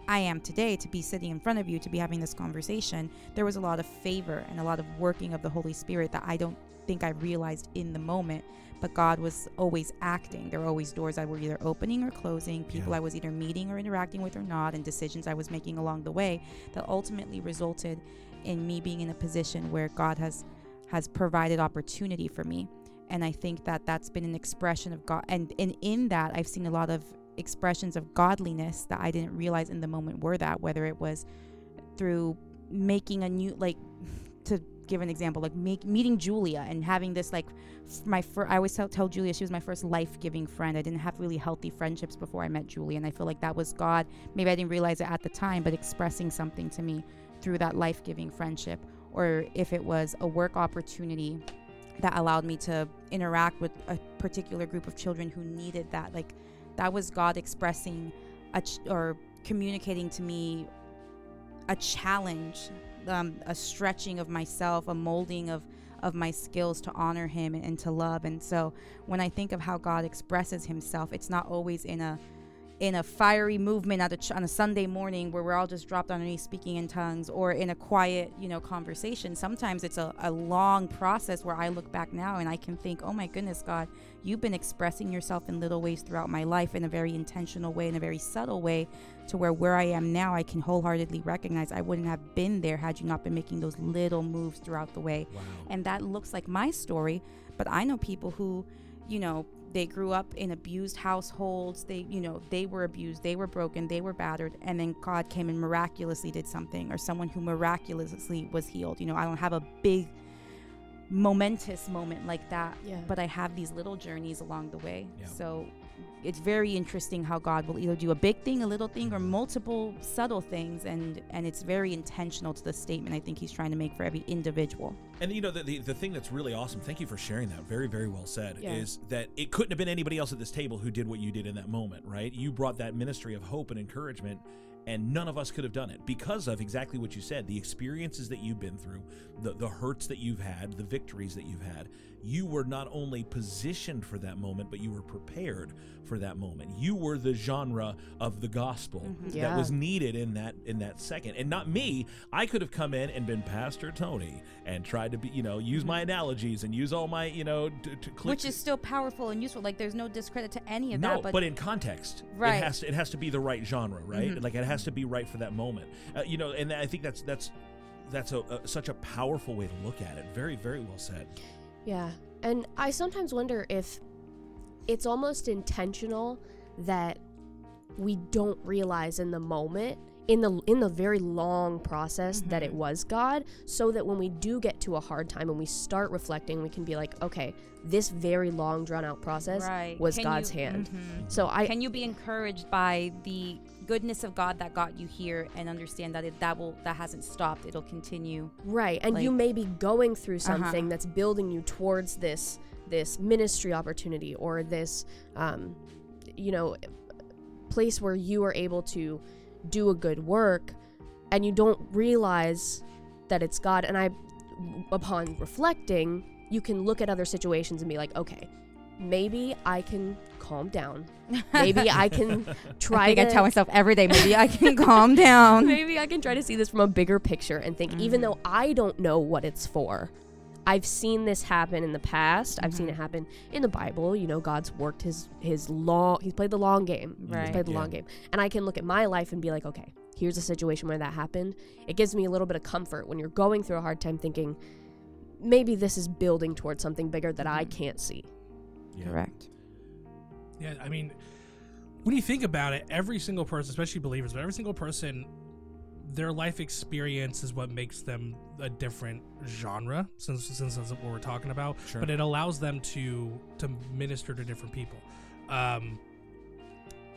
Speaker 4: I am today, to be sitting in front of you, to be having this conversation, there was a lot of favor and a lot of working of the Holy Spirit that I don't think I realized in the moment. But God was always acting. There were always doors I were either opening or closing, people I was either meeting or interacting with or not, and decisions I was making along the way that ultimately resulted in me being in a position where God has has provided opportunity for me. And I think that that's been an expression of God. And, and in that, I've seen a lot of expressions of godliness that I didn't realize in the moment were that, whether it was through making a new, like, to give an example, like make, meeting Julia and having this, like, f- my first, I always tell, tell Julia she was my first life giving friend. I didn't have really healthy friendships before I met Julia. And I feel like that was God. Maybe I didn't realize it at the time, but expressing something to me through that life giving friendship. Or if it was a work opportunity that allowed me to interact with a particular group of children who needed that. Like that was God expressing a ch- or communicating to me a challenge, um, a stretching of myself, a molding of of my skills to honor Him and, and to love. And so when I think of how God expresses Himself, it's not always in a in a fiery movement at a ch- on a Sunday morning where we're all just dropped on our knees speaking in tongues or in a quiet, you know, conversation. Sometimes it's a, a long process where I look back now and I can think, oh my goodness, God, you've been expressing yourself in little ways throughout my life in a very intentional way, in a very subtle way, to where where I am now, I can wholeheartedly recognize I wouldn't have been there had you not been making those little moves throughout the way. And that looks like my story, but I know people who, you know, they grew up in abused households. They, you know, they were abused, they were broken, they were battered, and then God came and miraculously did something, or someone who miraculously was healed. You know, I don't have a big, momentous moment like that
Speaker 5: Yeah.
Speaker 4: but I have these little journeys along the way.
Speaker 2: Yeah.
Speaker 4: So it's very interesting how God will either do a big thing, a little thing, or multiple subtle things, and and it's very intentional to the statement I think He's trying to make for every individual.
Speaker 2: And you know the, the the thing that's really awesome. Thank you for sharing that. Very very well said.
Speaker 5: Yeah.
Speaker 2: Is that it couldn't have been anybody else at this table who did what you did in that moment, right? You brought that ministry of hope and encouragement, and none of us could have done it because of exactly what you said. The experiences that you've been through, the the hurts that you've had, the victories that you've had. You were not only positioned for that moment, but you were prepared for that moment. You were the genre of the gospel that
Speaker 5: Yeah.
Speaker 2: was needed in that in that second and not me i could have come in and been pastor tony and tried to be you know use my analogies and use all my you know to, to click
Speaker 4: Which is still powerful and useful. Like there's no discredit to any of
Speaker 2: no,
Speaker 4: that, but,
Speaker 2: in context, it
Speaker 4: Right.
Speaker 2: has to it has to be the right genre, right?
Speaker 5: Mm-hmm.
Speaker 2: Like it has to be right for that moment, uh, you know. And I think that's that's that's a, a such a powerful way to look at it. Very, very well said.
Speaker 5: Yeah. And I sometimes wonder if it's almost intentional that we don't realize in the moment in the in the very long process that
Speaker 8: Mm-hmm.
Speaker 5: it was God so that when we do get to a hard time and we start reflecting we can be like okay this very long drawn out process
Speaker 8: Right.
Speaker 5: was
Speaker 8: Can
Speaker 5: God's
Speaker 8: you- Mm-hmm.
Speaker 5: hand. So I
Speaker 8: Can you be encouraged by the goodness of God that got you here and understand that it, that will that hasn't stopped. It'll continue.
Speaker 5: Right, and you
Speaker 8: Like-
Speaker 5: may be going through something
Speaker 4: Uh-huh.
Speaker 5: that's building you towards this this ministry opportunity or this um, you know place where you are able to do a good work, and you don't realize that it's God. And I, upon reflecting, you can look at other situations and be like, okay, maybe I can calm down. Maybe I can try.
Speaker 4: I think I
Speaker 5: to-
Speaker 4: tell myself every day maybe I can calm down.
Speaker 5: Maybe I can try to see this from a bigger picture and think, even though I don't know what it's for, I've seen this happen in the past. I've seen it happen in the Bible. You know, God's worked his his long. He's played the long game. He's
Speaker 4: Right.
Speaker 5: played the long
Speaker 2: Yeah.
Speaker 5: game, and I can look at my life and be like, okay, here's a situation where that happened. It gives me a little bit of comfort when you're going through a hard time, thinking maybe this is building towards something bigger that I can't see.
Speaker 2: Yeah.
Speaker 4: Correct.
Speaker 3: Yeah, I mean, when you think about it, every single person, especially believers, but every single person, their life experience is what makes them a different genre, since since that's what we're talking about.
Speaker 2: Sure.
Speaker 3: But it allows them to to minister to different people. Um,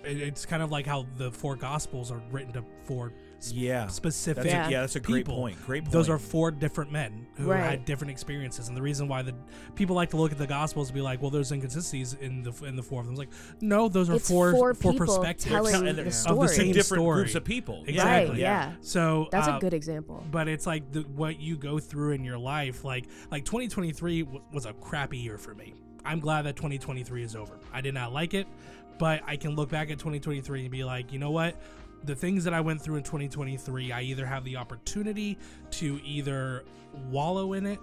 Speaker 3: it- it's kind of like how the four gospels are written to four s-
Speaker 2: Yeah.
Speaker 3: specific.
Speaker 2: That's
Speaker 5: Yeah.
Speaker 2: A, yeah, that's a great
Speaker 3: people.
Speaker 2: point. Great point.
Speaker 3: Those are four different men who
Speaker 5: Right.
Speaker 3: had different experiences, and the reason why the people like to look at the Gospels and be like, "Well, there's inconsistencies in the in the four of them." It's like, no, those are
Speaker 5: It's
Speaker 3: four
Speaker 5: four
Speaker 3: four
Speaker 5: people
Speaker 3: perspectives
Speaker 5: telling
Speaker 3: of
Speaker 5: the
Speaker 3: the
Speaker 5: story.
Speaker 3: same
Speaker 2: different
Speaker 3: story.
Speaker 2: groups of people. Yeah.
Speaker 3: Exactly.
Speaker 5: Right, yeah.
Speaker 3: So
Speaker 5: That's
Speaker 3: uh,
Speaker 5: a good example.
Speaker 3: but it's like the, what you go through in your life like like 2023 w- was a crappy year for me i'm glad that 2023 is over i did not like it but i can look back at 2023 and be like you know what the things that i went through in 2023 i either have the opportunity to either wallow in it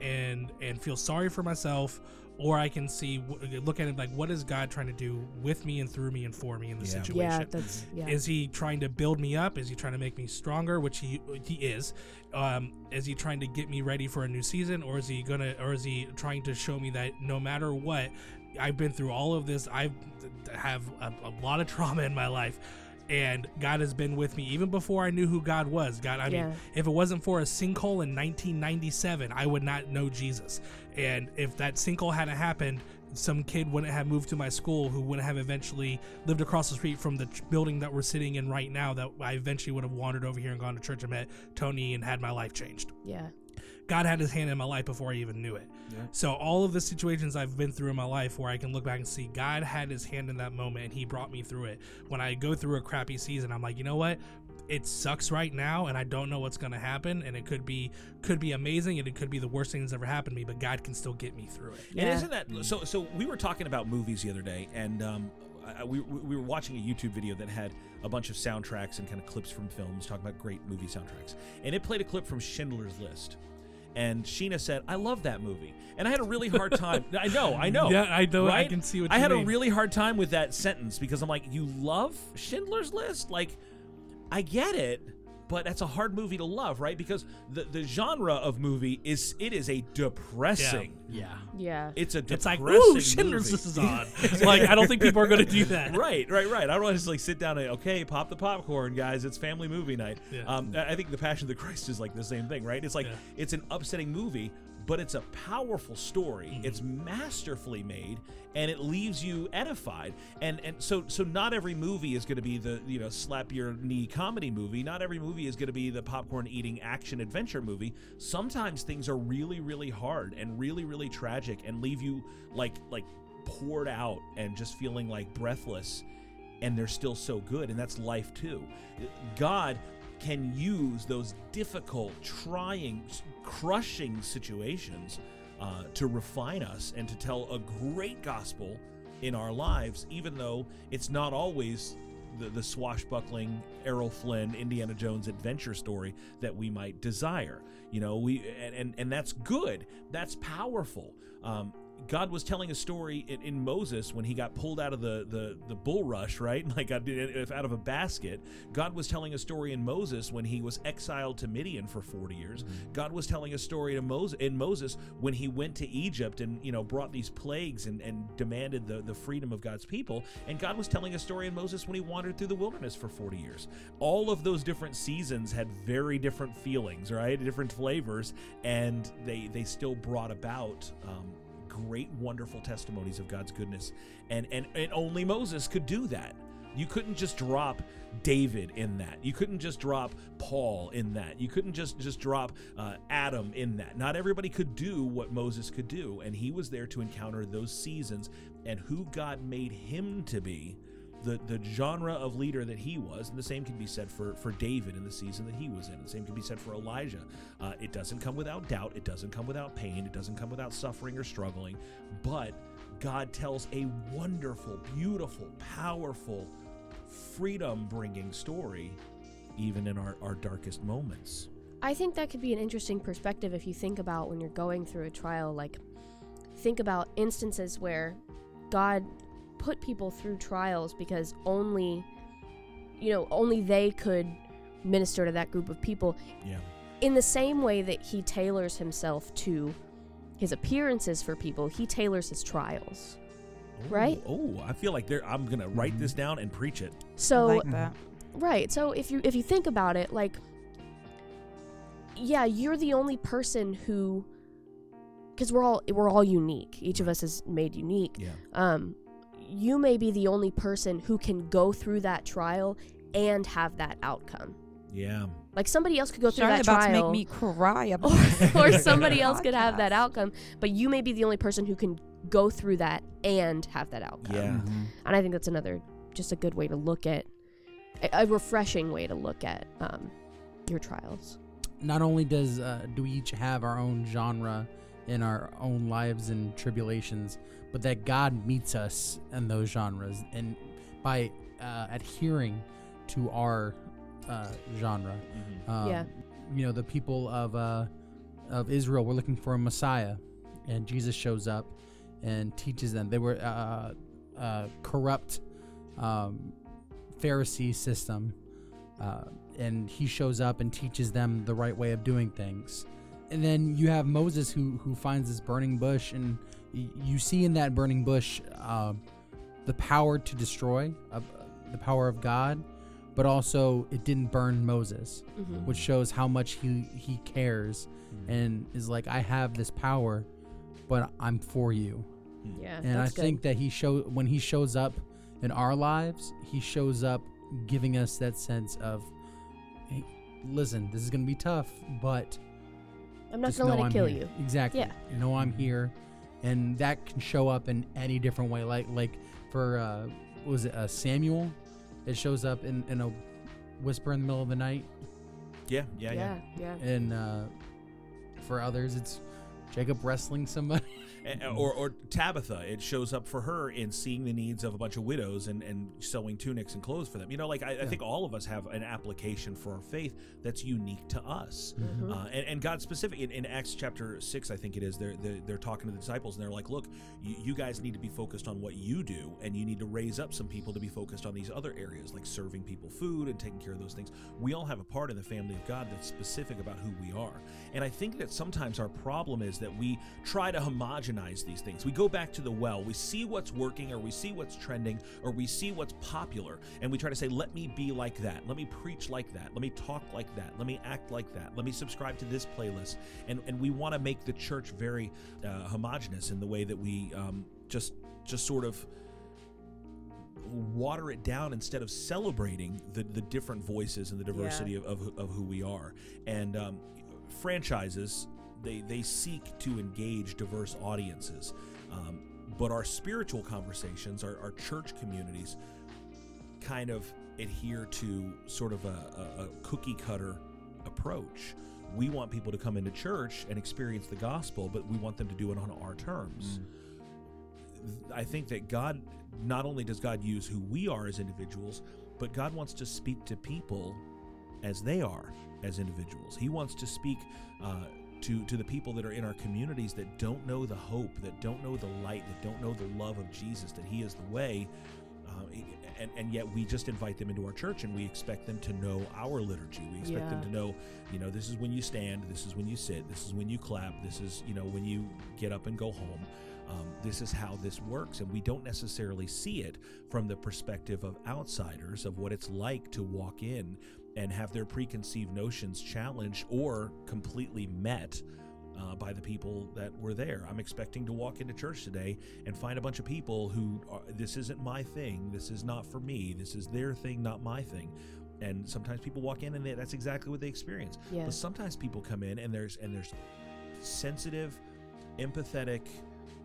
Speaker 3: and and feel sorry for myself or i can see w- look at it like what is god trying to do with me and through me and for me in this
Speaker 2: Yeah. Yeah,
Speaker 3: situation
Speaker 5: Yeah, that's yeah.
Speaker 3: is he trying to build me up? Is he trying to make me stronger? Which he he is. Um, is he trying to get me ready for a new season, or is he gonna, or is he trying to show me that no matter what, I've been through all of this. I have a, a lot of trauma in my life, and God has been with me even before I knew who God was. God, I
Speaker 5: Yeah.
Speaker 3: mean, if it wasn't for a sinkhole in 1997, I would not know Jesus. And if that sinkhole hadn't happened, some kid wouldn't have moved to my school who wouldn't have eventually lived across the street from the ch- building that we're sitting in right now that I eventually would have wandered over here and gone to church and met Tony and had my life changed.
Speaker 5: yeah.
Speaker 3: God had his hand in my life before I even knew it. So all of the situations I've been through in my life where I can look back and see God had his hand in that moment and he brought me through it. When I go through a crappy season, I'm like, you know what? It sucks right now and I don't know what's gonna happen and it could be could be amazing and it could be the worst thing that's ever happened to me, but God can still get me through it.
Speaker 2: And
Speaker 5: Yeah.
Speaker 2: isn't that so? So we were talking about movies the other day, and um, I, we we we were watching a YouTube video that had a bunch of soundtracks and kind of clips from films talking about great movie soundtracks, and it played a clip from Schindler's List. And Sheena said, "I love that movie," and I had a really hard time. I know, I know.
Speaker 3: Yeah, I know, I
Speaker 2: right?
Speaker 3: can see what
Speaker 2: I
Speaker 3: you
Speaker 2: had a
Speaker 3: mean.
Speaker 2: really hard time with that sentence because I'm like, "You love Schindler's List?" Like, I get it, but that's a hard movie to love, right? Because the the genre of movie is it is a depressing.
Speaker 3: Yeah.
Speaker 5: Yeah.
Speaker 2: It's a
Speaker 3: It's like,
Speaker 2: depressing
Speaker 3: ooh, Schindler's
Speaker 2: movie.
Speaker 3: List is on. like, I don't think people are going to do that.
Speaker 2: right, right, right. I don't want to just like sit down and okay, pop the popcorn, guys. It's family movie night.
Speaker 3: Yeah.
Speaker 2: Um, I I think The Passion of the Christ is like the same thing, right? It's like
Speaker 3: Yeah.
Speaker 2: it's an upsetting movie, but it's a powerful story.
Speaker 3: Mm-hmm.
Speaker 2: It's masterfully made, and it leaves you edified. And and so so not every movie is going to be the you know slap your knee comedy movie. Not every movie is going to be the popcorn eating action adventure movie. Sometimes things are really really hard and really really tragic and leave you like like poured out and just feeling like breathless and they're still so good and that's life too god can use those difficult trying s- crushing situations uh, to refine us and to tell a great gospel in our lives even though it's not always the, the swashbuckling errol flynn indiana jones adventure story that we might desire you know we and and, and that's good that's powerful um, God was telling a story in, in Moses when he got pulled out of the, the, the bulrush, right? Like out- if out of a basket. God was telling a story in Moses when he was exiled to Midian for 40 years. God was telling a story to Moses, in Moses when he went to Egypt and, you know, brought these plagues and, and demanded the, the freedom of God's people. And God was telling a story in Moses when he wandered through the wilderness for 40 years. All of those different seasons had very different feelings, right? Different flavors. And they, they still brought about... Um, great wonderful testimonies of god's goodness and and, and only moses could do that you couldn't just drop david in that you couldn't just drop paul in that you couldn't just just drop uh, adam in that not everybody could do what moses could do and he was there to encounter those seasons and who god made him to be the, the genre of leader that he was, and the same can be said for, for David in the season that he was in, and the same can be said for Elijah. Uh, it doesn't come without doubt, it doesn't come without pain, it doesn't come without suffering or struggling, but God tells a wonderful, beautiful, powerful, freedom bringing story, even in our, our darkest moments.
Speaker 5: I think that could be an interesting perspective if you think about when you're going through a trial. Like, think about instances where God put people through trials because only, you know, only they could minister to that group of people
Speaker 2: Yeah.
Speaker 5: in the same way that he tailors himself to his appearances for people, he tailors his trials. Right?
Speaker 2: Oh, I feel like there. I'm gonna write this down and preach it.
Speaker 5: So
Speaker 4: like that.
Speaker 5: Right. So if you if you think about it, like yeah, you're the only person who cuz we're all we're all unique. Each of us is made unique.
Speaker 2: Yeah.
Speaker 5: Um you may be the only person who can go through that trial and have that outcome.
Speaker 2: Yeah.
Speaker 5: Like somebody else could go through
Speaker 4: Charlotte
Speaker 5: that
Speaker 4: about
Speaker 5: trial.
Speaker 4: to make me cry about this
Speaker 5: or, or somebody else could have that
Speaker 4: podcast.
Speaker 5: outcome, but you may be the only person who can go through that and have that outcome.
Speaker 2: Yeah.
Speaker 6: Mm-hmm.
Speaker 5: And I think that's another, just a good way to look at, a, a refreshing way to look at um, your trials.
Speaker 6: Not only does uh, do we each have our own genre in our own lives and tribulations, but that God meets us in those genres, and by uh, adhering to our uh, genre, um,
Speaker 5: Yeah.
Speaker 6: you know, the people of uh, of Israel were looking for a Messiah, and Jesus shows up and teaches them. They were uh, uh, corrupt um, Pharisee system, uh, and he shows up and teaches them the right way of doing things. And then you have Moses who who finds this burning bush, and y- you see in that burning bush uh, the power to destroy, of the power of God, but also it didn't burn Moses
Speaker 5: Mhm.
Speaker 6: which shows how much he he cares and is like I have this power but I'm for you
Speaker 5: Yeah.
Speaker 6: and I
Speaker 5: that's good.
Speaker 6: think that he show when he shows up in our lives he shows up giving us that sense of hey, listen this is going to be tough but
Speaker 5: I'm not
Speaker 6: just
Speaker 5: going to
Speaker 6: know
Speaker 5: let it
Speaker 6: I'm
Speaker 5: kill
Speaker 6: here.
Speaker 5: you.
Speaker 6: exactly
Speaker 5: Yeah.
Speaker 6: know I'm here and that can show up in any different way like like for uh what was it uh, Samuel it shows up in in a whisper in the middle of the night
Speaker 2: Yeah. Yeah. Yeah.
Speaker 5: Yeah. Yeah.
Speaker 6: and uh, for others, it's Jacob wrestling somebody.
Speaker 2: A- a- Or, or Tabitha, it shows up for her in seeing the needs of a bunch of widows and, and sewing tunics and clothes for them. You know, like I, I think all of us have an application for our faith that's unique to us. Uh, and, and God specific in, in Acts chapter six, I think it is. They're they're, they're talking to the disciples and they're like, "Look, you, you guys need to be focused on what you do, and you need to raise up some people to be focused on these other areas, like serving people food and taking care of those things." We all have a part in the family of God that's specific about who we are, and I think that sometimes our problem is that we try to homogenize these things. We go back to the well, we see what's working, or we see what's trending, or we see what's popular, and we try to say, "Let me be like that. Let me preach like that. Let me talk like that. Let me act like that. Let me subscribe to this playlist." And and we want to make the church very uh, homogenous in the way that we um, just just sort of water it down instead of celebrating the, the different voices and the diversity of, of, who- of who we are. And um, franchises, they, they seek to engage diverse audiences. Um, but our spiritual conversations, our, our church communities, kind of adhere to sort of a, a, a cookie cutter approach. We want people to come into church and experience the gospel, but we want them to do it on our terms. I think that God not only does God use who we are as individuals, but God wants to speak to people as they are as individuals. He wants to speak uh, to to the people that are in our communities that don't know the hope, that don't know the light, that don't know the love of Jesus, that He is the way. Um, and, and yet we just invite them into our church and we expect them to know our liturgy. We expect them
Speaker 5: Yeah.
Speaker 2: to know, you know, this is when you stand, this is when you sit, this is when you clap, this is, you know, when you get up and go home. Um, this is how this works. And we don't necessarily see it from the perspective of outsiders of what it's like to walk in and have their preconceived notions challenged or completely met uh, by the people that were there. I'm expecting to walk into church today and find a bunch of people who are, this isn't my thing, this is not for me, this is their thing, not my thing. And sometimes people walk in and they, that's exactly what they experience.
Speaker 5: Yeah.
Speaker 2: But sometimes people come in and there's and there's sensitive, empathetic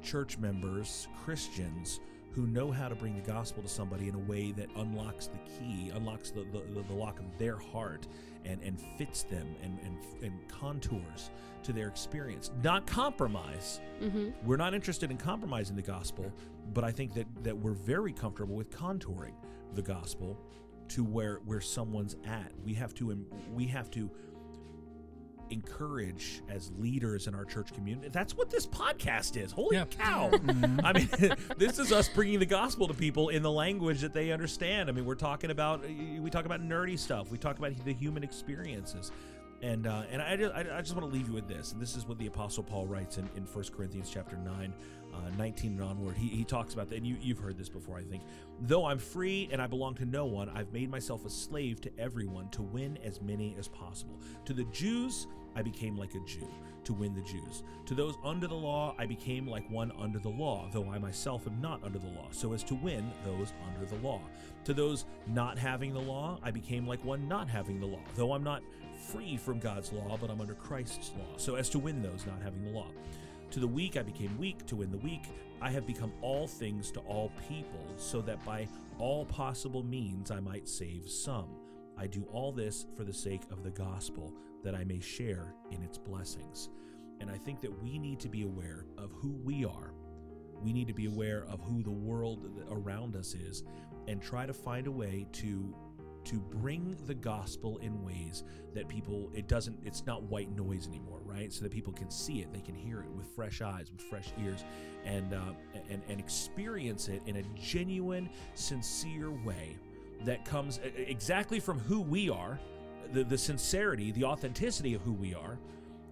Speaker 2: church members, Christians who know how to bring the gospel to somebody in a way that unlocks the key, unlocks the, the, the, the lock of their heart and, and fits them and, and, and contours to their experience. Not compromise.
Speaker 5: Mhm.
Speaker 2: We're not interested in compromising the gospel, but I think that, that we're very comfortable with contouring the gospel to where, where someone's at. We have to em- we have to encourage as leaders in our church community. That's what this podcast is. Holy
Speaker 3: Yeah.
Speaker 2: cow. I mean, this is us bringing the gospel to people in the language that they understand. I mean, we're talking about we talk about nerdy stuff. We talk about the human experiences. And, uh, and I just, I I just want to leave you with this. And this is what the Apostle Paul writes in, in 1 Corinthians chapter 9. uh, 19 and onward, he, he talks about that, and you, you've heard this before, I think. Though I'm free and I belong to no one, I've made myself a slave to everyone to win as many as possible. To the Jews, I became like a Jew to win the Jews. To those under the law, I became like one under the law, though I myself am not under the law, so as to win those under the law. To those not having the law, I became like one not having the law, though I'm not free from God's law, but I'm under Christ's law, so as to win those not having the law. To the weak, I became weak to win the weak. I have become all things to all people, so that by all possible means I might save some. I do all this for the sake of the gospel, that I may share in its blessings. And I think that we need to be aware of who we are. We need to be aware of who the world around us is and try to find a way to to bring the gospel in ways that people it doesn't it's not white noise anymore right so that people can see it they can hear it with fresh eyes with fresh ears and uh, and and experience it in a genuine sincere way that comes e- exactly from who we are the the sincerity the authenticity of who we are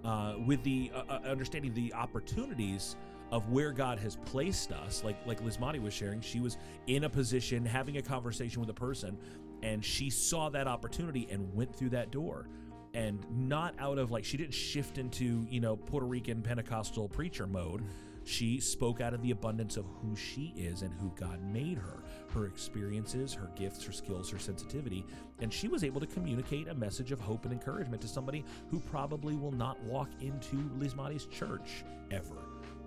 Speaker 2: uh, with the uh, uh, understanding the opportunities of where God has placed us. Like like Lizmati was sharing, she was in a position having a conversation with a person, and she saw that opportunity and went through that door, and not out of like she didn't shift into you know Puerto Rican Pentecostal preacher mode. She spoke out of the abundance of who she is and who God made her, her experiences, her gifts, her skills, her sensitivity, and she was able to communicate a message of hope and encouragement to somebody who probably will not walk into Lismati's church ever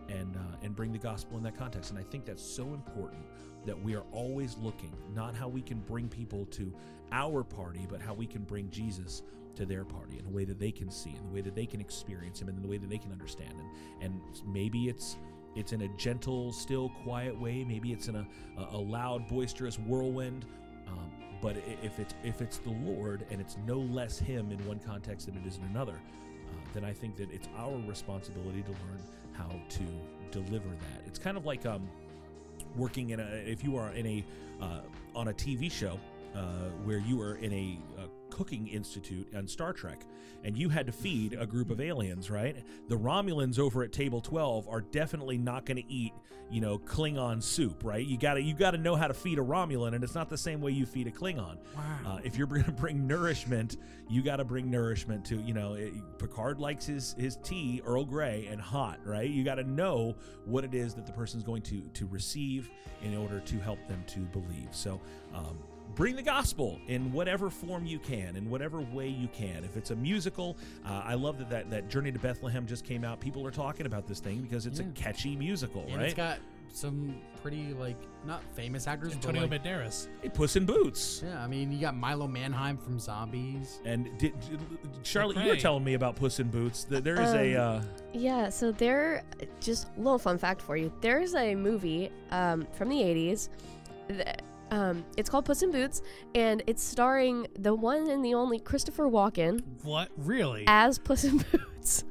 Speaker 2: and uh, and bring the gospel in that context. And I think that's so important that we are always looking not how we can bring people to our party, but how we can bring Jesus to their party in a way that they can see, in the way that they can experience Him, and in the way that they can understand. And and maybe it's it's in a gentle, still, quiet way. Maybe it's in a a, a loud, boisterous whirlwind. Um, but i- if it's if it's the Lord and it's no less Him in one context than it is in another, uh, then I think that it's our responsibility to learn how to deliver that. It's kind of like um, working in a if you are in a uh, on a TV show uh, where you were in a, uh cooking institute on Star Trek and you had to feed a group of aliens, right? The Romulans over at table 12 are definitely not going to eat, you know, Klingon soup, right? You got to you got to know how to feed a Romulan and it's not the same way you feed a Klingon. Uh, if you're going to bring nourishment, you got to bring nourishment to you know. It, Picard likes his his tea Earl Grey and hot, right? You got to know what it is that the person's going to to receive in order to help them to believe. So. Um, Bring the gospel in whatever form you can, in whatever way you can. If it's a musical, uh, I love that, that that Journey to Bethlehem just came out. People are talking about this thing because it's a
Speaker 6: Yeah.
Speaker 2: catchy musical,
Speaker 6: And
Speaker 2: right?
Speaker 6: it's got some pretty like not famous actors,
Speaker 3: Antonio
Speaker 6: but like,
Speaker 3: Banderas.
Speaker 2: Hey, Puss in Boots.
Speaker 6: yeah. I mean, you got Milo Manheim from Zombies.
Speaker 2: And did, did- Charlotte, you were
Speaker 3: Right.
Speaker 2: telling me about Puss in Boots. That there is a
Speaker 5: Um,
Speaker 2: uh,
Speaker 5: Yeah, so there, just a little fun fact for you. There's a movie um, from the 80s. That, um, it's called Puss in Boots, and it's starring the one and the only Christopher Walken
Speaker 3: What? Really?
Speaker 5: as Puss in Boots.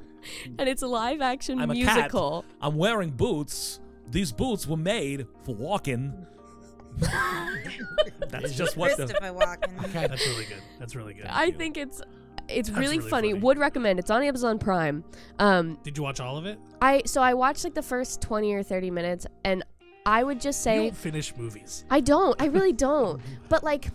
Speaker 5: and it's a live action
Speaker 2: I'm a cat.
Speaker 5: musical.
Speaker 2: I'm wearing boots. These boots were made for walking. That's just what the.
Speaker 4: Christopher Walken.
Speaker 6: Okay.
Speaker 3: That's really good. That's really good.
Speaker 5: I think it's it's
Speaker 3: That's
Speaker 5: really,
Speaker 3: really
Speaker 5: funny.
Speaker 3: funny.
Speaker 5: Would recommend. It's on Amazon Prime. Um,
Speaker 3: Did you watch all of it?
Speaker 5: I so I watched like the first 20 or 30 minutes, and I would just
Speaker 3: You
Speaker 5: say
Speaker 3: don't Mm-hmm. finish movies.
Speaker 5: I don't. I really don't. But like,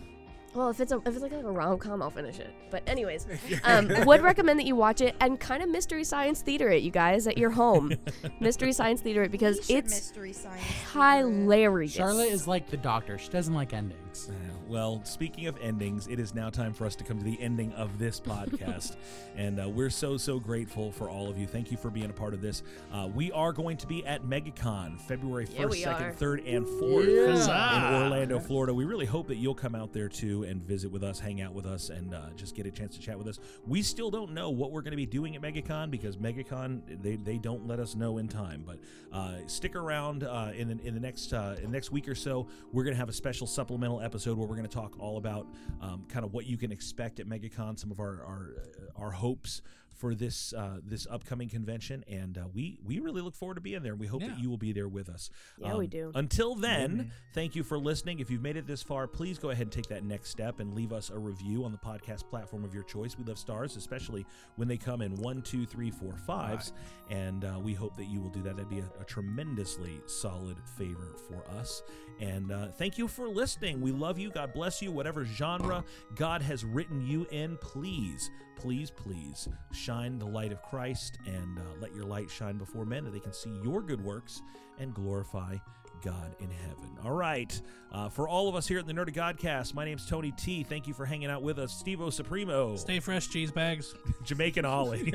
Speaker 5: well, if it's a if it's like a rom com, I'll finish it. But anyways, um, would recommend that you watch it and kind of mystery science theater it, you guys, at your home. mystery science theater it because it's
Speaker 4: mystery science.
Speaker 5: hilarious.
Speaker 6: Charlotte is like the doctor. She doesn't like endings.
Speaker 2: Uh, Well, speaking of endings, it is now time for us to come to the ending of this podcast. and uh, we're so, so grateful for all of you. Thank you for being a part of this. Uh, we are going to be at MegaCon February 1st,
Speaker 5: Yeah, we
Speaker 2: 2nd,
Speaker 5: are.
Speaker 2: 3rd, and 4th
Speaker 3: Huzzah!
Speaker 2: in Orlando, Florida. We really hope that you'll come out there too and visit with us, hang out with us, and uh, just get a chance to chat with us. We still don't know what we're going to be doing at MegaCon because MegaCon they, they don't let us know in time. But uh, stick around uh, in the, in the next uh, in the next week or so. We're going to have a special supplemental episode where we're going to talk all about um, kind of what you can expect at MegaCon, some of our our, uh, our hopes for this uh, this upcoming convention, and uh, we we really look forward to being there. We hope that
Speaker 3: Yeah.
Speaker 2: you will be there with us.
Speaker 5: Yeah, we do.
Speaker 2: Until then, thank you for listening. If you've made it this far, please go ahead and take that next step and leave us a review on the podcast platform of your choice. We love stars, especially when they come in one, two, three, four, fives, and uh, we hope that you will do that. That'd be a, a tremendously solid favor for us. And uh, thank you for listening. We love you. God bless you. Whatever genre God has written you in, please, please, please shine the light of Christ and uh, let your light shine before men that they can see your good works and glorify God in heaven. All right. Uh, for all of us here at the Nerd of Godcast, my name's Tony T. Thank you for hanging out with us. Steve O Supremo,
Speaker 3: Stay fresh, cheese bags.
Speaker 2: Jamaican Ollie,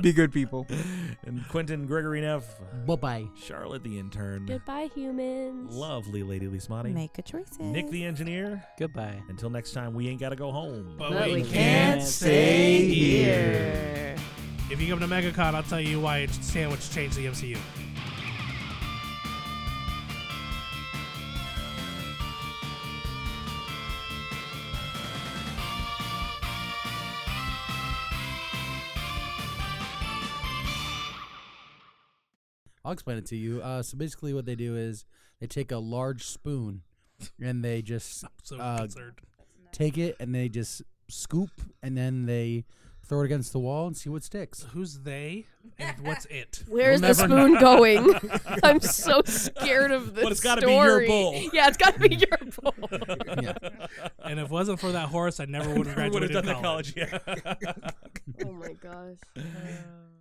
Speaker 7: Be good people.
Speaker 2: and Quentin Gregory Neff,
Speaker 6: Bye bye.
Speaker 2: Charlotte the intern,
Speaker 5: Goodbye, humans.
Speaker 2: lovely Lady Lismani,
Speaker 4: Make a choice.
Speaker 2: Nick the engineer.
Speaker 9: Goodbye.
Speaker 2: Until next time, we ain't got to go home.
Speaker 5: But we
Speaker 9: can't
Speaker 7: stay
Speaker 3: here. If you come to MegaCon, I'll tell you why sandwich changed the MCU.
Speaker 6: I'll explain it to you. Uh, so basically, what they do is they take a large spoon and they just
Speaker 3: So
Speaker 6: Uh,
Speaker 3: concerned.
Speaker 6: take it and they just scoop and then they throw it against the wall and see what sticks.
Speaker 3: Who's they and what's it?
Speaker 5: Where's the
Speaker 6: You'll never
Speaker 5: spoon going? I'm so scared of this.
Speaker 2: But it's gotta be your
Speaker 5: story.
Speaker 2: bowl.
Speaker 5: Yeah, it's got to be your bowl.
Speaker 6: Yeah.
Speaker 3: And if it wasn't for that horse, I never would have
Speaker 2: Who would've
Speaker 3: graduated
Speaker 2: done that
Speaker 3: college.
Speaker 2: college? Yeah.
Speaker 5: oh my gosh.